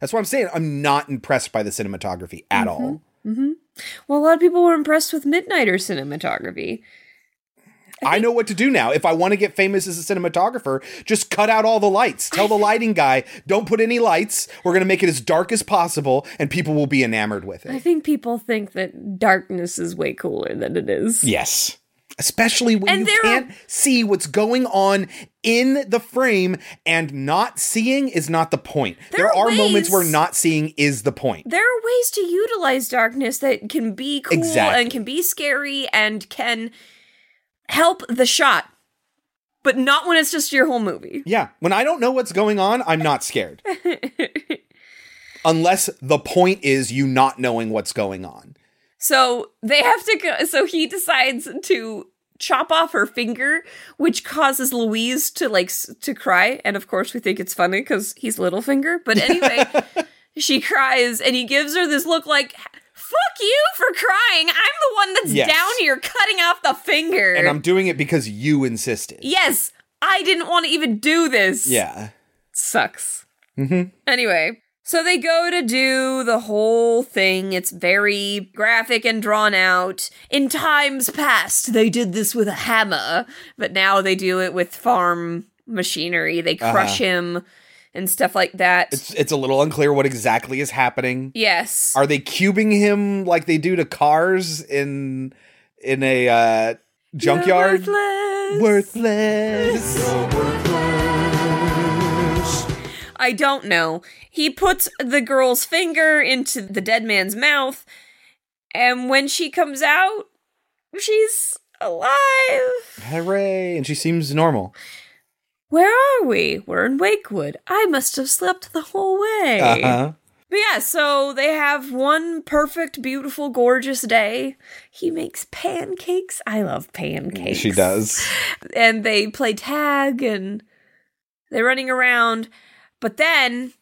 Speaker 1: That's why I'm saying I'm not impressed by the cinematography at all.
Speaker 3: Mm-hmm. Well, a lot of people were impressed with Midnighter cinematography.
Speaker 1: I know what to do now. If I want to get famous as a cinematographer, just cut out all the lights. Tell the lighting guy, don't put any lights. We're going to make it as dark as possible, and people will be enamored with it.
Speaker 3: I think people think that darkness is way cooler than it is.
Speaker 1: Yes. Especially when
Speaker 3: And
Speaker 1: you
Speaker 3: there
Speaker 1: can't see what's going on in the frame, and not seeing is not the point. There,
Speaker 3: There are
Speaker 1: are moments
Speaker 3: ways-
Speaker 1: where not seeing is the point.
Speaker 3: There are ways to utilize darkness that can be cool
Speaker 1: Exactly.
Speaker 3: and can be scary and can help the shot, but not when it's just your whole movie.
Speaker 1: Yeah. When I don't know what's going on, I'm not scared. Unless the point is you not knowing what's going on.
Speaker 3: So they have to go. So he decides to chop off her finger, which causes Louise to like s- to cry. And of course, we think it's funny because he's Littlefinger. But anyway, she cries, and he gives her this look like. Fuck you for crying. I'm the one that's
Speaker 1: Yes.
Speaker 3: down here cutting off the finger.
Speaker 1: And I'm doing it because you insisted.
Speaker 3: yes, I didn't want to even do this.
Speaker 1: Yeah.
Speaker 3: Sucks.
Speaker 1: hmm
Speaker 3: Anyway, so they go to do the whole thing. It's very graphic and drawn out. In times past, they did this with a hammer, but now they do it with farm machinery. They crush
Speaker 1: Uh-huh.
Speaker 3: him and stuff like that.
Speaker 1: It's, it's a little unclear what exactly is happening.
Speaker 3: yes.
Speaker 1: Are they cubing him like they do to cars in in a uh, junkyard?
Speaker 3: Worthless.
Speaker 1: Worthless.
Speaker 3: I don't know. He puts the girl's finger into the dead man's mouth, and when she comes out, she's alive.
Speaker 1: Hooray! And she seems normal.
Speaker 3: Where are we? We're in Wakewood. I must have slept the whole way.
Speaker 1: Uh-huh.
Speaker 3: But yeah, so they have one perfect, beautiful, gorgeous day. He makes pancakes. I love pancakes.
Speaker 1: She does.
Speaker 3: And they play tag and they're running around. But then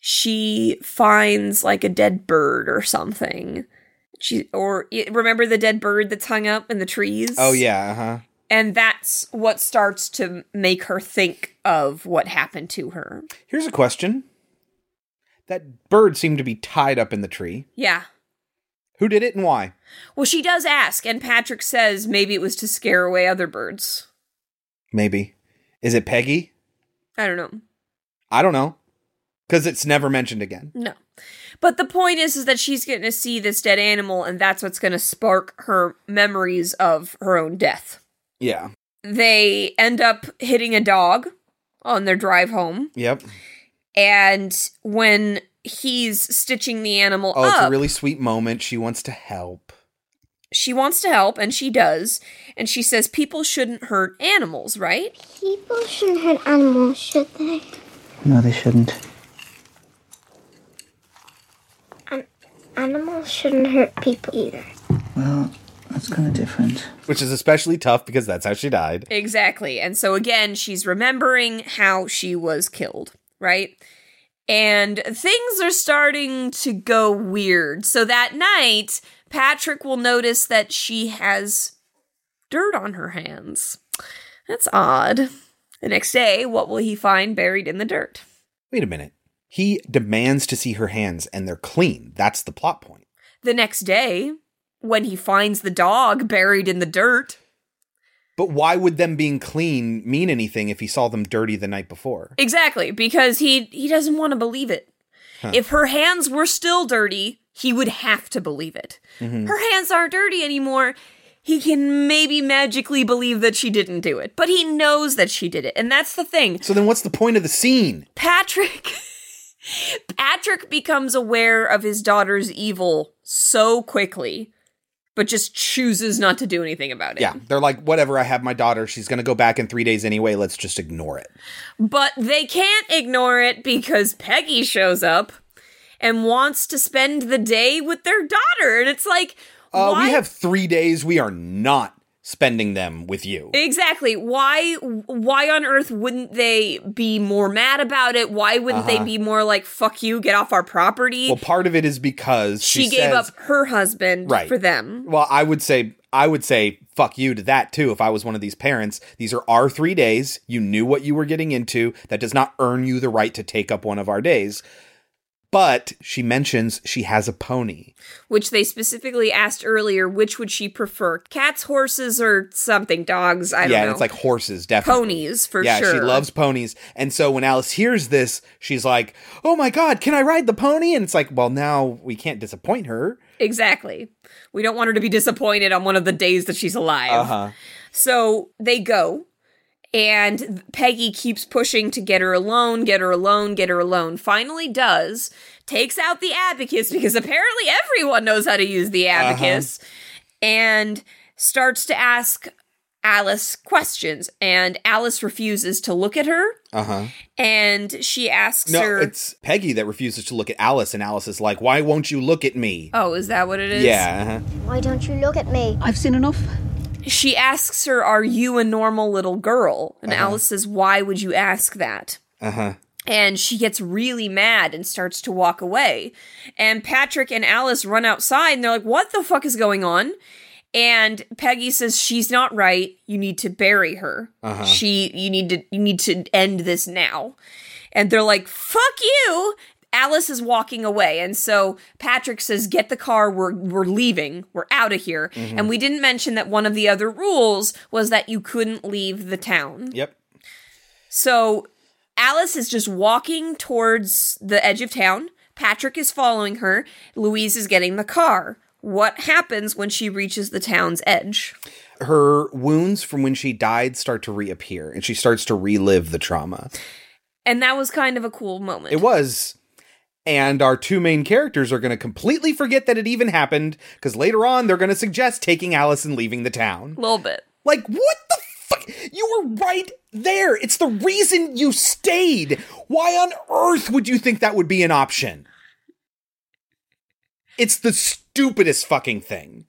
Speaker 3: she finds like a dead bird or something. She or y- remember the dead bird that's hung up in the trees?
Speaker 1: Oh yeah, uh-huh.
Speaker 3: And that's what starts to make her think of what happened to her.
Speaker 1: Here's a question. That bird seemed to be tied up in the tree.
Speaker 3: Yeah.
Speaker 1: Who did it and why?
Speaker 3: Well, she does ask, and Patrick says maybe it was to scare away other birds.
Speaker 1: Maybe. Is it Peggy?
Speaker 3: I don't know.
Speaker 1: I don't know. Cuz it's never mentioned again.
Speaker 3: No. But the point is, is that she's going to see this dead animal, and that's what's going to spark her memories of her own death.
Speaker 1: Yeah.
Speaker 3: They end up hitting a dog on their drive home,
Speaker 1: Yep.
Speaker 3: and when he's stitching the animal
Speaker 1: Oh,
Speaker 3: up,
Speaker 1: it's a really sweet moment. She wants to help.
Speaker 3: she wants to help, and she does, and she says people shouldn't hurt animals, right?
Speaker 14: People shouldn't hurt animals, should they?
Speaker 20: No, they shouldn't.
Speaker 14: Animals shouldn't hurt people either.
Speaker 20: Well, that's kind of different.
Speaker 1: Which is especially tough because that's how she died.
Speaker 3: Exactly. And so again, she's remembering how she was killed, right? And things are starting to go weird. So that night, Patrick will notice that she has dirt on her hands. That's odd. The next day, what will he find buried in the dirt?
Speaker 1: Wait a minute. He demands to see her hands and they're clean. That's the plot point.
Speaker 3: The next day, when he finds the dog buried in the dirt,
Speaker 1: But why would them being clean mean anything if he saw them dirty the night before?
Speaker 3: Exactly, because he he doesn't want to believe it.
Speaker 1: Huh.
Speaker 3: If her hands were still dirty, he would have to believe it.
Speaker 1: Mhm.
Speaker 3: Her hands aren't dirty anymore. He can maybe magically believe that she didn't do it, but he knows that she did it. And that's the thing.
Speaker 1: So then what's the point of the scene?
Speaker 3: Patrick Patrick becomes aware of his daughter's evil so quickly, but just chooses not to do anything about it.
Speaker 1: Yeah, they're like, whatever, I have my daughter. She's going to go back in three days anyway. Let's just ignore it.
Speaker 3: But they can't ignore it because Peggy shows up and wants to spend the day with their daughter. And it's like,
Speaker 1: Uh,
Speaker 3: why?
Speaker 1: we have three days. We are not spending them with you.
Speaker 3: exactly. Why? Why on earth wouldn't they be more mad about it? Why wouldn't
Speaker 1: Uh-huh.
Speaker 3: they be more like, "Fuck you, get off our property"?
Speaker 1: Well, part of it is because
Speaker 3: she,
Speaker 1: she,
Speaker 3: gave
Speaker 1: says-
Speaker 3: up her husband
Speaker 1: Right.
Speaker 3: for them.
Speaker 1: Well, I would say I would say fuck you to that too if I was one of these parents. These are our 3 days. You knew what you were getting into. That does not earn you the right to take up one of our days. But she mentions she has a pony.
Speaker 3: Which they specifically asked earlier, which would she prefer? Cats, horses, or something? Dogs? I don't
Speaker 1: yeah,
Speaker 3: know.
Speaker 1: and it's like horses, definitely.
Speaker 3: Ponies, for
Speaker 1: yeah,
Speaker 3: sure.
Speaker 1: she loves ponies. And so when Alice hears this, she's like, "Oh my god, can I ride the pony?" And it's like, "Well, now we can't disappoint her."
Speaker 3: Exactly. We don't want her to be disappointed on one of the days that she's alive.
Speaker 1: Uh-huh.
Speaker 3: So they go, and Peggy keeps pushing to get her alone, get her alone, get her alone. Finally, does takes out the abacus because apparently everyone knows how to use the
Speaker 1: Uh-huh.
Speaker 3: abacus, and starts to ask Alice questions. And Alice refuses to look at her,
Speaker 1: Uh-huh.
Speaker 3: and she asks
Speaker 1: No,
Speaker 3: her,
Speaker 1: it's Peggy that refuses to look at Alice and Alice is like, "Why won't you look at me?"
Speaker 3: "Oh, is that what it is?"
Speaker 1: Yeah. uh-huh.
Speaker 14: Why don't you look at me? I've seen enough.
Speaker 3: she asks her, Are you a normal little girl? And Alice says, Why would you ask that?
Speaker 1: Uh-huh.
Speaker 3: And she gets really mad and starts to walk away. And Patrick and Alice run outside and they're like, What the fuck is going on? And Peggy says, She's not right. You need to bury her.
Speaker 1: Uh-huh.
Speaker 3: She you need to you need to end this now. And they're like, fuck you. Alice is walking away. And so Patrick says, get the car. We're, we're leaving. We're out of here.
Speaker 1: Mhm.
Speaker 3: And we didn't mention that one of the other rules was that you couldn't leave the town.
Speaker 1: Yep.
Speaker 3: So Alice is just walking towards the edge of town. Patrick is following her. Louise is getting the car. What happens when she reaches the town's edge?
Speaker 1: her wounds from when she died start to reappear and she starts to relive the trauma.
Speaker 3: And that was kind of a cool moment.
Speaker 1: It was. And our two main characters are going to completely forget that it even happened because later on they're going to suggest taking Alice and leaving the town.
Speaker 3: A little bit.
Speaker 1: Like, what the fuck? You were right there. It's the reason you stayed. Why on earth would you think that would be an option? It's the stupidest fucking thing.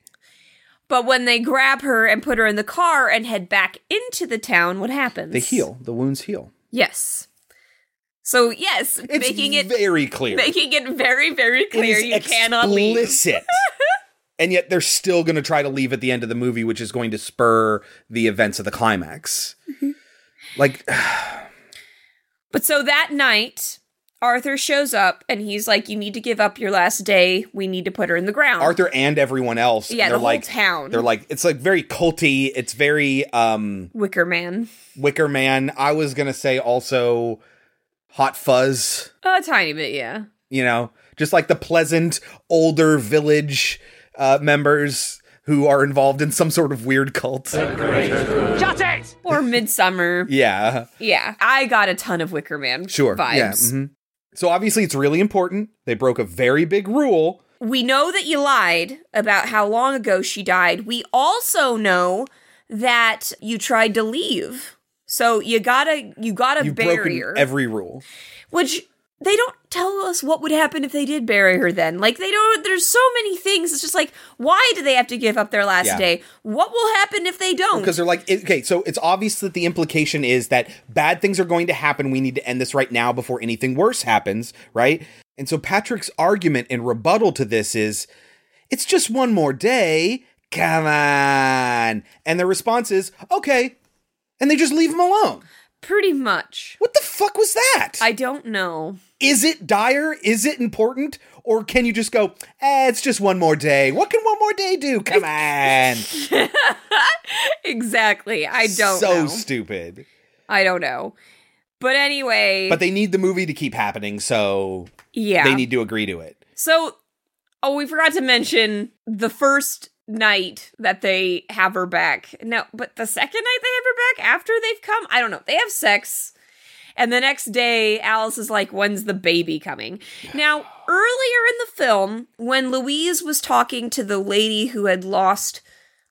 Speaker 3: But when they grab her and put her in the car and head back into the town, what happens?
Speaker 1: They heal, the wounds heal.
Speaker 3: Yes. So yes, making it
Speaker 1: very clear.
Speaker 3: making it very very clear
Speaker 1: is
Speaker 3: you cannot leave.
Speaker 1: explicit. and yet they're still going to try to leave at the end of the movie, which is going to spur the events of the climax.
Speaker 3: Mm-hmm.
Speaker 1: like,
Speaker 3: But so that night, Arthur shows up and he's like, "You need to give up your last day. We need to put her in the ground."
Speaker 1: Arthur and everyone else.
Speaker 3: Yeah,
Speaker 1: and
Speaker 3: the
Speaker 1: they're
Speaker 3: whole
Speaker 1: like,
Speaker 3: town.
Speaker 1: They're like, it's like very culty. It's very um
Speaker 3: Wicker Man,
Speaker 1: Wicker Man. I was gonna say also Hot Fuzz.
Speaker 3: a tiny bit, yeah.
Speaker 1: You know, just like the pleasant older village uh, members who are involved in some sort of weird cult.
Speaker 3: Shut it! Or Midsummer.
Speaker 1: Yeah.
Speaker 3: yeah, I got a ton of Wicker Man
Speaker 1: Sure.
Speaker 3: vibes.
Speaker 1: Yeah. mhm. So obviously, it's really important. They broke a very big rule.
Speaker 3: We know that you lied about how long ago she died. We also know that you tried to leave. So you gotta you got a
Speaker 1: You've
Speaker 3: barrier.
Speaker 1: broken every rule.
Speaker 3: which they don't tell us what would happen if they did bury her then. Like they don't there's so many things. It's just like, why do they have to give up their last
Speaker 1: Yeah.
Speaker 3: day? What will happen if they don't?
Speaker 1: Because they're like, it- okay, so it's obvious that the implication is that bad things are going to happen. We need to end this right now before anything worse happens, right? And so Patrick's argument and rebuttal to this is, it's just one more day. Come on. And the response is, okay. And they just leave him alone.
Speaker 3: Pretty much.
Speaker 1: What the fuck was that?
Speaker 3: I don't know.
Speaker 1: Is it dire? Is it important? Or can you just go, eh, it's just one more day? What can one more day do? Come on.
Speaker 3: Exactly. I don't
Speaker 1: so
Speaker 3: know.
Speaker 1: stupid.
Speaker 3: I don't know. But anyway.
Speaker 1: But they need the movie to keep happening, so
Speaker 3: Yeah.
Speaker 1: they need to agree to it.
Speaker 3: So, oh, we forgot to mention the first night that they have her back. No, but the second night they have her back after they've come, I don't know. They have sex. And the next day, Alice is like, when's the baby coming? Now, earlier in the film, when Louise was talking to the lady who had lost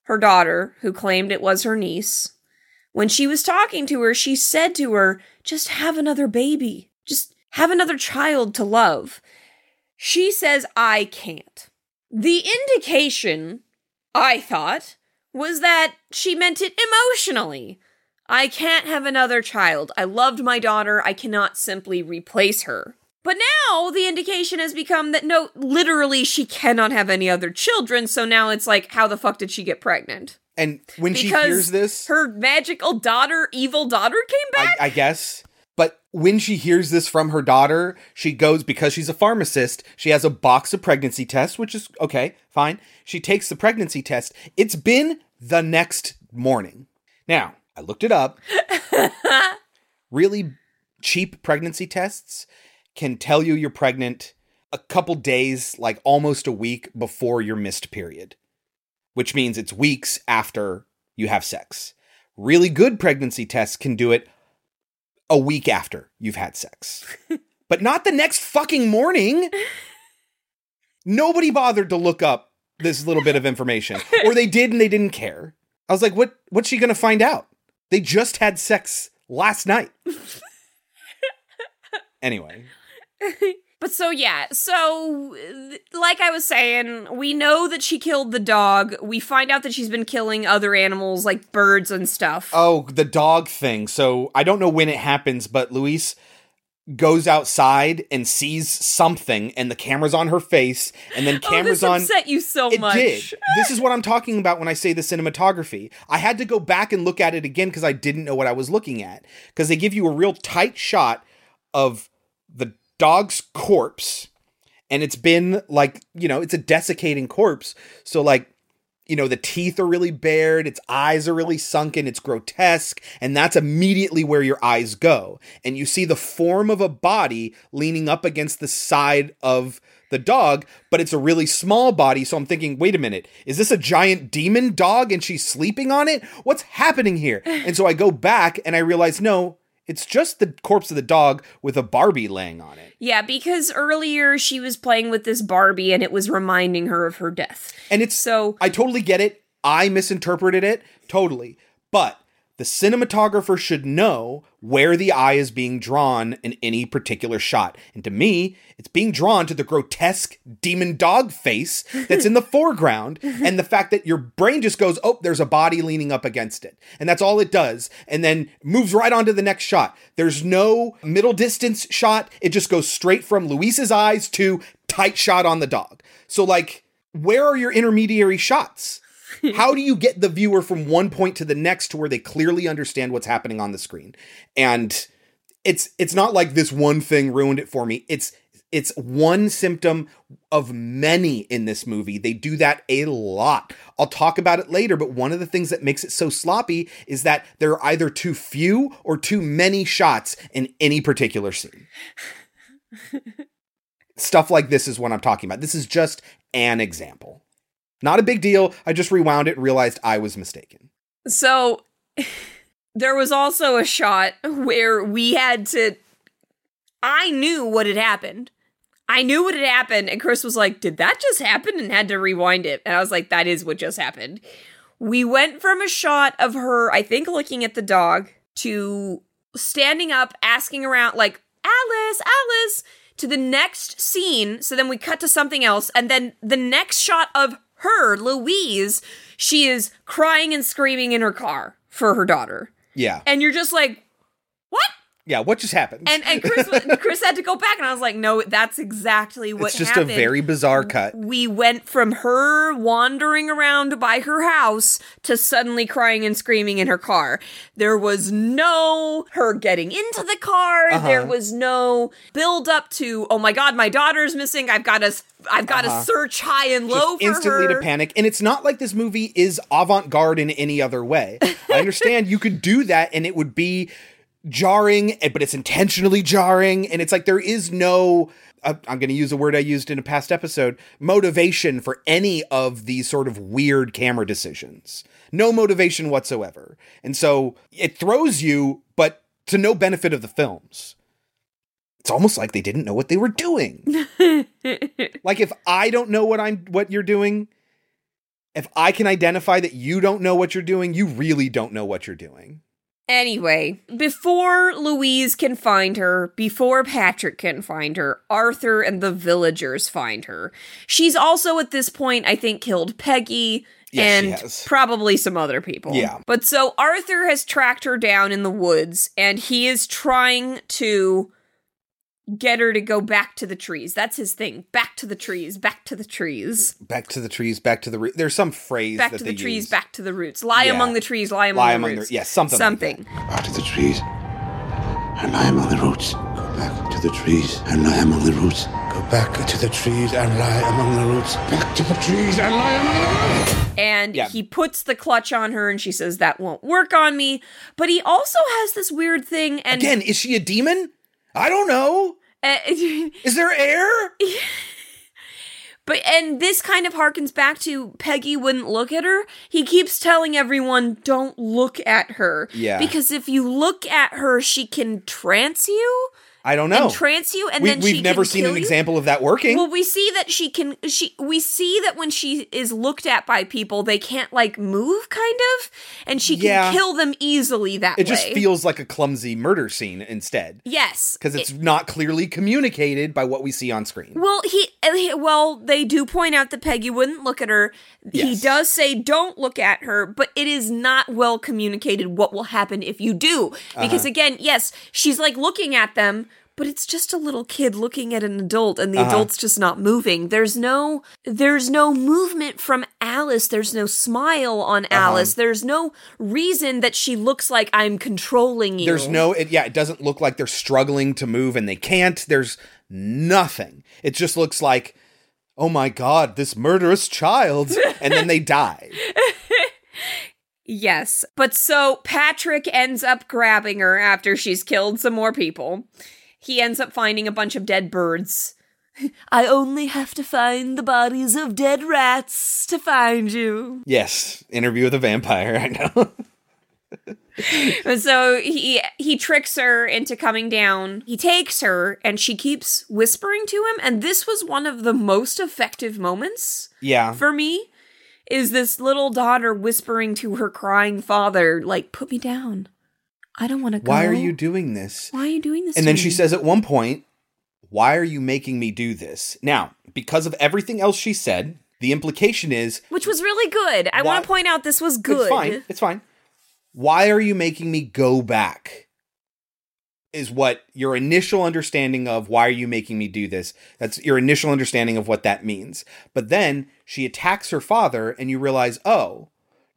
Speaker 3: her daughter, who claimed it was her niece, when she was talking to her, she said to her, just have another baby. Just have another child to love. She says, I can't. The indication, I thought, was that she meant it emotionally. I can't have another child. I loved my daughter. I cannot simply replace her. But now the indication has become that no, literally, she cannot have any other children. So now it's like, how the fuck did she get pregnant?
Speaker 1: And when she hears this,
Speaker 3: her magical daughter, evil daughter, came back.
Speaker 1: I, I guess. But when she hears this from her daughter, she goes because she's a pharmacist. She has a box of pregnancy tests, which is okay, fine. She takes the pregnancy test. It's been the next morning. Now, I looked it up. really cheap pregnancy tests can tell you you're pregnant a couple days, like almost a week before your missed period, which means it's weeks after you have sex. Really good pregnancy tests can do it a week after you've had sex, but not the next fucking morning. Nobody bothered to look up this little bit of information, or they did and they didn't care. I was like, "What? What's she gonna find out? They just had sex last night." anyway,
Speaker 3: But so yeah, so th- like I was saying, we know that she killed the dog. We find out that she's been killing other animals like birds and stuff.
Speaker 1: oh, the dog thing. So I don't know when it happens, but Luis goes outside and sees something, and the camera's on her face, and then cameras
Speaker 3: oh,
Speaker 1: on
Speaker 3: this upset you so
Speaker 1: it
Speaker 3: much.
Speaker 1: did. This is what I'm talking about when I say the cinematography. I had to go back and look at it again because I didn't know what I was looking at. Because they give you a real tight shot of the dog's corpse, and it's been like, you know, it's a desiccating corpse. So, like, you know, the teeth are really bared, its eyes are really sunken, it's grotesque, and that's immediately where your eyes go. And you see the form of a body leaning up against the side of the dog, but it's a really small body. So I'm thinking, wait a minute, is this a giant demon dog and she's sleeping on it? What's happening here? And so I go back and I realize, no, It's just the corpse of the dog with a Barbie laying on it.
Speaker 3: Yeah, because earlier she was playing with this Barbie and it was reminding her of her death.
Speaker 1: And it's so I totally get it. I misinterpreted it totally. But the cinematographer should know where the eye is being drawn in any particular shot. And to me, it's being drawn to the grotesque demon dog face that's in the foreground and the fact that your brain just goes, "Oh, there's a body leaning up against it." And that's all it does. And then moves right on to the next shot. There's no middle distance shot. It just goes straight from Luis's eyes to tight shot on the dog. So like, where are your intermediary shots? how do you get the viewer from one point to the next to where they clearly understand what's happening on the screen and it's it's not like this one thing ruined it for me it's it's one symptom of many in this movie they do that a lot i'll talk about it later but one of the things that makes it so sloppy is that there are either too few or too many shots in any particular scene stuff like this is what i'm talking about this is just an example not a big deal. I just rewound it and realized I was mistaken.
Speaker 3: So there was also a shot where we had to. I knew what had happened. I knew what had happened, and Chris was like, Did that just happen? and had to rewind it. And I was like, That is what just happened. We went from a shot of her, I think, looking at the dog to standing up, asking around, like, Alice, Alice, to the next scene. So then we cut to something else, and then the next shot of her, Louise, she is crying and screaming in her car for her daughter.
Speaker 1: Yeah.
Speaker 3: And you're just like, what?
Speaker 1: Yeah, what just happened?
Speaker 3: And and Chris Chris had to go back, and I was like, no, that's exactly what.
Speaker 1: It's just
Speaker 3: happened.
Speaker 1: a very bizarre cut.
Speaker 3: We went from her wandering around by her house to suddenly crying and screaming in her car. There was no her getting into the car.
Speaker 1: Uh-huh.
Speaker 3: There was no build up to, oh my god, my daughter's missing. I've got to I've got to
Speaker 1: Uh-huh.
Speaker 3: search high and low
Speaker 1: Just
Speaker 3: for
Speaker 1: instantly to
Speaker 3: her.
Speaker 1: panic. And it's not like this movie is avant garde in any other way. I understand you could do that and it would be jarring, eh, but it's intentionally jarring. And it's like there is no, uh, I'm going to use a word I used in a past episode, motivation for any of these sort of weird camera decisions. No motivation whatsoever. And so it throws you, but to no benefit of the films. It's almost like they didn't know what they were doing like if I don't know what I'm what you're doing, if I can identify that you don't know what you're doing, you really don't know what you're doing.
Speaker 3: Anyway, before Louise can find her, before Patrick can find her, Arthur and the villagers find her. She's also at this point, I think, killed Peggy
Speaker 6: Yes, she
Speaker 3: and
Speaker 6: has.
Speaker 3: probably some other people.
Speaker 6: Yeah.
Speaker 3: But so Arthur has tracked her down in the woods and he is trying to get her to go back to the trees. That's his thing. Back to the trees, back to the trees.
Speaker 1: Back to the trees, back to the root. There's some phrase
Speaker 3: Back
Speaker 1: that
Speaker 3: to the
Speaker 1: they
Speaker 3: trees,
Speaker 1: use.
Speaker 3: back to the roots. Lie
Speaker 1: Yeah.
Speaker 3: among the trees, lie among
Speaker 1: Lie
Speaker 3: the
Speaker 1: among the-
Speaker 3: roots.
Speaker 1: yeah, something like
Speaker 3: Something.
Speaker 22: Back to the trees and lie among the roots. Go back to the trees and lie among the roots. Go back to the trees and lie among the roots. Back to the trees and lie among the roots.
Speaker 3: and he puts the clutch on her and she says that won't work on me but he also has this weird thing and
Speaker 1: Again, is she a demon i don't know
Speaker 3: is
Speaker 1: there air
Speaker 3: eh, but and this kind of harkens back to peggy wouldn't look at her he keeps telling everyone don't look at her
Speaker 1: Yeah.
Speaker 3: because if you look at her she can trance you
Speaker 1: I don't know.
Speaker 3: and trance you and
Speaker 1: we,
Speaker 3: then
Speaker 1: we've
Speaker 3: she
Speaker 1: never
Speaker 3: can
Speaker 1: seen
Speaker 3: kill
Speaker 1: an
Speaker 3: you?
Speaker 1: example of that working.
Speaker 3: Well, we see that she can. She we see that when she is looked at by people, they can't like move, kind of, and she can
Speaker 1: Yeah.
Speaker 3: kill them easily that
Speaker 1: it
Speaker 3: way.
Speaker 1: just feels like a clumsy murder scene instead.
Speaker 3: yes
Speaker 1: Because it's
Speaker 3: It-
Speaker 1: not clearly communicated by what we see on screen.
Speaker 3: well, he, uh, he- well, they do point out that Peggy wouldn't look at her. He does say don't look at her, but it is not well communicated what will happen if you do. Because
Speaker 6: Uh-huh.
Speaker 3: again, yes, she's like looking at them, but it's just a little kid looking at an adult and the
Speaker 6: Uh-huh.
Speaker 3: adult's just not moving. There's no there's no movement from Alice. There's no smile on Alice. There's no reason that she looks like I'm controlling you.
Speaker 1: There's no, it, yeah, it doesn't look like they're struggling to move and they can't. There's nothing. It just looks like, oh my God, this murderous child. And then they die.
Speaker 3: Yes. But so Patrick ends up grabbing her after she's killed some more people. He ends up finding a bunch of dead birds. I only have to find the bodies of dead rats to find you.
Speaker 1: Yes, interview with a vampire. I know.
Speaker 3: And so he he tricks her into coming down. He takes her and she keeps whispering to him and this was one of the most effective moments
Speaker 1: Yeah.
Speaker 3: for me is this little daughter whispering to her crying father like put me down. I don't want to go.
Speaker 1: Why are you doing this?
Speaker 3: Why are you doing this?
Speaker 1: And
Speaker 3: to
Speaker 1: then she
Speaker 3: me?
Speaker 1: says at one point, Why are you making me do this? Now, because of everything else she said, the implication is
Speaker 3: which was really good. I want to point out this was good.
Speaker 1: It's fine. It's fine. Why are you making me go back? Is what your initial understanding of why are you making me do this? That's your initial understanding of what that means. But then she attacks her father, and you realize, oh,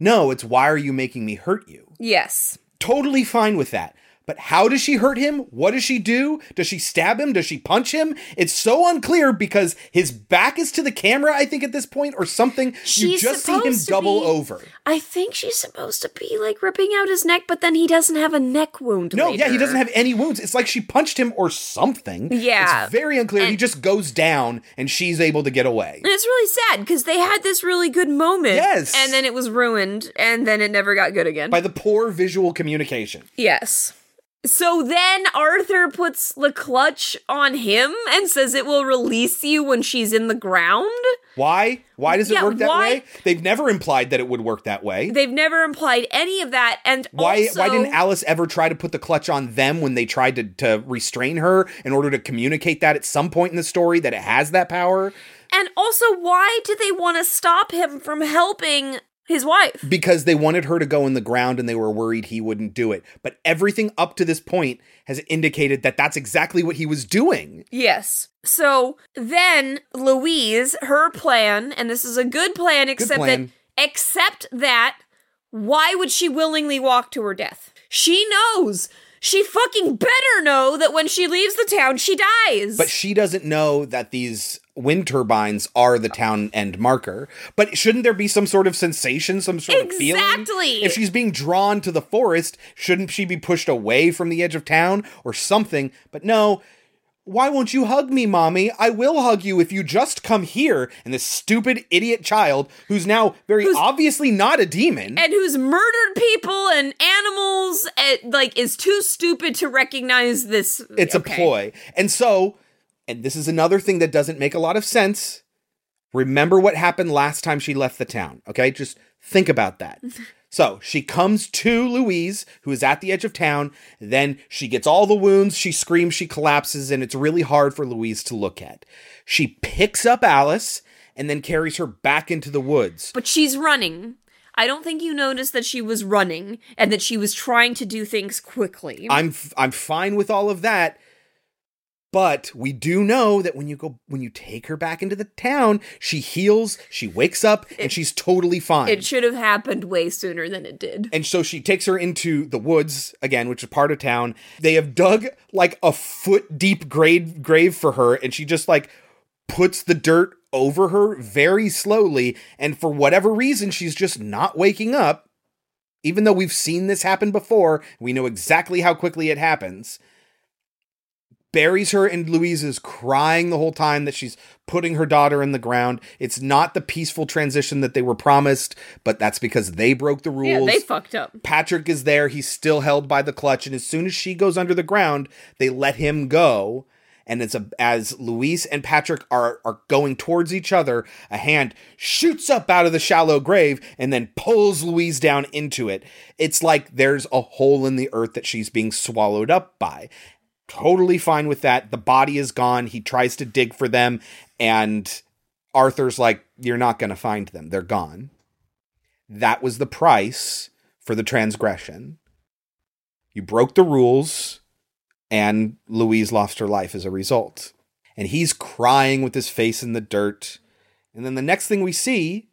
Speaker 1: no, it's why are you making me hurt you?
Speaker 3: Yes.
Speaker 1: Totally fine with that. But how does she hurt him? What does she do? Does she stab him? Does she punch him? It's so unclear because his back is to the camera, I think, at this point, or something. you
Speaker 3: She's
Speaker 1: just see him
Speaker 3: supposed to
Speaker 1: double
Speaker 3: be-
Speaker 1: over.
Speaker 3: I think she's supposed to be like ripping out his neck, but then he doesn't have a neck wound.
Speaker 1: No, yeah, he doesn't have any wounds. It's like she punched him or something.
Speaker 3: Yeah.
Speaker 1: It's very unclear. he just goes down and she's able to get away.
Speaker 3: And it's really sad because they had this really good moment.
Speaker 1: Yes.
Speaker 3: And then it was ruined, and then it never got good again.
Speaker 1: By the poor visual communication.
Speaker 3: yes. So then Arthur puts the clutch on him and says it will release you when she's in the ground.
Speaker 1: Why? Why does it
Speaker 3: Yeah,
Speaker 1: work that
Speaker 3: why-
Speaker 1: way? They've never implied that it would work that way.
Speaker 3: They've never implied any of that. And
Speaker 1: why
Speaker 3: also,
Speaker 1: why didn't Alice ever try to put the clutch on them when they tried to, to restrain her in order to communicate that at some point in the story that it has that power?
Speaker 3: and also why did they want to stop him from helping his wife?
Speaker 1: because they wanted her to go in the ground and they were worried he wouldn't do it. But everything up to this point has indicated that that's exactly what he was doing.
Speaker 3: Yes. So then Louise, her plan, and this is a good plan, except
Speaker 1: plan.
Speaker 3: that except that why would she willingly walk to her death? She knows. She fucking better know that when she leaves the town, she dies.
Speaker 1: But she doesn't know that these wind turbines are the town end marker. But shouldn't there be some sort of sensation, some sort of feeling?
Speaker 3: Exactly.
Speaker 1: If she's being drawn to the forest, shouldn't she be pushed away from the edge of town or something? But no. Why won't you hug me, mommy? I will hug you if you just come here. And this stupid idiot child, who's now very obviously not a demon,
Speaker 3: and who's murdered people and animals, and, like, is too stupid to recognize this.
Speaker 1: It's
Speaker 3: Okay.
Speaker 1: a ploy. And so, and this is another thing that doesn't make a lot of sense. Remember what happened last time she left the town, okay? Just think about that. So she comes to Louise, who is at the edge of town. Then she gets all the wounds. She screams, she collapses, and it's really hard for Louise to look at. She picks up Alice and then carries her back into the woods.
Speaker 3: But she's running. I don't think you noticed that she was running and that she was trying to do things quickly.
Speaker 1: I'm f- I'm fine with all of that. But we do know that when you go when you take her back into the town, she heals, she wakes up, and she's totally fine.
Speaker 3: It should have happened way sooner than it did.
Speaker 1: and so she takes her into the woods again, which is part of town. They have dug like a foot deep grave grave for her, and she just like puts the dirt over her very slowly. And for whatever reason, she's just not waking up. Even though we've seen this happen before, we know exactly how quickly it happens. Buries her, and Louise is crying the whole time that she's putting her daughter in the ground. It's not the peaceful transition that they were promised, but that's because they broke the rules.
Speaker 3: Yeah, they fucked up.
Speaker 1: Patrick is there. He's still held by the clutch, and as soon as she goes under the ground, they let him go. And it's a, as Luis and Patrick are are going towards each other, a hand shoots up out of the shallow grave and then pulls Louise down into it. It's like there's a hole in the earth that she's being swallowed up by. Totally fine with that. The body is gone. He tries to dig for them, and Arthur's like, "You're not going to find them. They're gone." that was the price for the transgression. You broke the rules, and Louise lost her life as a result. And he's crying with his face in the dirt. And then the next thing we see,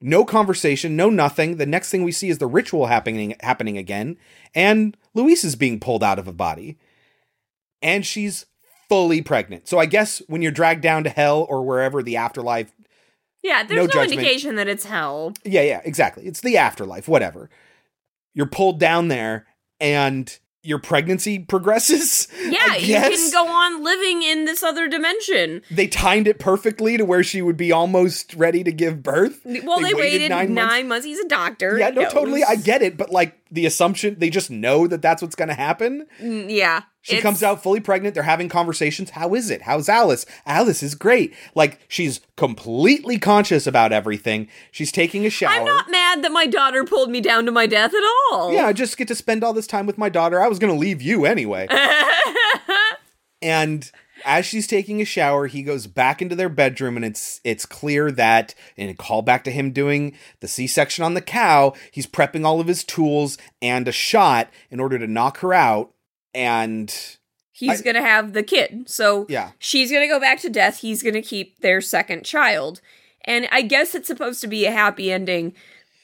Speaker 1: no conversation, no nothing. The next thing we see is the ritual happening happening again, and Louise is being pulled out of a body. And she's fully pregnant. So I guess when you're dragged down to hell or wherever the afterlife
Speaker 3: Yeah,
Speaker 1: No
Speaker 3: there's no,
Speaker 1: judgment.
Speaker 3: indication that it's hell.
Speaker 1: yeah, yeah, exactly. It's the afterlife, whatever. You're pulled down there and your pregnancy progresses.
Speaker 3: Yeah,
Speaker 1: I
Speaker 3: you
Speaker 1: guess.
Speaker 3: can go on living in this other dimension.
Speaker 1: They timed it perfectly to where she would be almost ready to give birth.
Speaker 3: Well, they, waited, nine, months. He's a doctor.
Speaker 1: Yeah,
Speaker 3: he
Speaker 1: no,
Speaker 3: knows.
Speaker 1: totally. I get it, but like the assumption they just know that that's what's going to happen.
Speaker 3: Mm, Yeah.
Speaker 1: She
Speaker 3: It's-
Speaker 1: comes out fully pregnant. They're having conversations. How is it? How's Alice? Alice is great. Like she's completely conscious about everything. She's taking a shower.
Speaker 3: I'm not mad that my daughter pulled me down to my death at all.
Speaker 1: yeah, I just get to spend all this time with my daughter. I was going to leave you anyway. and as she's taking a shower, he goes back into their bedroom and it's it's clear that in a call back to him doing the C-section on the cow, he's prepping all of his tools and a shot in order to knock her out and
Speaker 3: He's going to have the kid. So
Speaker 1: yeah.
Speaker 3: she's going to go back to death. He's going to keep their second child. And I guess it's supposed to be a happy ending,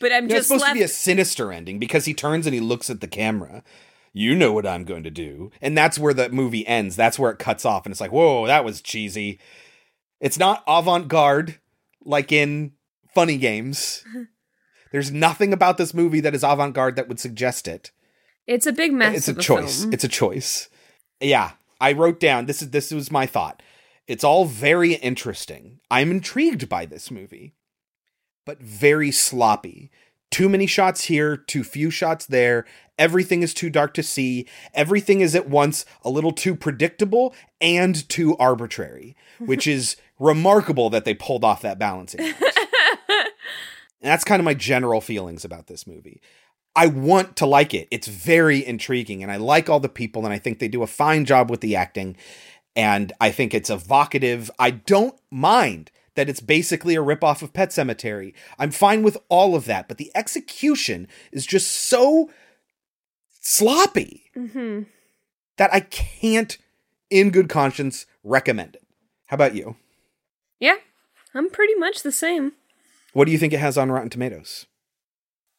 Speaker 3: but I'm
Speaker 1: No, it's
Speaker 3: just
Speaker 1: supposed
Speaker 3: left.
Speaker 1: to be a sinister ending because he turns and he looks at the camera. You know what I'm going to do. And that's where the movie ends. That's where it cuts off. And it's like, whoa, that was cheesy. It's not avant garde like in Funny Games. There's nothing about this movie that is avant garde that would suggest it.
Speaker 3: it's a big mess.
Speaker 1: It's a
Speaker 3: of
Speaker 1: choice.
Speaker 3: film.
Speaker 1: It's a choice. Yeah, I wrote down this is this was my thought. It's all very interesting. I'm intrigued by this movie, but very sloppy. Too many shots here, too few shots there. Everything is too dark to see. Everything is at once a little too predictable and too arbitrary, which is remarkable that they pulled off that balancing. act. and that's kind of my general feelings about this movie. I want to like it. It's very intriguing, and I like all the people, and I think they do a fine job with the acting, and I think it's evocative. I don't mind that it's basically a ripoff of Pet Cemetery. I'm fine with all of that, but the execution is just so sloppy
Speaker 3: Mm-hmm.
Speaker 1: that I can't, in good conscience, recommend it. How about you?
Speaker 3: Yeah, I'm pretty much the same.
Speaker 1: What do you think it has on Rotten Tomatoes?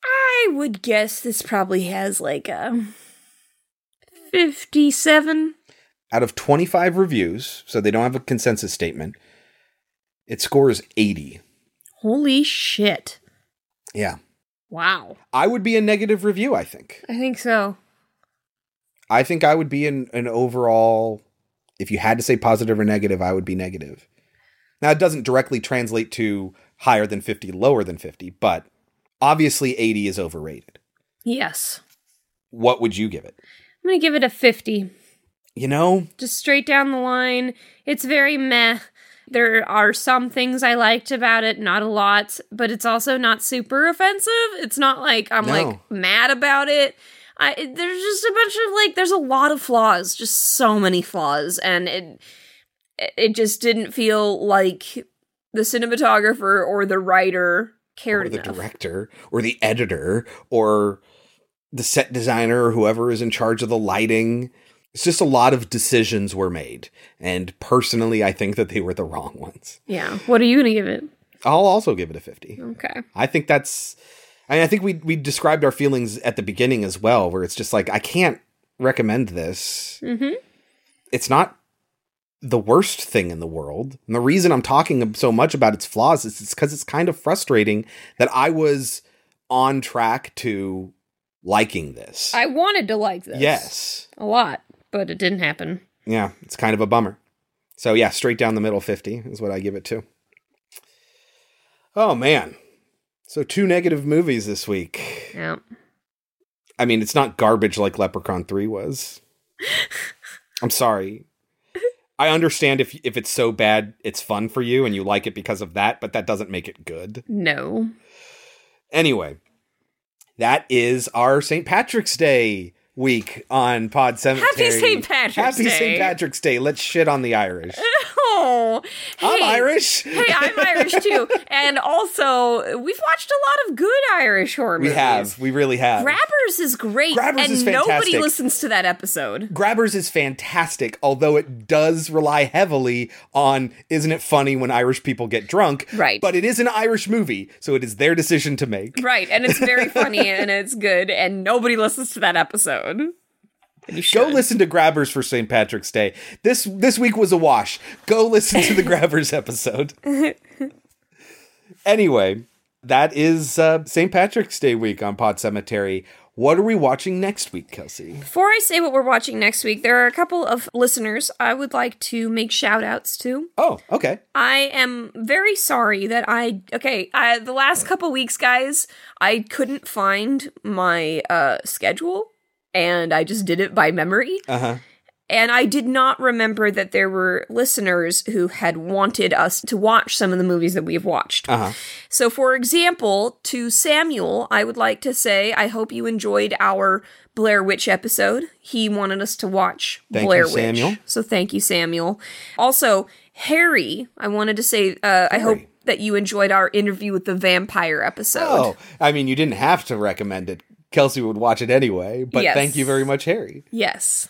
Speaker 3: I would guess this probably has like a 57.
Speaker 1: Out of 25 reviews, so they don't have a consensus statement, it scores 80.
Speaker 3: Holy shit.
Speaker 1: Yeah.
Speaker 3: Wow.
Speaker 1: I would be a negative review, I think.
Speaker 3: I think so.
Speaker 1: I think I would be an, an overall, if you had to say positive or negative, I would be negative. Now, it doesn't directly translate to higher than 50, lower than 50, but obviously 80 is overrated.
Speaker 3: Yes.
Speaker 1: What would you give it?
Speaker 3: I'm going to give it a 50.
Speaker 1: You know,
Speaker 3: Just straight down the line. It's very meh. There are some things I liked about it, not a lot, but it's also not super offensive. It's not like I'm
Speaker 6: No.
Speaker 3: like mad about it. I, it- there's just a bunch of like, there's a lot of flaws, just so many flaws, and it it just didn't feel like the cinematographer or the writer cared
Speaker 1: or the
Speaker 3: enough.
Speaker 1: director or the editor or the set designer or whoever is in charge of the lighting. It's just a lot of decisions were made. And personally, I think that they were the wrong ones.
Speaker 3: yeah. What are you gonna give it?
Speaker 1: I'll also give it a 50.
Speaker 3: Okay.
Speaker 1: I think that's. I mean, I think we we described our feelings at the beginning as well, where it's just like I can't recommend this.
Speaker 3: Mm-hmm.
Speaker 1: It's not the worst thing in the world, and the reason I'm talking so much about its flaws is it's because it's kind of frustrating that I was on track to liking this.
Speaker 3: I wanted to like this.
Speaker 1: Yes,
Speaker 3: A lot, but it didn't happen.
Speaker 1: yeah, it's kind of a bummer. So yeah, straight down the middle, fifty is what I give it to. Oh man, so two negative movies this week.
Speaker 3: Yeah.
Speaker 1: I mean, it's not garbage like Leprechaun 3 was. I'm sorry. I understand if if it's so bad, it's fun for you and you like it because of that, but that doesn't make it good.
Speaker 3: No.
Speaker 1: Anyway, that is our St. Patrick's Day week on Pod Cemetery.
Speaker 3: St. Patrick's
Speaker 1: Happy
Speaker 3: Day.
Speaker 1: St. Patrick's Day. Let's shit on the Irish.
Speaker 3: Oh,
Speaker 1: I'm
Speaker 3: hey.
Speaker 1: Irish.
Speaker 3: hey, I'm Irish too. And also, we've watched a lot of good Irish horror
Speaker 1: We
Speaker 3: movies.
Speaker 1: have. We really have.
Speaker 3: Grabbers is great,
Speaker 1: Grabbers
Speaker 3: and
Speaker 1: is
Speaker 3: nobody
Speaker 1: fantastic.
Speaker 3: listens to that episode.
Speaker 1: Grabbers is fantastic, although it does rely heavily on isn't it funny when Irish people get drunk? Right. But it is an Irish movie, so it is their decision to make.
Speaker 3: Right, and it's very funny and it's good, and nobody listens to that episode.
Speaker 1: Go listen to Grabbers for St. Patrick's Day. This this week was a wash. Go listen to the Grabbers episode. Anyway, that is uh, St. Patrick's Day week on Pod Cemetery. What are we watching next week, Kelsey?
Speaker 3: Before I say what we're watching next week, there are a couple of listeners I would like to make shout outs to.
Speaker 1: Oh, okay.
Speaker 3: I am very sorry that I okay, I, the last couple weeks, guys, I couldn't find my uh schedule and I just did it by memory.
Speaker 1: Uh huh.
Speaker 3: And I did not remember that there were listeners who had wanted us to watch some of the movies that we've watched.
Speaker 1: Uh huh.
Speaker 3: So, for example, to Samuel, I would like to say I hope you enjoyed our Blair Witch episode. He wanted us to watch
Speaker 1: Thank you,
Speaker 3: Blair Witch.
Speaker 1: Samuel.
Speaker 3: So, thank you, Samuel. Also, Harry, I wanted to say uh, I hope that you enjoyed our interview with the vampire episode.
Speaker 1: Oh, I mean, you didn't have to recommend it. Kelsey would watch it anyway, but
Speaker 3: Yes.
Speaker 1: thank you very much, Harry.
Speaker 3: Yes.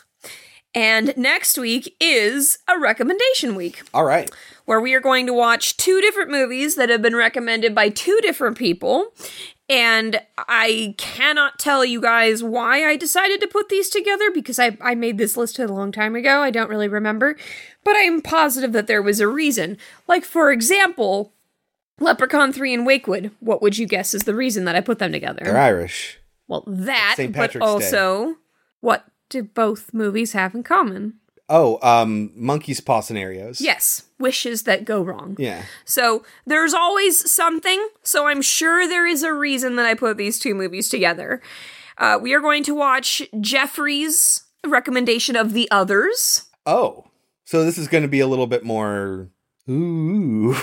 Speaker 3: And next week is a recommendation week.
Speaker 1: All right.
Speaker 3: where we are going to watch two different movies that have been recommended by two different people. And I cannot tell you guys why I decided to put these together because I, I made this list a long time ago. I don't really remember. But I am positive that there was a reason. Like, for example, Leprechaun 3 and Wakewood. What would you guess is the reason that I put them together?
Speaker 1: They're Irish.
Speaker 3: Well, that,
Speaker 1: St.
Speaker 3: but
Speaker 1: Patrick's Day.
Speaker 3: also, what do both movies have in common?
Speaker 1: Oh, um, monkey's paw scenarios.
Speaker 3: Yes, wishes that go wrong.
Speaker 1: Yeah.
Speaker 3: So there's always something. So I'm sure there is a reason that I put these two movies together. Uh, we are going to watch Jeffrey's recommendation of The Others.
Speaker 1: Oh, so this is going to be a little bit more. Ooh.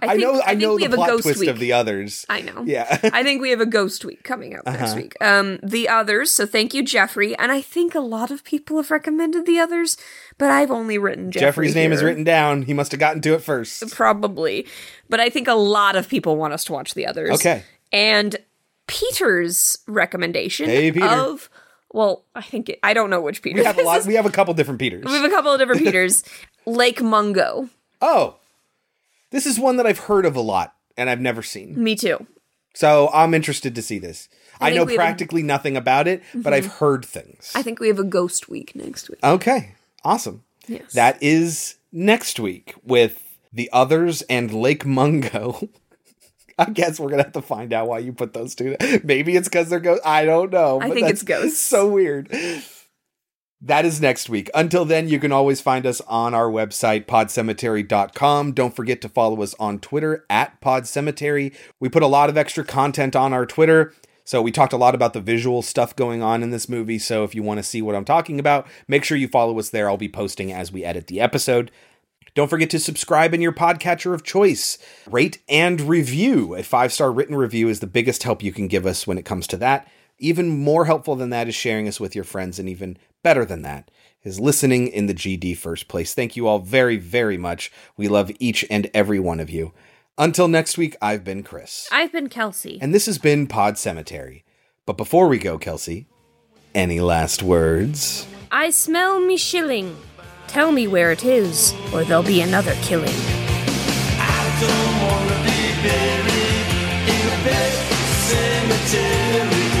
Speaker 1: I, know. I, know the plot twist
Speaker 3: week.
Speaker 1: of the others.
Speaker 3: I know.
Speaker 1: Yeah.
Speaker 3: I think we have a ghost week coming up next
Speaker 1: Uh-huh.
Speaker 3: week. Um, the others. So thank you, Jeffrey. And I think a lot of people have recommended the others, but I've only written Jeffrey
Speaker 1: Jeffrey's name is
Speaker 3: here.
Speaker 1: written down. He must have gotten to it first.
Speaker 3: Probably. But I think a lot of people want us to watch the others.
Speaker 1: Okay.
Speaker 3: And Peter's recommendation
Speaker 1: Hey, Peter.
Speaker 3: of well, I think it, I don't know which Peter.
Speaker 1: We have a
Speaker 3: this
Speaker 1: lot.
Speaker 3: is.
Speaker 1: We have a couple different Peters.
Speaker 3: We have a couple of different Peters. Lake Mungo.
Speaker 1: Oh, this is one that I've heard of a lot and I've never seen.
Speaker 3: Me too.
Speaker 1: So I'm interested to see this.
Speaker 3: I
Speaker 1: I,
Speaker 3: think
Speaker 1: know
Speaker 3: we have a-
Speaker 1: practically nothing about it, but I've
Speaker 3: Mhm.
Speaker 1: heard things.
Speaker 3: I think we have a ghost week next week.
Speaker 1: Okay, awesome.
Speaker 3: Yes.
Speaker 1: That is next week with the others and Lake Mungo. I guess we're gonna have to find out why you put those two. Maybe it's because they're ghosts. I don't know.
Speaker 3: I
Speaker 1: but
Speaker 3: think it's
Speaker 1: that's
Speaker 3: ghosts.
Speaker 1: So weird. That is next week. Until then, you can always find us on our website, podcemetery.com. Don't forget to follow us on Twitter at podcemetery. We put a lot of extra content on our Twitter. So we talked a lot about the visual stuff going on in this movie. So if you want to see what I'm talking about, make sure you follow us there. I'll be posting as we edit the episode. Don't forget to subscribe in your podcatcher of choice. Rate and review. A five star written review is the biggest help you can give us when it comes to that. Even more helpful than that is sharing us with your friends, and even better than that is listening in the GD first place. Thank you all very, very much. We love each and every one of you. Until next week, I've been Chris,
Speaker 3: I've been Kelsey.
Speaker 1: and this has been Pod Cemetery. But before we go, Kelsey, any last words?
Speaker 3: I smell me shilling. Tell me where it is, or there'll be another killing.
Speaker 2: cemetery.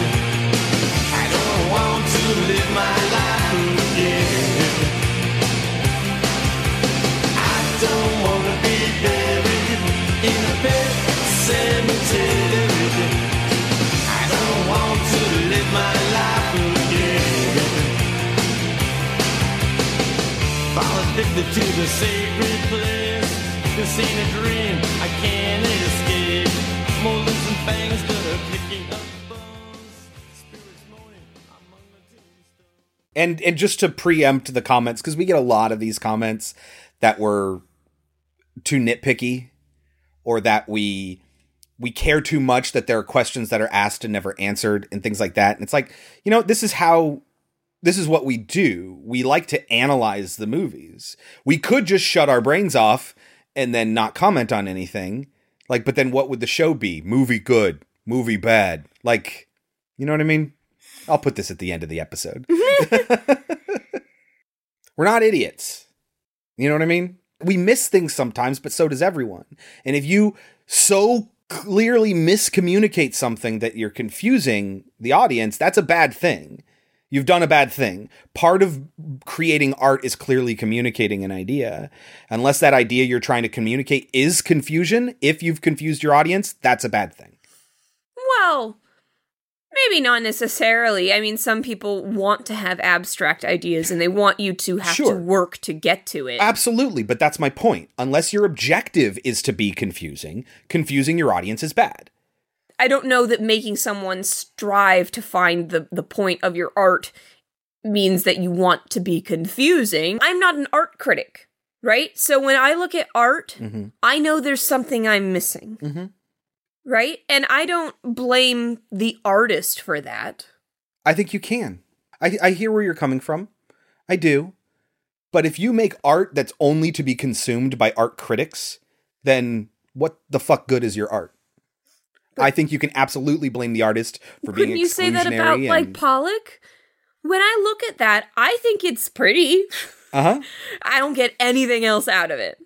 Speaker 2: I don't want to live my life again. I don't want to be buried in a big cemetery. I don't want to live my life again. Fall addicted to the sacred place. This ain't a dream, I can't escape. Moldings and fangs that are picking up.
Speaker 1: and and just to preempt the comments because we get a lot of these comments that were too nitpicky or that we we care too much that there are questions that are asked and never answered and things like that and it's like you know this is how this is what we do we like to analyze the movies we could just shut our brains off and then not comment on anything like but then what would the show be movie good movie bad like you know what i mean i'll put this at the end of the episode we're not idiots. You know what I mean? We miss things sometimes, but so does everyone. And if you so clearly miscommunicate something that you're confusing the audience, that's a bad thing. You've done a bad thing. Part of creating art is clearly communicating an idea. Unless that idea you're trying to communicate is confusion, if you've confused your audience, that's a bad thing.
Speaker 3: Well, Maybe not necessarily. I mean, some people want to have abstract ideas and they want you to have
Speaker 1: Sure.
Speaker 3: to work to get to it.
Speaker 1: Absolutely, but that's my point. Unless your objective is to be confusing, confusing your audience is bad.
Speaker 3: I don't know that making someone strive to find the, the point of your art means that you want to be confusing. I'm not an art critic, right? So when I look at art,
Speaker 2: Mm-hmm.
Speaker 3: I know there's something I'm missing,
Speaker 1: Mm-hmm.
Speaker 3: right? And I don't blame the artist for that.
Speaker 1: I think you can. I, I hear where you're coming from. I do. But if you make art that's only to be consumed by art critics, then what the fuck good is your art? I think you can absolutely blame the artist for being
Speaker 3: Couldn't you say that about
Speaker 1: exclusionary
Speaker 3: like
Speaker 1: and-
Speaker 3: Pollock? When I look at that, I think it's pretty.
Speaker 1: uh-huh.
Speaker 3: I don't get anything else out of it.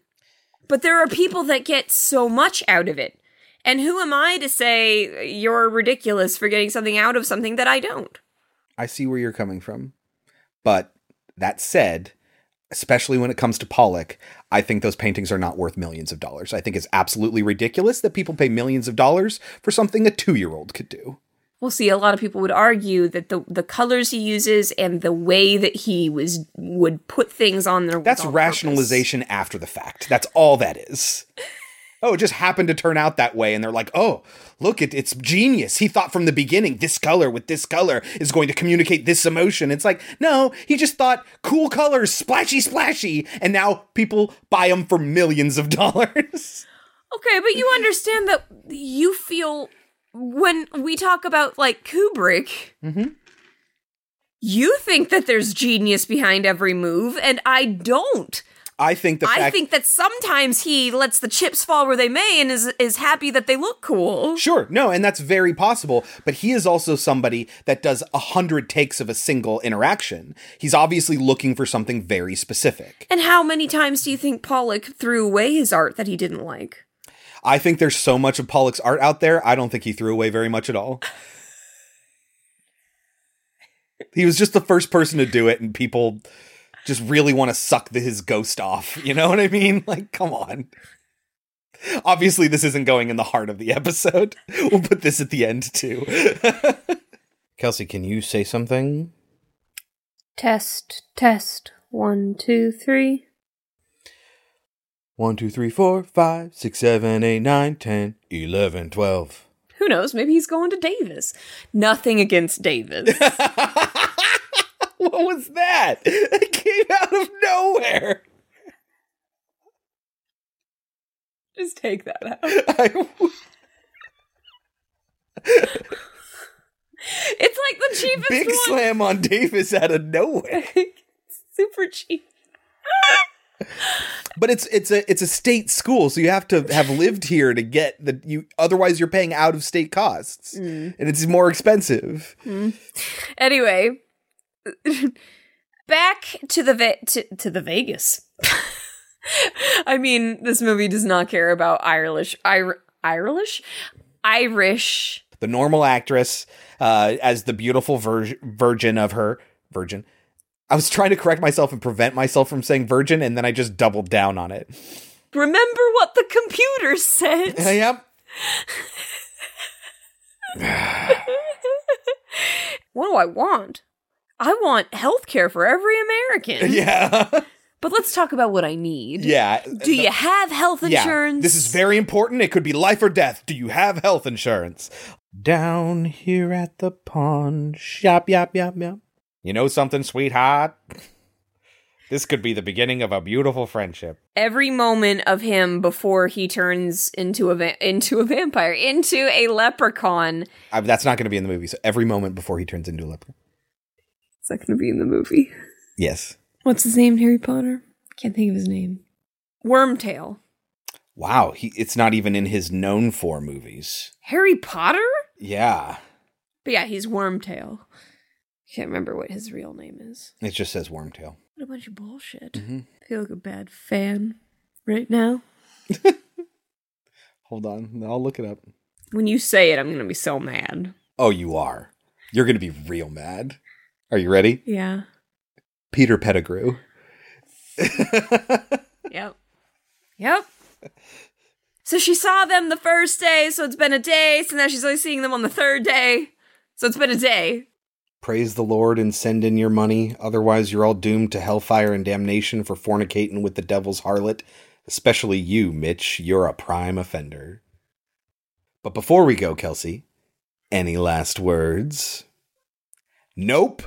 Speaker 3: But there are people that get so much out of it. And who am I to say you're ridiculous for getting something out of something that I don't?
Speaker 1: I see where you're coming from. But that said, especially when it comes to Pollock, I think those paintings are not worth millions of dollars. I think it's absolutely ridiculous that people pay millions of dollars for something a two year old could do.
Speaker 3: Well, see, a lot of people would argue that the the colors he uses and the way that he was would put things on their
Speaker 1: That's rationalization after the fact. That's all that is. Oh, it just happened to turn out that way. And they're like, oh, look, it, it's genius. He thought from the beginning, this color with this color is going to communicate this emotion. It's like, no, he just thought cool colors, splashy, splashy. And now people buy them for millions of dollars.
Speaker 3: Okay, but you understand that you feel when we talk about like Kubrick,
Speaker 1: Mhm.
Speaker 3: you think that there's genius behind every move, and I don't.
Speaker 1: I think the fact
Speaker 3: I think that sometimes he lets the chips fall where they may and is is happy that they look cool.
Speaker 1: Sure, no, and that's very possible. But he is also somebody that does a hundred takes of a single interaction. He's obviously looking for something very specific.
Speaker 3: And how many times do you think Pollock threw away his art that he didn't like?
Speaker 1: I think there's so much of Pollock's art out there. I don't think he threw away very much at all. he was just the first person to do it, and people just really want to suck the, his ghost off. You know what I mean? Like, come on. Obviously, this isn't going in the heart of the episode. We'll put this at the end too. Kelsey, can you say something?
Speaker 3: Test, test, one, two, three.
Speaker 1: One, two, three, four, five, six, seven, eight, nine, ten, eleven, twelve.
Speaker 3: Who knows? Maybe he's going to Davis. Nothing against Davis.
Speaker 1: what was that? It came out of nowhere.
Speaker 3: Just take that out. it's like the cheapest
Speaker 1: Big
Speaker 3: one.
Speaker 1: slam on Davis out of nowhere.
Speaker 3: Super cheap.
Speaker 1: But it's it's a it's a state school, so you have to have lived here to get the you. Otherwise, you're paying out of state costs,
Speaker 3: Mm.
Speaker 1: and it's more expensive.
Speaker 3: Mm. Anyway, back to the Ve- to, to the Vegas. I mean, this movie does not care about Irish Ir- Irish Irish
Speaker 1: the normal actress uh, as the beautiful vir- virgin of her virgin. I was trying to correct myself and prevent myself from saying virgin, and then I just doubled down on it.
Speaker 3: Remember what the computer said.
Speaker 1: Yep.
Speaker 3: what do I want? I want health care for every American.
Speaker 1: Yeah.
Speaker 3: But let's talk about what I need.
Speaker 1: Yeah.
Speaker 3: Do you have health
Speaker 1: Yeah.
Speaker 3: insurance?
Speaker 1: This is very important. It could be life or death. Do you have health insurance? Down here at the pawn shop, yop, yop, yop. You know something, sweetheart? This could be the beginning of a beautiful friendship.
Speaker 3: every moment of him before he turns into a va- into a vampire, into a leprechaun.
Speaker 1: I, that's not going to be in the movie. So every moment before he turns into a leper.
Speaker 3: Is that going to be in the movie?
Speaker 1: Yes.
Speaker 3: What's his name? in Harry Potter. Can't think of his name. Wormtail.
Speaker 1: Wow. He, it's not even in his known for movies.
Speaker 3: Harry Potter.
Speaker 1: Yeah.
Speaker 3: But yeah, he's Wormtail. Can't remember what his real name is.
Speaker 1: It just says Wormtail.
Speaker 3: What a bunch of bullshit.
Speaker 1: Mhm.
Speaker 3: I feel like a bad fan right now.
Speaker 1: Hold on. I'll look it up.
Speaker 3: When you say it, I'm going to be so mad.
Speaker 1: Oh, you are. You're going to be real mad. Are you ready?
Speaker 3: Yeah.
Speaker 1: Peter Pettigrew.
Speaker 3: Yep. Yep. So she saw them the first day, so it's been a day, so now she's only seeing them on the third day. So it's been a day.
Speaker 1: Praise the Lord and send in your money, otherwise you're all doomed to hellfire and damnation for fornicating with the devil's harlot. Especially you, Mitch, you're a prime offender. But before we go, Kelsey, any last words? Nope.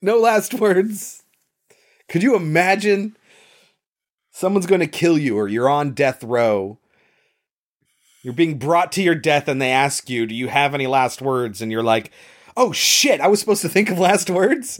Speaker 1: No last words. Could you imagine? Someone's going to kill you, or you're on death row. You're being brought to your death, and they ask you, Do you have any last words? And you're like, Oh shit, I was supposed to think of last words?